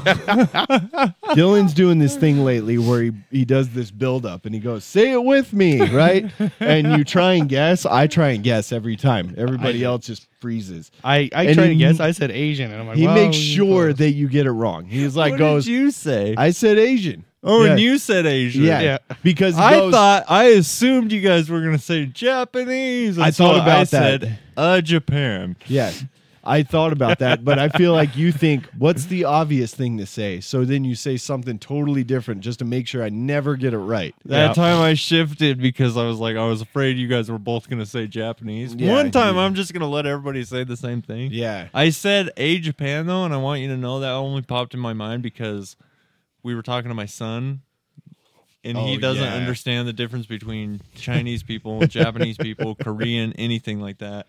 Dylan's doing this thing lately where he, he does this build up and he goes, "Say it with me," right? and you try and guess. I try and guess every time. Everybody else just freezes.
I I
And
tried to
he-
guess. I said Asian, and I'm like,
He
well,
makes
you
sure
close.
that you get it wrong. He's like,
what
"Goes,
did you say?
I said Asian."
oh, and
Yeah.
you said Asian.
Yeah,
Yeah.
because he
I
goes,
thought I assumed you guys were gonna say Japanese. and
I thought
so
about
I
that.
Said, uh, Japan.
Yes. I thought about that, but I feel like you think, what's the obvious thing to say? So then you say something totally different just to make sure I never get it right.
That
Yeah.
time I shifted because I was like, I was afraid you guys were both gonna say Japanese.
Yeah,
One time
yeah.
I'm just gonna let everybody say the same thing.
Yeah.
I said a Japan though, and I want you to know that only popped in my mind because we were talking to my son, and he
Oh,
doesn't
yeah.
understand the difference between Chinese people, Japanese people, Korean, anything like that.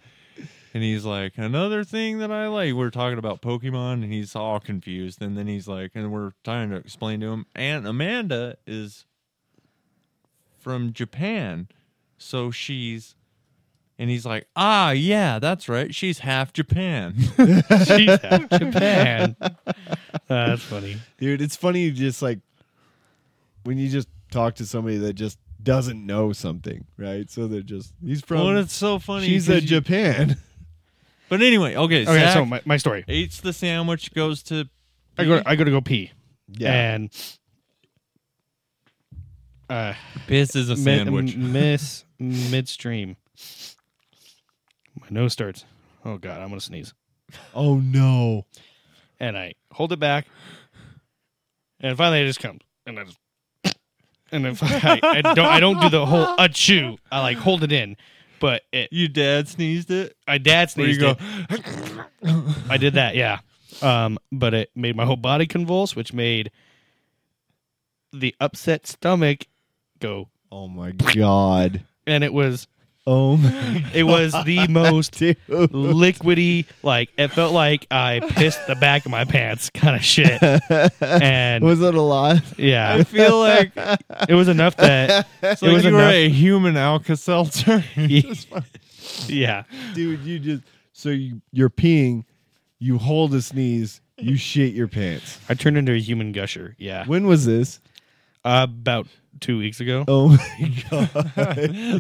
And he's like, another thing that I like. We're talking about Pokemon, and he's all confused. And then he's like, and we're trying to explain to him. And Amanda is from Japan, so she's. And he's like, ah, yeah, that's right. She's half Japan.
She's half Japan. Uh, that's funny.
Dude, it's funny just like when you just talk to somebody that just doesn't know something, right? So they're just he's from
well, and it's so funny.
she's
'cause
a
you-
Japan.
But anyway, okay.
Okay,
Zach
so my, my story.
eats the sandwich, goes to.
I go I go to go pee,
Yeah.
and uh,
Pisses a
mi-
sandwich.
m- miss midstream. My nose starts. Oh god, I'm gonna sneeze.
oh no.
and I hold it back, and finally it just comes, and I just, and if I, I don't, I don't do the whole achoo. I like hold it in, but it,
Your dad sneezed it.
my dad
Where you
sneezed.
go?
it. I did that, yeah. Um, but it made my whole body convulse, which made the upset stomach go,
Oh my god.
and it was,
Oh my
it was the most
dude.
liquidy, like it felt like I pissed the back of my pants, kind of shit, and
Was it a lot?
yeah.
I feel like
It was enough that
it's
it
like
was
you were
enough.
a human Alka Seltzer.
yeah,
dude you just so you, you're peeing you hold a sneeze you shit your pants
I turned into a human gusher. Yeah,
when was this
about two weeks ago.
oh my god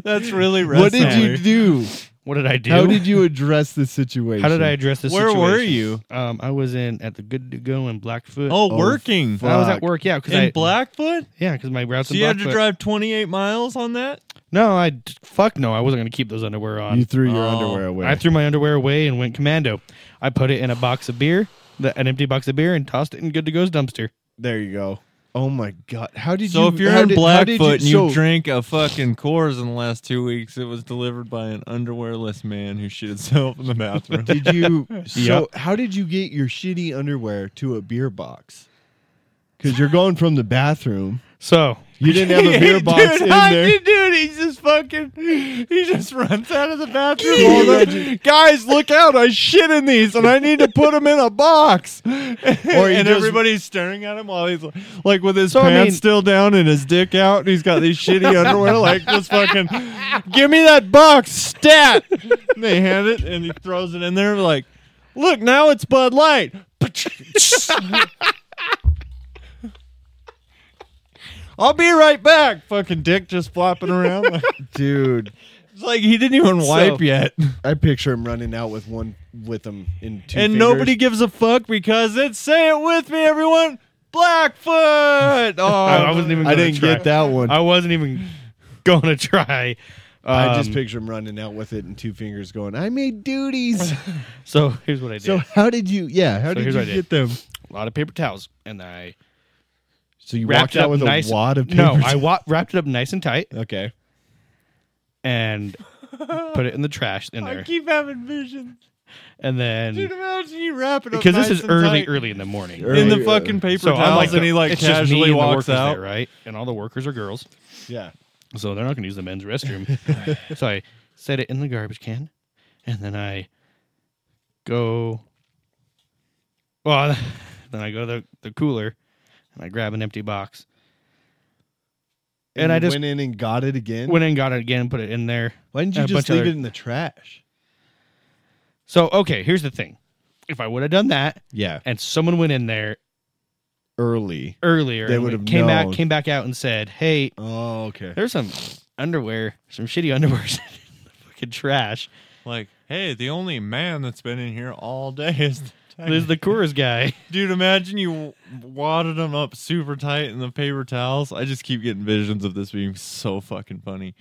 That's really wrestling.
what did you do
What did I do?
how did you address the situation
How did I address this?
Where were
situation? Um, I was in at the Good to Go in Blackfoot.
Oh,
Oh,
working
fuck.
I was at work. Yeah, because
in
I
Blackfoot.
yeah, because my routes
So
in
you had
Blackfoot.
to drive 28 miles on that.
no, I d- fuck no. I wasn't gonna keep those underwear on.
you threw your
Oh,
underwear away
I threw my underwear away and went commando. I put it in a box of beer, the, an empty box of beer, and tossed it in Good to Go's dumpster.
there you go oh my god how did
So
you
if you're
how
in
did- how did
Blackfoot and you
so-
drank a fucking Coors in the last two weeks, it was delivered by an underwearless man who shit himself in the bathroom.
did you so
Yep.
how did you get your shitty underwear to a beer box because you're going from the bathroom
So
you didn't have a beer box
dude,
in
how
there
you do it? He just fucking, he just runs out of the bathroom. all the- Guys, look out! I shit in these, and I need to put them in a box. and
just-
everybody's staring at him while he's like, like with his
So, I
pants
mean-
still down and his dick out, and he's got these shitty underwear. Like just fucking, give me that box, stat. and they hand it, and he throws it in there. Like, look, now it's Bud Light. I'll be right back. Fucking dick just flopping around.
dude.
it's like he didn't even wipe
So-
yet.
I picture him running out with one with him in two.
and
fingers.
nobody gives a fuck because it's say it with me, everyone. Blackfoot. Oh,
I wasn't even
I
gonna
didn't
try.
get that one.
I wasn't even going to try.
I just
Um,
picture him running out with it in two fingers, going, "I made duties."
So here's what I did:
so how did you? Yeah, how
So
did
here's
you
what I
get them?
a lot of paper towels, and I
So you walked
wrapped it
out
up
with
nice.
a wad of paper.
no, I wa- wrapped it up nice and tight,
okay.
and put it in the trash in there,
keep having visions.
and
Dude,
then
imagine you wrapping up
because this
nice
is
and
early,
tight
early in the morning.
Early
in the
uh,
fucking paper
So
towels,
I'm like,
and he like
it's just me
casually
and the
walks
workers
out.
there, right? And all the workers are girls,
Yeah.
so they're not going to use the men's restroom. so I set it in the garbage can, and then I go. Well, then I go to the, the cooler, and I grab an empty box. And, I
you
just
went in and got it again.
went in, got it again, put it in there.
Why didn't
and
you
a
just
bunch of
leave
other-
it in the trash?
So okay, here's the thing: if I would have done that,
Yeah,
and someone went in there
early.
earlier,
They
and
would
went-
have
came back,
known.
came back out, and said, "Hey,
Oh, okay.
there's some underwear, some shitty underwear, in the fucking trash."
Like, hey, the only man that's been in here all day is the
There's the Coors guy.
Dude, imagine you wadded them up super tight in the paper towels. I just keep getting visions of this being so fucking funny.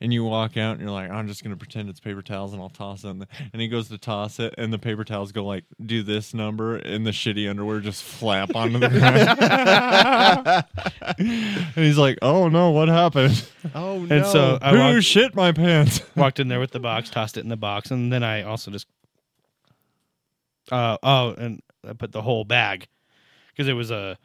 And you walk out and you're like, I'm just gonna pretend it's paper towels and I'll toss it. in the-" And he goes to toss it, and the paper towels go like, do this number, and the shitty underwear just flap onto the ground. and he's like, Oh no, what happened?
Oh no.
And so I
Who
walked,
shit my pants?
walked in there with the box, tossed it in the box, and then I also just uh oh, and I put the whole bag because it was a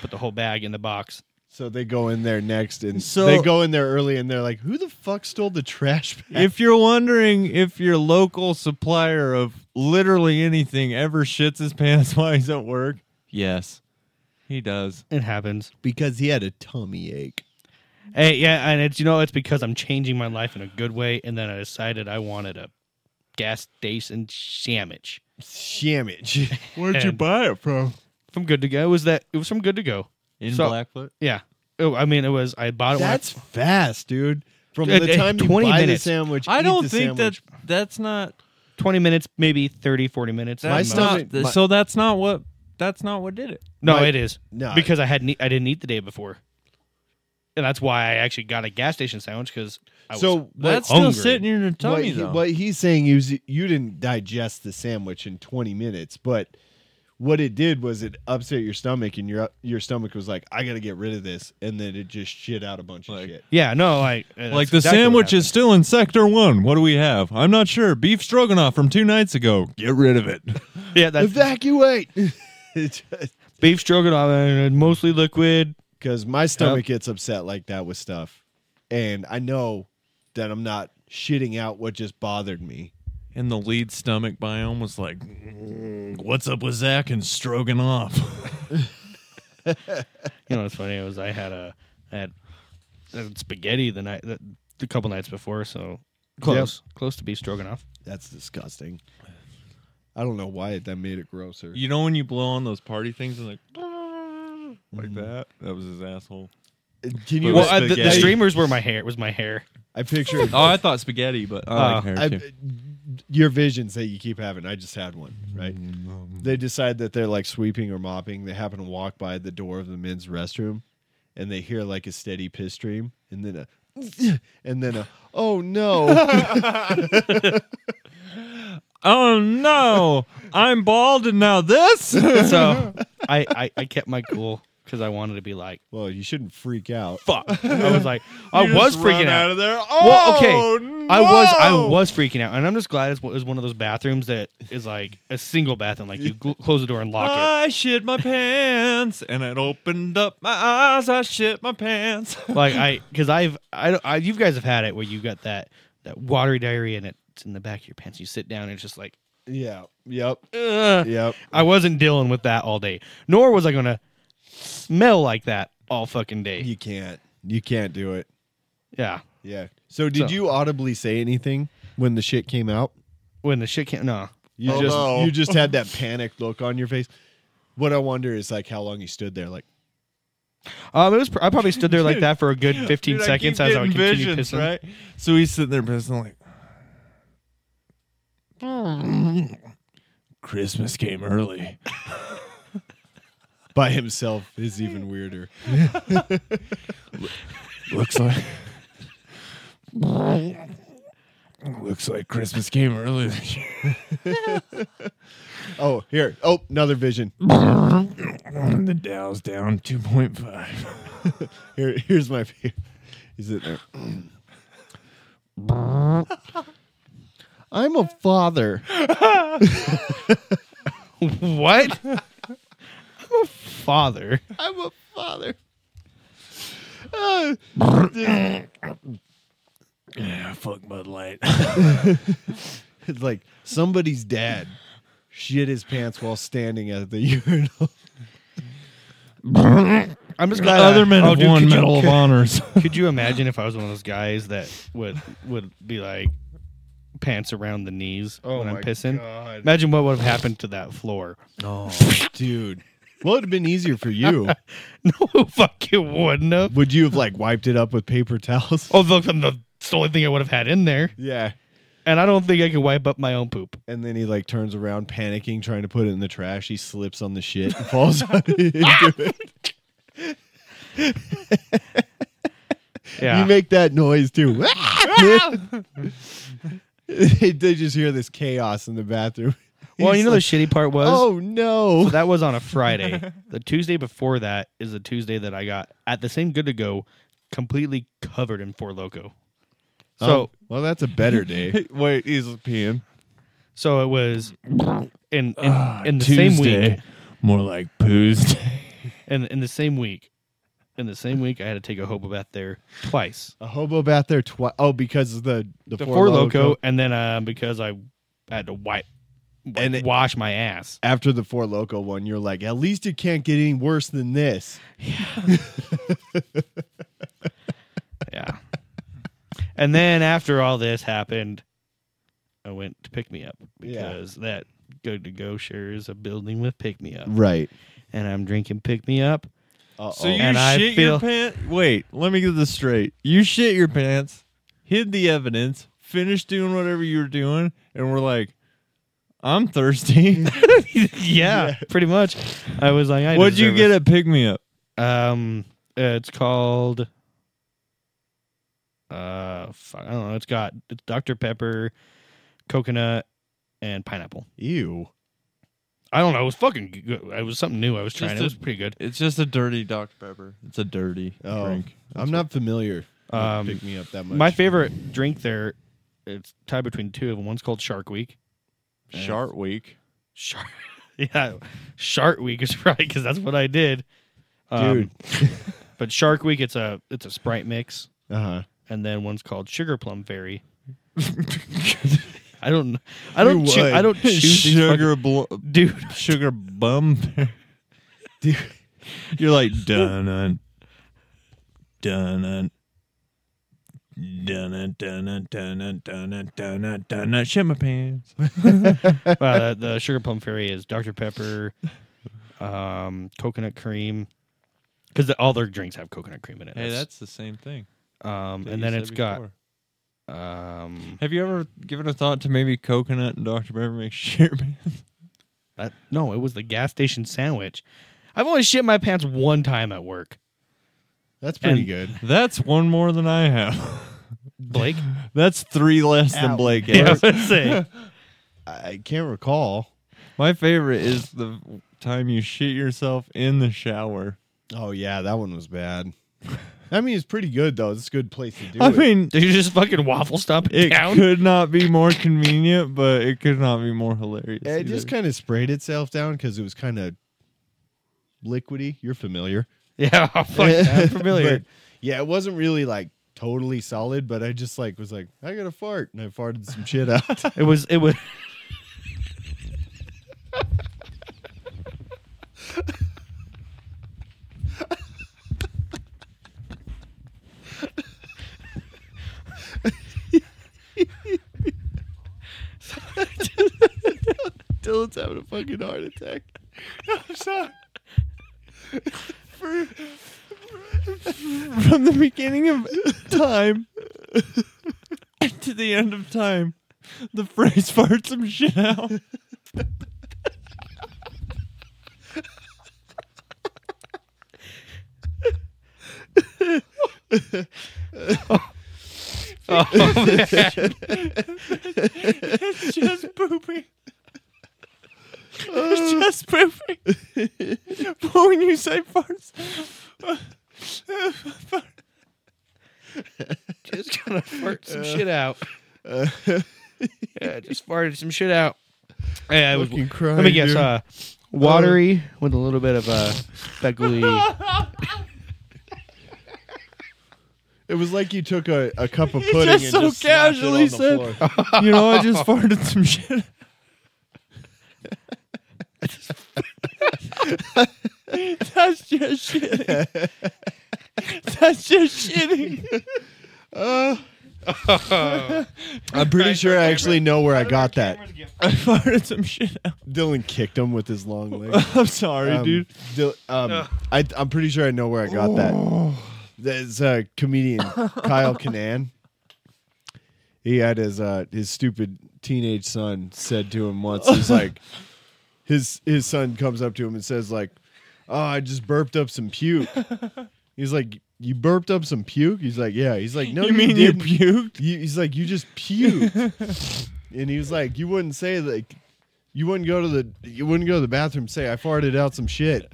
put the whole bag in the box.
So they go in there next, and
So-
they go in there early, and they're like, "Who the fuck stole the trash?" Bag?
if you're wondering if your local supplier of literally anything ever shits his pants while he's at work, yes, he does.
It happens.
because he had a tummy ache.
Hey, yeah, and it's you know it's because I'm changing my life in a good way, and then I decided I wanted a gas station sandwich
Shamage.
Where'd
you
buy it from?
from Good to Go. It was that it was from Good to Go?
In
So-
Blackfoot.
Yeah. Oh, I mean, it was I bought it. when I-
That's fast, dude. From
At-
the
at
time you
20
buy
minutes.
the sandwich,
I
eat
don't
the
think
sandwich.
that that's not.
20 minutes, maybe 30, 40 minutes. at
That's
most.
not.
stomach- my-
so that's not what. That's not what did it.
No,
my-
it is.
no.
because I hadn't. e- I didn't eat the day before, and that's why I actually got a gas station sandwich because I
So
was
what-
That's
hungry.
still sitting in your
what,
tummy
he-
though.
what he's saying is you didn't digest the sandwich in 20 minutes, but what it did was it upset your stomach, and your your stomach was like, "I got to get rid of this," and then it just shit out a bunch
Like-
of shit.
Yeah, no, I uh, that's
like the
exactly what
sandwich
happened.
is still in sector one. What do we have? I'm not sure. Beef stroganoff from two nights ago. Get rid of it.
Yeah, that's
Evacuate.
beef stroganoff, uh, mostly liquid.
Because my stomach gets upset like that with stuff, and I know that I'm not shitting out what just bothered me.
And the lead stomach biome was like, "Mm, "What's up with Zach and Stroganoff?"
You know, what's funny. It was I had a I had, I had spaghetti the night, the, the couple nights before, so close, close to beef stroganoff.
That's disgusting. I don't know why that made it grosser.
you know when you blow on those party things and like, like that? That was his asshole.
Can you?
It
Well,
was
uh, the, the
spaghetti.
streamers were my hair. It was my hair.
I picture
Oh, I thought spaghetti, but I
Uh,
like hair
Ah, I,
too.
your visions that you keep having. I just had one, right? They decide that they're like sweeping or mopping. They happen to walk by the door of the men's restroom, and they hear like a steady piss stream, and then a, and then a, oh no,
oh no, I'm bald and now this. Uh-huh.
So I, I, I kept my cool because I wanted to be like,
well you shouldn't freak out.
fuck. I was like, I was freaking out.
of there.
Well, okay, I was I
Oh, no!
was freaking out, and I'm just glad it's, it was one of those bathrooms that is like a single bathroom. Like you gl- close the door and lock
I shit my pants and it opened up my eyes. I shit my pants.
it. Like I, because I've I, don't- I you guys have had it where you got that that watery diarrhea and it's in the back of your pants. You sit down and it's just like,
Yeah. Yep.
Ugh.
Yep.
I wasn't dealing with that all day, nor was I gonna smell like that all fucking day.
You can't. You can't do it.
Yeah,
Yeah. So did
So-
you audibly say anything when the shit came out?
when the shit can't. No,
You
Oh,
just
no.
you just had that panicked look on your face. What I wonder is like how long you stood there, like
Um, it was. Pr- I probably stood there like that for a good 15
Dude, I
seconds
keep
as I would
getting
continue
visions,
pissing.
Right? So he's sitting there pissing like. Christmas came early.
By himself is even weirder.
Looks like. Looks like Christmas came early this year.
Oh, here. Oh, another vision.
The Dow's down 2.5.
Here, here's my. He's in there. I'm a father.
What? I'm a father.
I'm a father. Uh,
Yeah, fuck Bud Light.
it's like somebody's dad shit his pants while standing at the urinal.
I'm just glad I-
Other men
oh,
have
dude,
won
could you-
Medal of Honors.
Could you imagine if I was one of those guys that would would be like pants around the knees when I'm pissing?
Oh god,
Imagine what would have happened to that floor.
dude. Well, it'd have been easier for you.
No, fuck it wouldn't have.
Would you have like wiped it up with paper towels?
Oh, look, I'm the, it's the only thing I would have had in there,
Yeah.
and I don't think I could wipe up my own poop.
And then he like turns around, panicking, trying to put it in the trash. He slips on the shit and falls on it into it.
Yeah,
You make that noise too. they they just hear this chaos in the bathroom.
well,
He's
you know
like,
the shitty part was.
oh no.
So that was on a Friday. the Tuesday before that is the Tuesday that I got at the same good to go, completely covered in Four Loco. So
Oh, well, that's a better day.
Wait, he's peeing.
so it was in in,
Ah,
in the same
Tuesday,
week
More like poos. day.
in in the same week in the same week I had to take a hobo bath there twice.
A hobo bath there twice. Oh, because of the the,
The
Four
Four
Loko.
Loco, and then uh, because I had to wipe
And it-
wash my ass.
After the Four Loco one, you're like, at least it can't get any worse than this.
Yeah. and then after all this happened, I went to pick me up
Yeah.
because that good to go shares a building with pick me up,
Right.
and I'm drinking pick me up.
Uh-oh.
So you
Oh. And I
shit your
feel-
pants? Wait, let me get this straight. You shit your pants, hid the evidence, finished doing whatever you were doing, and we're like, I'm thirsty.
yeah, pretty much. I was like, I
What'd you
deserve
get at Pick Me Up?
it. Um, uh, it's called. Uh, fuck, I don't know. It's got it's Dr Pepper, coconut, and pineapple.
ew.
I don't know. It was fucking. Good. It was something new. I was trying.
Just
it
a-
was pretty good.
It's just a dirty Dr. Pepper. It's a dirty
Oh,
drink.
I'm not familiar. with
Um,
pick me up that much.
My favorite drink there, it's tied between two of them. One's called Shark Week.
Shark Week.
Shark, yeah, Shark Week is right because that's what I did, Um, but Shark Week, it's a it's a Sprite mix,
uh huh.
and then one's called Sugar Plum Fairy. I don't, I don't,
You
choo- I
would.
don't choose these fucking-
Sugar, blo-
dude.
sugar bum. Dude, You're like, dun dun dun dun. Dun dun dun dun dun dun dun dun shit my pants.
Uh, the Sugar Plum Fairy is Dr Pepper, um, coconut cream, because all their drinks have coconut cream in it.
Hey, that's the same thing.
um,
that you
and then
said
it's got
before.
um,
Have you ever given a thought to maybe coconut and Dr Pepper make shit your pants?
That, no, it was the gas station sandwich. I've only shit my pants one time at work.
That's pretty
And-
good.
That's one more than I have.
Blake,
That's three less
Ow.
than Blake.
yeah,
has.
I would say.
I can't recall.
My favorite is the time you shit yourself in the shower.
Oh yeah, that one was bad. I mean, it's pretty good though. It's a good place to do
I
it.
mean,
Did you just fucking waffle stomp it,
it
down?
could not be more convenient, but it could not be more hilarious.
it just
either.
kind of sprayed itself down because it was kind of liquidy. You're familiar.
Yeah, fuck, I'm familiar.
But, yeah, it wasn't really like totally solid, but I just like was like, I got a fart, and I farted some shit out.
it was, it was.
Dylan's having a fucking heart attack.
For, From the beginning of time to the end of time, the phrase farts some shit out. It's just pooping. It's just pooping. but when you say farts,
just gonna fart some shit out. yeah, just farted some shit out. Yeah, it was.
Fucking
let me
crying,
guess.
dude.
Uh, watery with a little bit of uh, speckly.
It was like you took a, a cup of
He
pudding
just
and
so
just smashed it
casually
on the
said-
floor.
you know, I just farted some shit. That's just shitting. That's just shitting.
I'm pretty sure I actually know where I got that.
I farted some shit out.
Dylan kicked him with his long leg.
I'm sorry,
Um,
dude.
Dil- um, I, I'm pretty sure I know where I got
Oh.
that. There's a comedian, Kyle Kanan. He had his uh, his stupid teenage son said to him once. He's like, his his son comes up to him and says like, "Oh, I just burped up some puke." He's like, "You burped up some puke?" He's like, "Yeah." He's like, "No,
you
you
mean you
didn't."
puked?
You- he's like, you just puked. and he was like, you wouldn't say like, you wouldn't go to the, you wouldn't go to the bathroom. and Say I farted out some shit.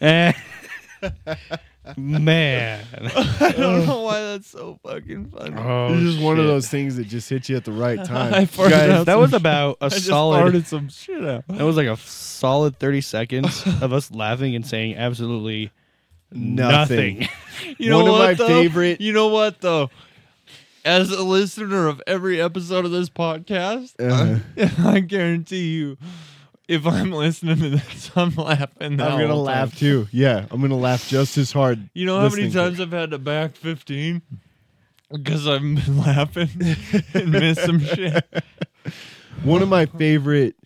Eh. Man.
I
uh,
don't know why that's so fucking funny.
Oh,
it's just one of
shit.
those things that just hits you at the right
I
time.
farted
Guys,
out
that
some
was
shit.
about a
I just
solid.
farted some shit out.
That was like a solid thirty seconds of us laughing and saying absolutely nothing.
You know
One of
what,
my
though?
favorite-
You know what though? As a listener of every episode of this podcast,
Uh-huh.
I guarantee you, if I'm listening to this, I'm laughing. that
I'm gonna
whole time.
laugh too. Yeah, I'm gonna laugh just as hard.
You know how many
listening to
times I've had to back 15 because I've been laughing and missed some shit.
it. One of my favorite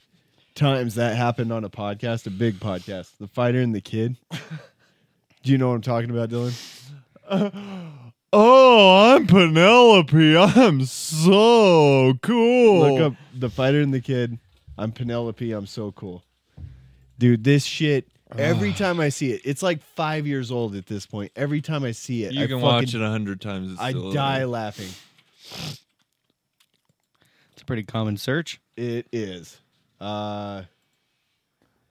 times that happened on a podcast, a big podcast, the fighter and the kid. Do you know what I'm talking about, Dylan?
Oh, I'm Penelope. I'm so cool.
Look up the fighter and the kid. I'm Penelope. I'm so cool. Dude, this shit. Every time I see it, it's like five years old at this point. Every time I see it,
You
I
can
fucking-
watch it a hundred times. It's
I
still
die laughing.
It's a pretty common search.
It is. Uh,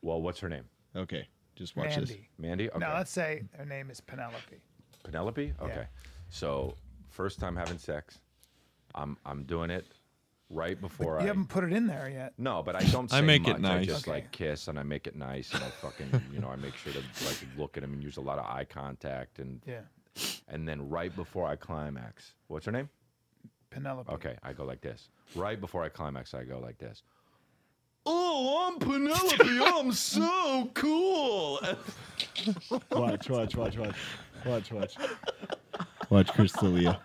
Well, what's her name?
okay, just watch
Mandy.
this.
Mandy? Okay.
No, let's say her name is Penelope.
Penelope? Okay. So, first time having sex. I'm I'm doing it right before I
You haven't put it in there yet.
No, but I don't. Say
I make
much.
it
I
nice.
just
Okay.
like kiss and I make it nice and I fucking you know I make sure to like look at him and use a lot of eye contact and
Yeah,
and then right before I climax, what's her name?
Penelope.
Okay, I go like this. Right before I climax, I go like this. Oh, I'm Penelope. I'm so cool.
Watch, watch, watch, watch, watch, watch. Watch Chris D'Elia.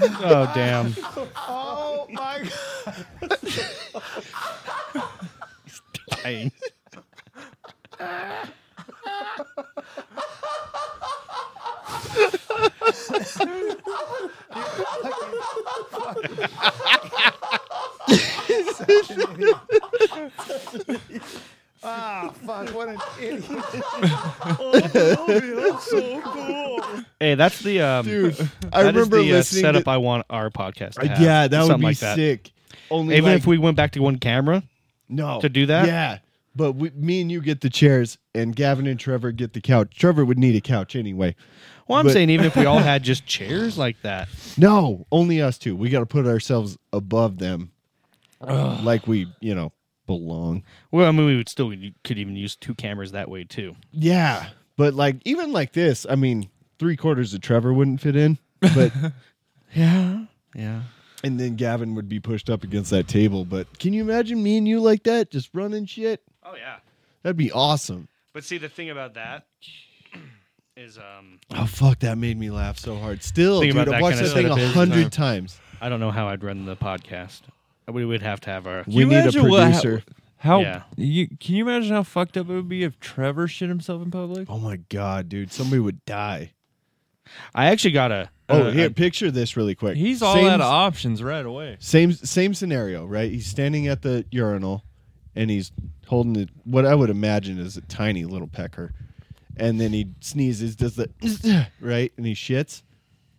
Oh damn.
Oh my God.
I-
Ah, fuck! What an idiot.
hey, that's the um,
Dude, I
that is
remember
the uh,
listening.
setup
to, Uh,
I want our podcast to have.
yeah, that would
Something
be
like that.
sick. Only
Even
like-
if we went back to one camera,
no
to do that?
Yeah, but we, me and you get the chairs, and Gavin and Trevor get the couch. Trevor would need a couch anyway.
well, I'm
But-
saying even if we all had just chairs like that,
No, only us two. We got to put ourselves above them, like we, you know, belong.
well, I mean, we would still you could even use two cameras that way too.
Yeah, but like even like this, I mean, three quarters of Trevor wouldn't fit in, but
Yeah, yeah.
and then Gavin would be pushed up against that table. But can you imagine me and you like that, just running shit?
Oh yeah.
That'd be awesome.
But see, the thing about that is um
Oh fuck, that made me laugh so hard. Still,
Think
dude,
about
I
that
watched
kinda
that thing
setup
a
every
hundred
time.
times.
I don't know how I'd run the podcast. We would have to have our
Can
We
you
need a
imagine what hap-
producer.
How
Yeah.
you can you imagine how fucked up it would be if Trevor shit himself in public?
Oh my god, dude, somebody would die.
I actually got a
Oh,
uh,
here,
a-
picture this really quick.
He's all
Same-
out of options right away.
Same same scenario, right? He's standing at the urinal, and he's holding the, what I would imagine is a tiny little pecker, and then he sneezes, does the right, and he shits.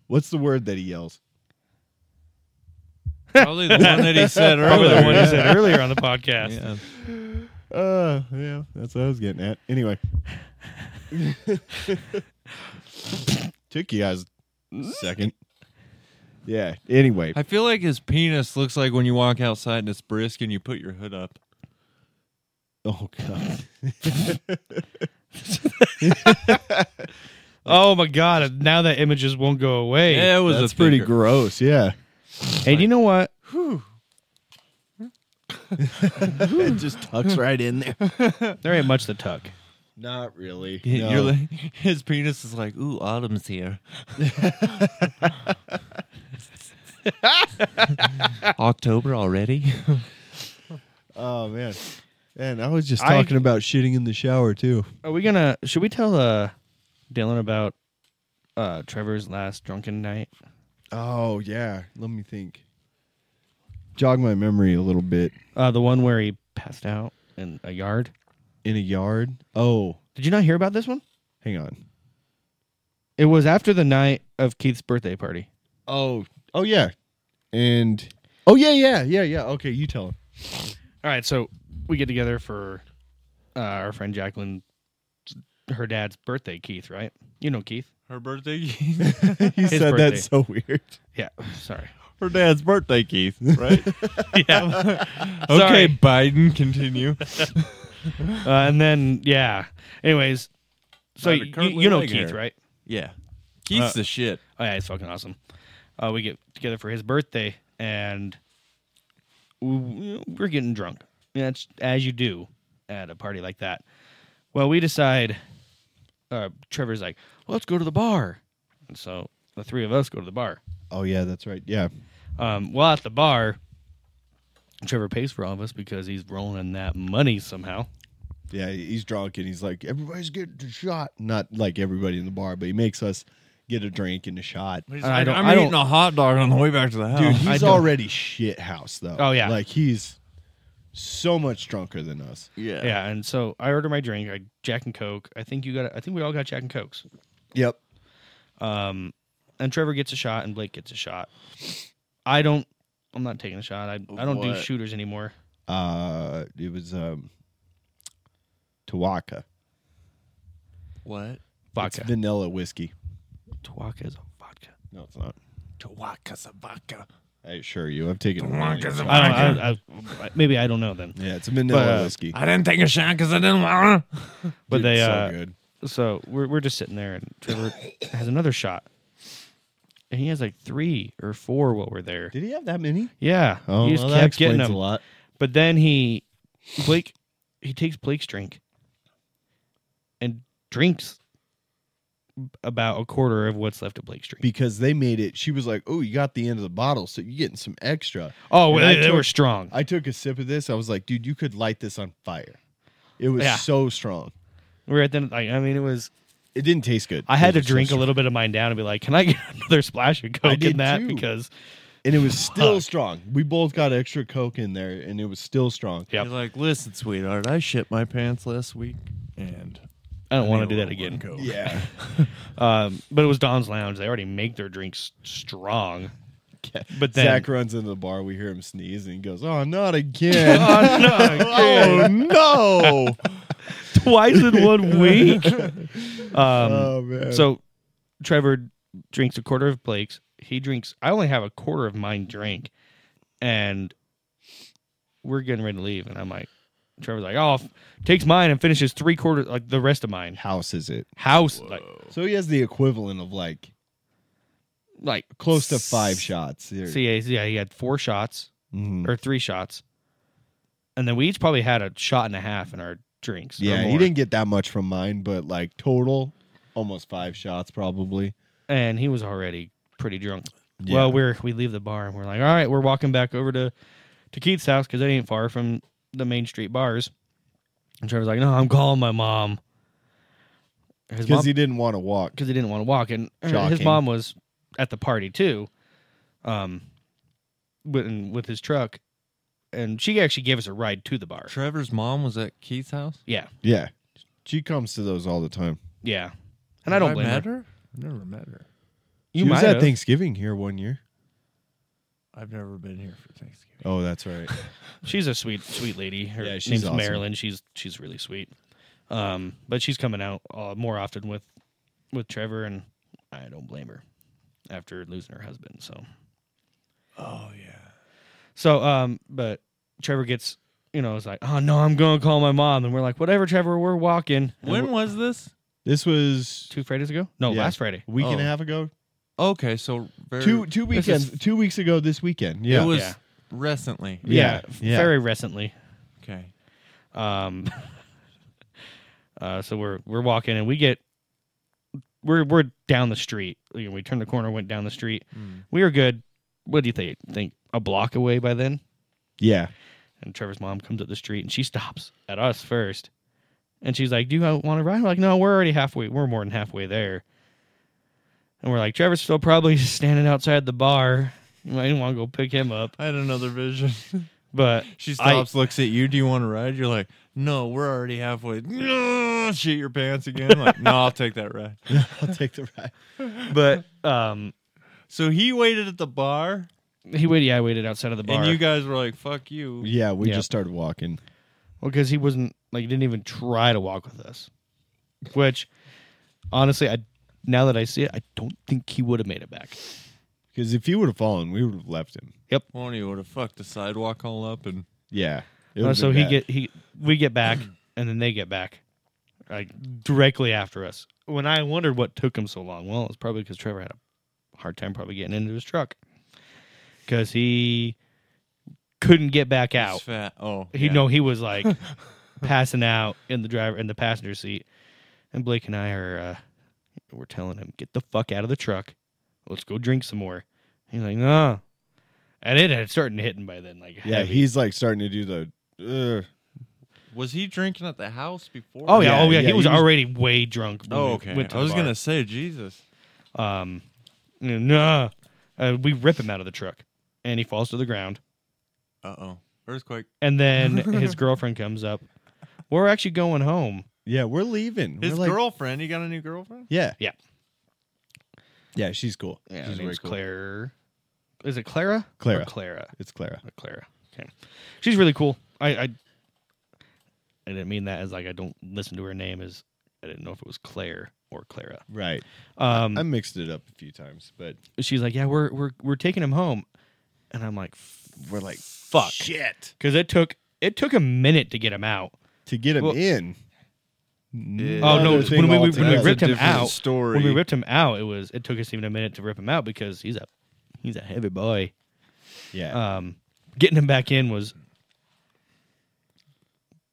What's the word that he yells?
Probably the one that he said earlier.
probably the one you said earlier on the podcast.
Yeah.
Uh, yeah, that's what I was getting at. Anyway, took you guys a second. Yeah. Anyway,
I feel like his penis looks like when you walk outside and it's brisk and you put your hood up.
oh god,
Oh my god! Now that images won't go away.
Yeah, it was
that's
a
pretty
thinker.
gross. Yeah,
Hey, do you know what?
it just tucks right in there.
There ain't much to tuck.
Not really.
Y-
No.
you're like- his penis is like, ooh, autumn's here. October already?
Oh man, and I was just
I-
talking about shitting in the shower too.
Are we gonna? Should we tell uh, Dylan about uh, Trevor's last drunken night?
Oh yeah, let me think. Jog my memory a little bit.
Uh, the one where he passed out in a yard.
In a yard. Oh,
Did you not hear about this one?
hang on.
It was after the night of Keith's birthday party.
Oh, oh yeah, and oh yeah, yeah, yeah, yeah. Okay, you tell him.
All right, so we get together for uh, our friend Jacqueline, her dad's birthday. Keith, right? You know Keith.
Her birthday,
you
His
said
birthday.
that's so weird.
Yeah. Sorry.
her dad's birthday, Keith, right?
Yeah.
okay,
Sorry.
Biden, continue.
Uh, and then yeah. Anyways, so
Robert
you,
Kirkland
you know
Wig
Keith,
hair.
right?
Yeah. Keith's
Uh,
the shit.
Oh yeah, he's fucking awesome. Uh, we get together for his birthday, and we, we're getting drunk. That's as you do at a party like that. Well, we decide. Uh, Trevor's like, let's go to the bar, and so the three of us go to the bar.
Oh yeah, that's right. Yeah.
Um, while at the bar, Trevor pays for all of us because he's rolling in that money somehow.
Yeah, he's drunk and he's like, everybody's getting a shot. Not like everybody in the bar, but he makes us get a drink and a shot.
He's
I
like,
don't-
I'm
I don't-
eating a hot dog on the way back to the house.
Dude,
I
he's
don't-
already shit house though.
Oh, yeah.
like he's so much drunker than us.
yeah.
Yeah, and so I order my drink, I Jack and Coke. I think you got. I think we all got Jack and Cokes.
Yep.
Um, and Trevor gets a shot, and Blake gets a shot. I don't. I'm not taking a shot. I I don't do
What?
shooters anymore.
Uh, it was um, Tawaka.
What?
Vodka.
It's vanilla whiskey.
Tawaka is a vodka.
No, it's not.
Tawaka Sabaka.
I assure you, I've taken.
Tawaka's a
One.
I don't. I, I, maybe I don't know then.
Yeah, it's vanilla
But, uh,
whiskey.
I didn't take a shot because I didn't want to.
But
Dude,
they
it's
uh,
so good.
so we're we're just sitting there, and Trevor has another shot, and he has like three or four while we're there.
Did he have that many?
Yeah,
Oh,
he just
well, that
kept getting
explains
them.
a lot.
But then he, Blake, he takes Blake's drink and drinks about a quarter of what's left of Blake's drink.
because they made it. She was like, "Oh, you got the end of the bottle, so you're getting some extra."
oh,
and
they,
I
they were
took-
strong.
I took a sip of this. I was like, "Dude, you could light this on fire." It was
Yeah.
so strong.
we were at the, like, I mean, it was,
It didn't taste good.
I had to
It was so
drink a
strong.
little bit of mine down and be like, can I get another splash of Coke in
did
that?
too.
Because,
and it was still
Fuck.
strong. We both got extra Coke in there, and it was still strong.
Yep.
You're like, listen, sweetheart, I shit my pants last week, and
I don't want
need
to do
a
that
little
again.
more Coke.
Yeah,
Um, but it was Don's Lounge. They already make their drinks strong. But then,
Zach runs into the bar. We hear him sneeze, and he goes, "Oh, not again!
Oh, no.
oh no!
twice in one week. Um,
oh man!
So Trevor drinks a quarter of Blake's. He drinks. I only have a quarter of mine drink, and we're getting ready to leave. And I'm like, Trevor's like, oh, f- takes mine and finishes three quarters, like the rest of mine.
house is it?
House like
So he has the equivalent of like
like
close to five shots. Here.
See, yeah, yeah, he had four shots
Mhm.
or three shots, and then we each probably had a shot and a half in our drinks. or
Yeah, he
more.
didn't get that much from mine, but like total, almost five shots probably.
and he was already pretty drunk.
Yeah.
Well, we're we leave the bar and we're like, all right, we're walking back over to to Keith's house because it ain't far from the main street bars. And Trevor's like, no, I'm calling my mom. His mom-
Because he didn't want to walk.
because he didn't want to walk, and her- his
Shocking.
mom was at the party too, um, with and with his truck, and she actually gave us a ride to the bar.
Trevor's mom was at Keith's house.
Yeah,
Yeah. She comes to those all the time.
yeah, and I don't blame
met
her.
I've never met her.
You
she was
might
at
have.
Thanksgiving here one year.
I've never been here for Thanksgiving.
Oh, that's right.
She's a sweet, sweet lady. Her
Yeah, she's
name's
awesome.
Marilyn. She's she's really sweet. Um, but she's coming out uh, more often with with Trevor, and I don't blame her after losing her husband. So
Oh yeah.
so um, but Trevor gets you know is like, oh no, I'm gonna call my mom, and we're like, whatever, Trevor, we're walking. And
When
we're-
was this?
this was
two Fridays ago? No,
Yeah.
last Friday.
a week and
Oh.
a half ago.
Okay, so very
Two two
This
weekends.
is-
two weeks ago this weekend.
It
Yeah.
was
Yeah.
recently.
Yeah, yeah.
very recently.
Okay.
Um, uh, so we're we're walking and we get we're we're down the street. You know, we turned the corner, went down the street.
Mm.
We were good. What do you think? Think a block away by then?
yeah.
And Trevor's mom comes up the street and she stops at us first, and she's like, "Do you want to ride?" We're like, "No, we're already halfway. We're more than halfway there." And we're like, "Trevor's still probably standing outside the bar. You might want to go pick him up."
I had another vision.
But
She
I-
stops, looks at you. Do you want to ride? You're like, no, we're already halfway. No, shit your pants again. Like, no, I'll take that ride.
I'll take the ride.
but um,
So he waited at the bar,
he waited. Yeah, I waited outside of the bar.
and you guys were like, fuck you.
Yeah, we
Yeah.
just started walking.
Well, because he wasn't like he didn't even try to walk with us, which honestly, I now that I see it, I don't think he would have made it back.
Because if he would have fallen, we would have left him.
Well, he would have fucked the sidewalk all up, and
Yeah. It
Uh,
would've
so
been
he
bad.
get he we get back and then they get back, like directly after us. When I wondered what took him so long, well, it's probably because Trevor had a hard time probably getting into his truck because he couldn't get back
he's
out.
fat. Oh,
He
yeah.
no, he was like passing out in the driver in the passenger seat, and Blake and I are uh, we're telling him get the fuck out of the truck, let's go drink some more. He's like no, and it had started hitting by then like
Yeah,
heavy.
he's like starting to do the. Uh,
Was he drinking at the house before?
oh yeah,
yeah,
oh yeah, he
yeah,
was
he was-
already way drunk. when
Oh,
we
okay.
went to
I
the
was
bar.
gonna say Jesus.
um, no, uh, we rip him out of the truck, and he falls to the ground,
Uh oh, earthquake.
and then his girlfriend comes up. We're actually going home.
yeah, we're leaving.
His
we're like,
girlfriend. He got a new girlfriend.
Yeah.
Yeah.
Yeah, she's cool.
Yeah,
she's
her
way
name's
cool.
Claire. Is it Clara?
Clara.
Or Clara.
It's Clara.
Or Clara. Okay. She's really cool. I, I I didn't mean that as like I don't listen to her name as I didn't know if it was Claire or Clara.
Right.
Um
I mixed it up a few times, but
she's like, "Yeah, we're we're we're taking him home." And I'm like, "We're like, fuck."
shit.
Cuz it took it took a minute to get him out.
To get him
Well-
in.
Oh no,
Another
it's
thing
when we, we- when we
altogether.
ripped him
different
out.
story.
When we ripped him out, it was it took us even a minute to rip him out because he's a he's a heavy boy.
Yeah.
um, getting him back in was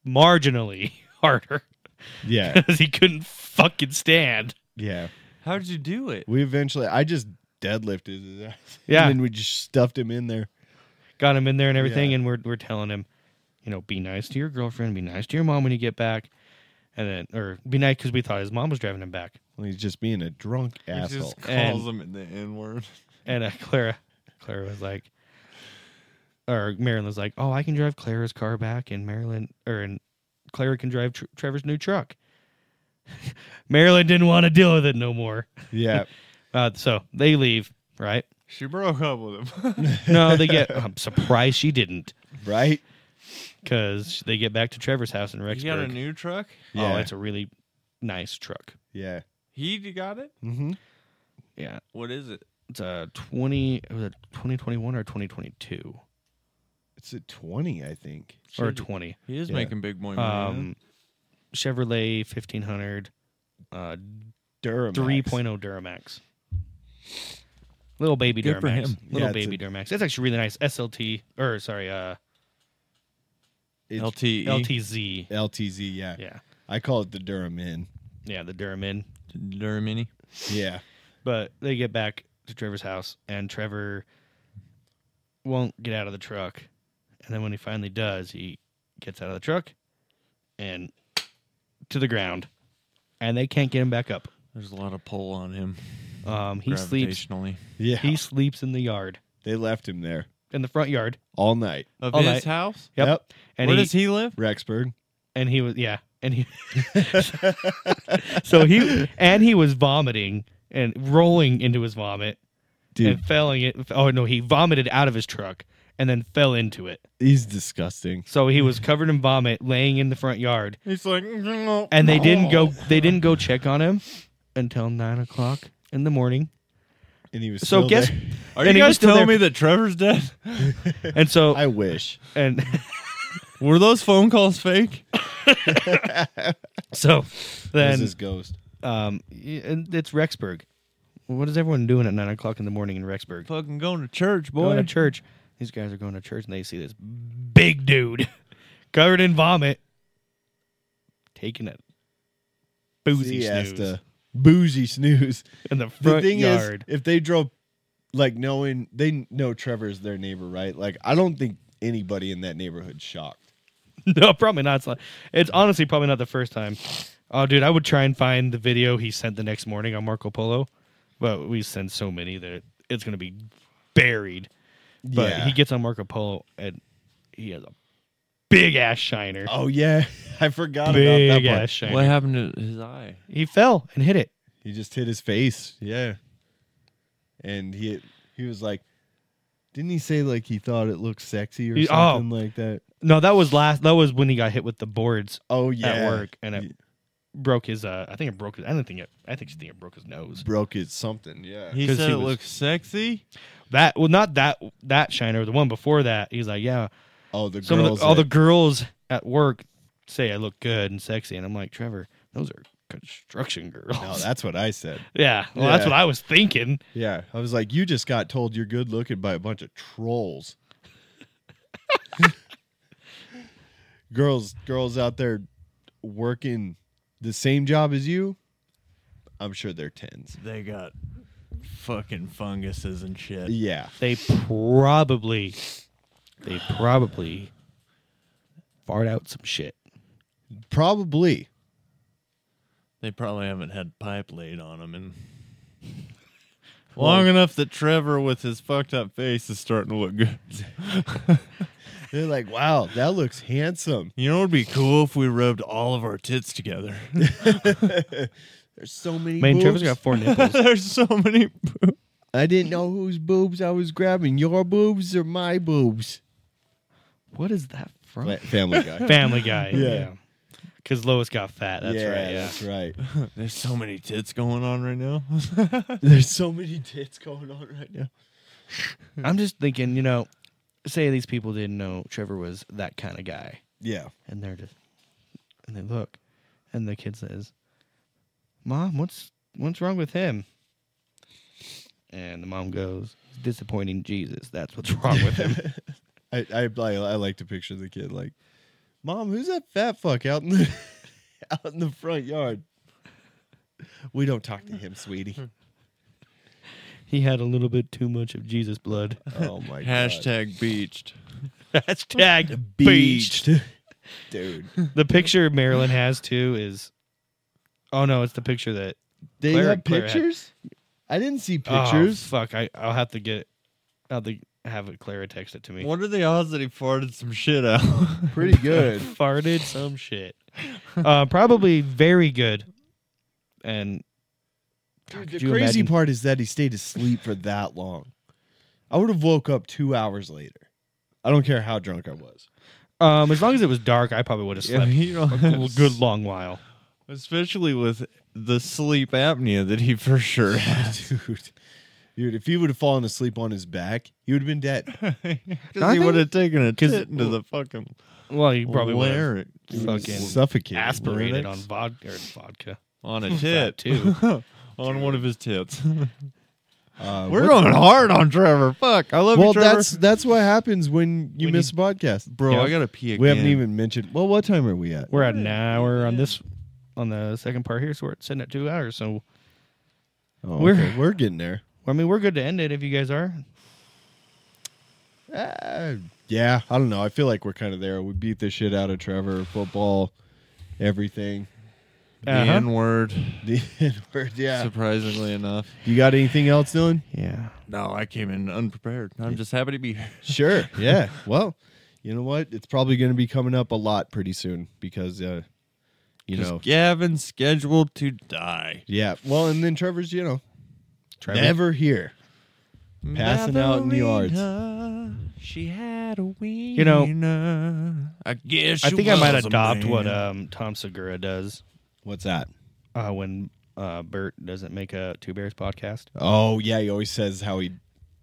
marginally harder
yeah.
because he couldn't fucking stand.
Yeah.
How did you do it?
We eventually, I just deadlifted his ass.
Yeah.
And then we just stuffed him in there.
Got him in there and everything,
Yeah.
and we're we're telling him, you know, be nice to your girlfriend, be nice to your mom when you get back, and then or be nice because we thought his mom was driving him back.
Well, he's just being a drunk
He
asshole.
just calls
And-
him in the N word.
And uh, Clara, Clara was like, or Marilyn was like, oh, I can drive Clara's car back, and Marilyn or and Clara can drive tr- Trevor's new truck. Marilyn didn't want to deal with it no more.
Yeah.
Uh, so they leave, right?
She broke up with him.
No, they get. I'm surprised she didn't,
Right?
because they get back to Trevor's house in
he got a
Rexburg.
new truck.
Oh,
Yeah.
it's a really nice truck.
Yeah.
He got it.
Mm-hmm.
Yeah,
What is it?
it's a 20. It was a 2021 or 2022
It's a 20, I think.
or
Shit.
20.
He is
Yeah.
making big boy money.
Um, Chevrolet 1500, uh,
Durham.
3.0 Duramax. Little baby
Good
Duramax.
for him.
Little
Yeah, it's
baby
a-
Duramax. That's actually really nice. SLT or sorry, uh,
It's
LTE.
LTZ.
LTZ, yeah.
E. Yeah,
I call it the Durham Inn.
yeah, the Durham in.
Dermini.
Yeah.
But they get back to Trevor's house, and Trevor won't get out of the truck. And then when he finally does, he gets out of the truck and to the ground, and they can't get him back up.
There's a lot of pull on him.
Um, he sleeps.
gravitationally.
Yeah.
He sleeps in the yard,
they left him there
in the front yard.
all night.
Of
All
his
right.
house?
Yep.
Yep.
And
Where
he,
does he live?
Rexburg.
and he was yeah, and he. so he and he was vomiting and rolling into his vomit
Dude,
and felling it. Oh no, he vomited out of his truck and then fell into it.
he's disgusting.
So he was covered in vomit, laying in the front yard,
He's like, "Mm, no.
and they didn't go. They didn't go check on him until nine o'clock in the morning.
And he was
So
still
guess,
there.
Are
and
you
he was
guys
still
telling me
there.
that Trevor's dead?
and so
I wish.
and
Were those phone calls fake?
so
That
then
was his ghost.
um, y- and it's Rexburg. What is everyone doing at nine o'clock in the morning in Rexburg?
Fucking going to church, boy.
Going to church. These guys are going to church, and they see this big dude covered in vomit, taking a boozy snooze
Siesta. Boozy snooze.
in the
The
front
thing
yard.
is, if they drove, like knowing they know Trevor's their neighbor, right? Like I don't think anybody in that neighborhood's shocked.
No, probably not. It's, not- it's honestly probably not the first time. Oh, dude, I would try and find the video he sent the next morning on Marco Polo, but we send so many that it's going to be buried. But
yeah.
he gets on Marco Polo and he has a big ass shiner.
oh yeah, I forgot about
big
that
ass
part.
shiner.
What happened to his eye?
He fell and hit it.
He just hit his face. Yeah. And he he was like, didn't he say like he thought it looked sexy or
He- oh.
something like that?
No, that was last. That was when he got hit with the boards
Oh yeah,
at work and it
He
broke his. Uh, I think it broke his. I don't think it. I think, think it broke his nose.
broke it something. Yeah.
He
'Cause
said
he
it
was-
looks sexy.
That well, not that that shiner. The one before that. He's like, yeah.
oh the
some of
girls.
the, all the
that-
girls at work say I look good and sexy, and I'm like, Trevor, those are construction girls.
no, that's what I said.
yeah, well, that's
Yeah.
what I was thinking.
Yeah, I was like, you just got told you're good looking by a bunch of trolls. girls, girls out there working the same job as you. I'm sure they're tens.
They got fucking funguses and shit.
Yeah,
They probably, they probably fart out some shit.
probably.
They probably haven't had pipe laid on them in long enough that Trevor with his fucked up face is starting to look good.
They're like, wow, that looks handsome.
You know, it'd be cool if we rubbed all of our tits together.
There's so many.
Man, Trevor's
boobs.
got four nipples.
There's so many.
I didn't know whose boobs I was grabbing. Your boobs or my boobs?
what is that from?
Family Guy.
Family Guy.
Yeah.
yeah. Because Lois got fat. That's right. Yeah.
That's right.
There's so many tits going on right now.
There's so many tits going on right now.
I'm just thinking, you know, say these people didn't know Trevor was that kind of guy.
Yeah.
and they're just and they look and the kid says mom what's what's wrong with him and the mom goes "He's disappointing jesus that's what's wrong with him
I, I I I like to picture the kid like, Mom, who's that fat fuck out in the out in the front yard? We don't talk to him, sweetie.
he had a little bit too much of jesus blood
Oh my god.
Hashtag beached.
hashtag
Beached. Dude.
the picture marilyn has too is oh no it's the picture that
They
Claire-
have
Claire had-
pictures? I didn't see
Oh,
pictures.
fuck I, i'll have to get i'll have to have it clara text it to me
What are the odds that he farted some shit out?
Pretty good.
farted some shit. Uh, probably very good. And
Dude,
could
the
you
crazy
imagine-
part is that he stayed asleep for that long. I would have woke up two hours later. I don't care how drunk I was.
um, as long as it was dark, I probably would have
Yeah,
slept
you don't
a
have
good-
s-
good long while.
Especially with the sleep apnea that he for sure has.
Dude. Dude, if he would have fallen asleep on his back, he would have been dead.
Because
I
he
think-
would have taken a
'cause-
tit into the fucking
Well, you probably would have
larynx.
fucking
Suffocated.
aspirated on
larynx.
vodka. Or vodka.
on a tit
That too.
on one of his tits.
Uh,
We're
what-
going hard on Trevor. Fuck, I love
Well,
you, Trevor.
that's that's what happens when you
When
miss a podcast,
bro. I gotta pee again.
We haven't even mentioned. Well, what time are we at?
We're at an hour on this on the second part here, so we're sitting at two hours. So
Oh,
We're-
okay, we're getting there.
I mean, we're good to end it if you guys are.
Yeah, I don't know. I feel like we're kind of there. We beat the shit out of Trevor, football, everything.
The
Uh-huh.
N word,
The N-word, yeah.
surprisingly enough.
You got anything else, Dylan?
Yeah.
No, I came in unprepared. I'm just happy to be here.
Sure. Yeah. Well, you know what? It's probably going to be coming up a lot pretty soon because, uh, you know,
Gavin's scheduled to die.
yeah. Well, and then Trevor's, you know,
Trevor.
never here. Passing out in the yards.
Mavelina, She had a wiener.
know,
I guess
I
she
think I might
was a
adopt what
man.
uh,
um, Tom Segura does
What's that?
uh, when uh, Bert doesn't make a Two Bears podcast.
Oh yeah, he always says how he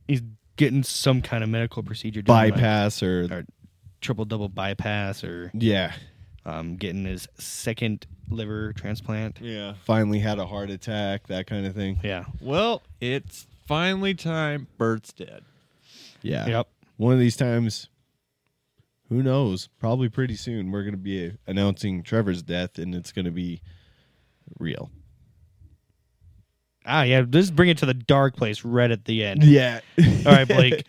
He's getting some kind of medical procedure. done, like
bypass or
or triple double bypass or
yeah,
um, getting his second liver transplant.
yeah. Finally had a heart attack, that kind of thing.
Yeah.
Well, it's finally time. Bert's dead.
Yeah.
Yep.
One of these times, who knows? Probably pretty soon we're going to be announcing Trevor's death, and it's going to be real.
Ah, yeah. Just bring it to the dark place right at the end.
Yeah.
All right, Blake.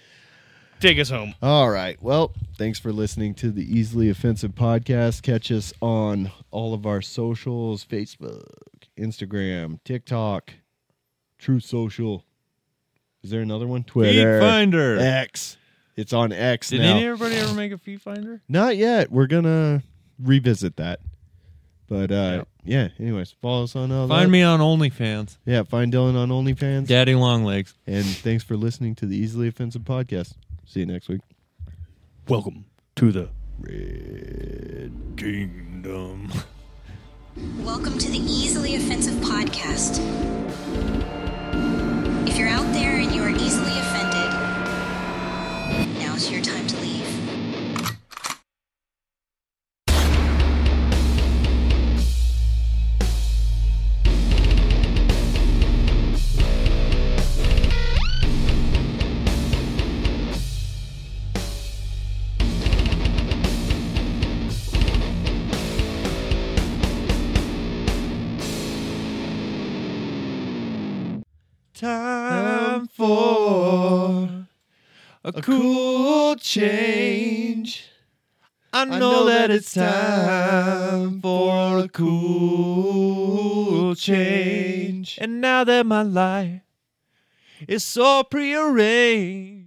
take us home.
All right. Well, thanks for listening to the Easily Offensive podcast. Catch us on all of our socials Facebook, Instagram, TikTok, True Social. Is there another one? Twitter.
Feet finder.
X. It's on X
Did
now.
any everybody ever make a feet finder?
Not yet. We're going to revisit that. But uh, yeah. anyways, follow us on all that.
Find me on OnlyFans.
Yeah, find Dylan on OnlyFans.
Daddy long legs.
And thanks for listening to the Easily Offensive podcast. See you next week.
Welcome to the
Kingdom.
Welcome to the Easily Offensive Podcast. If you're out there and you are easily offended, now's your time to leave.
Time for a cool change. I know, that it's time for a cool change. And now that my life is so prearranged.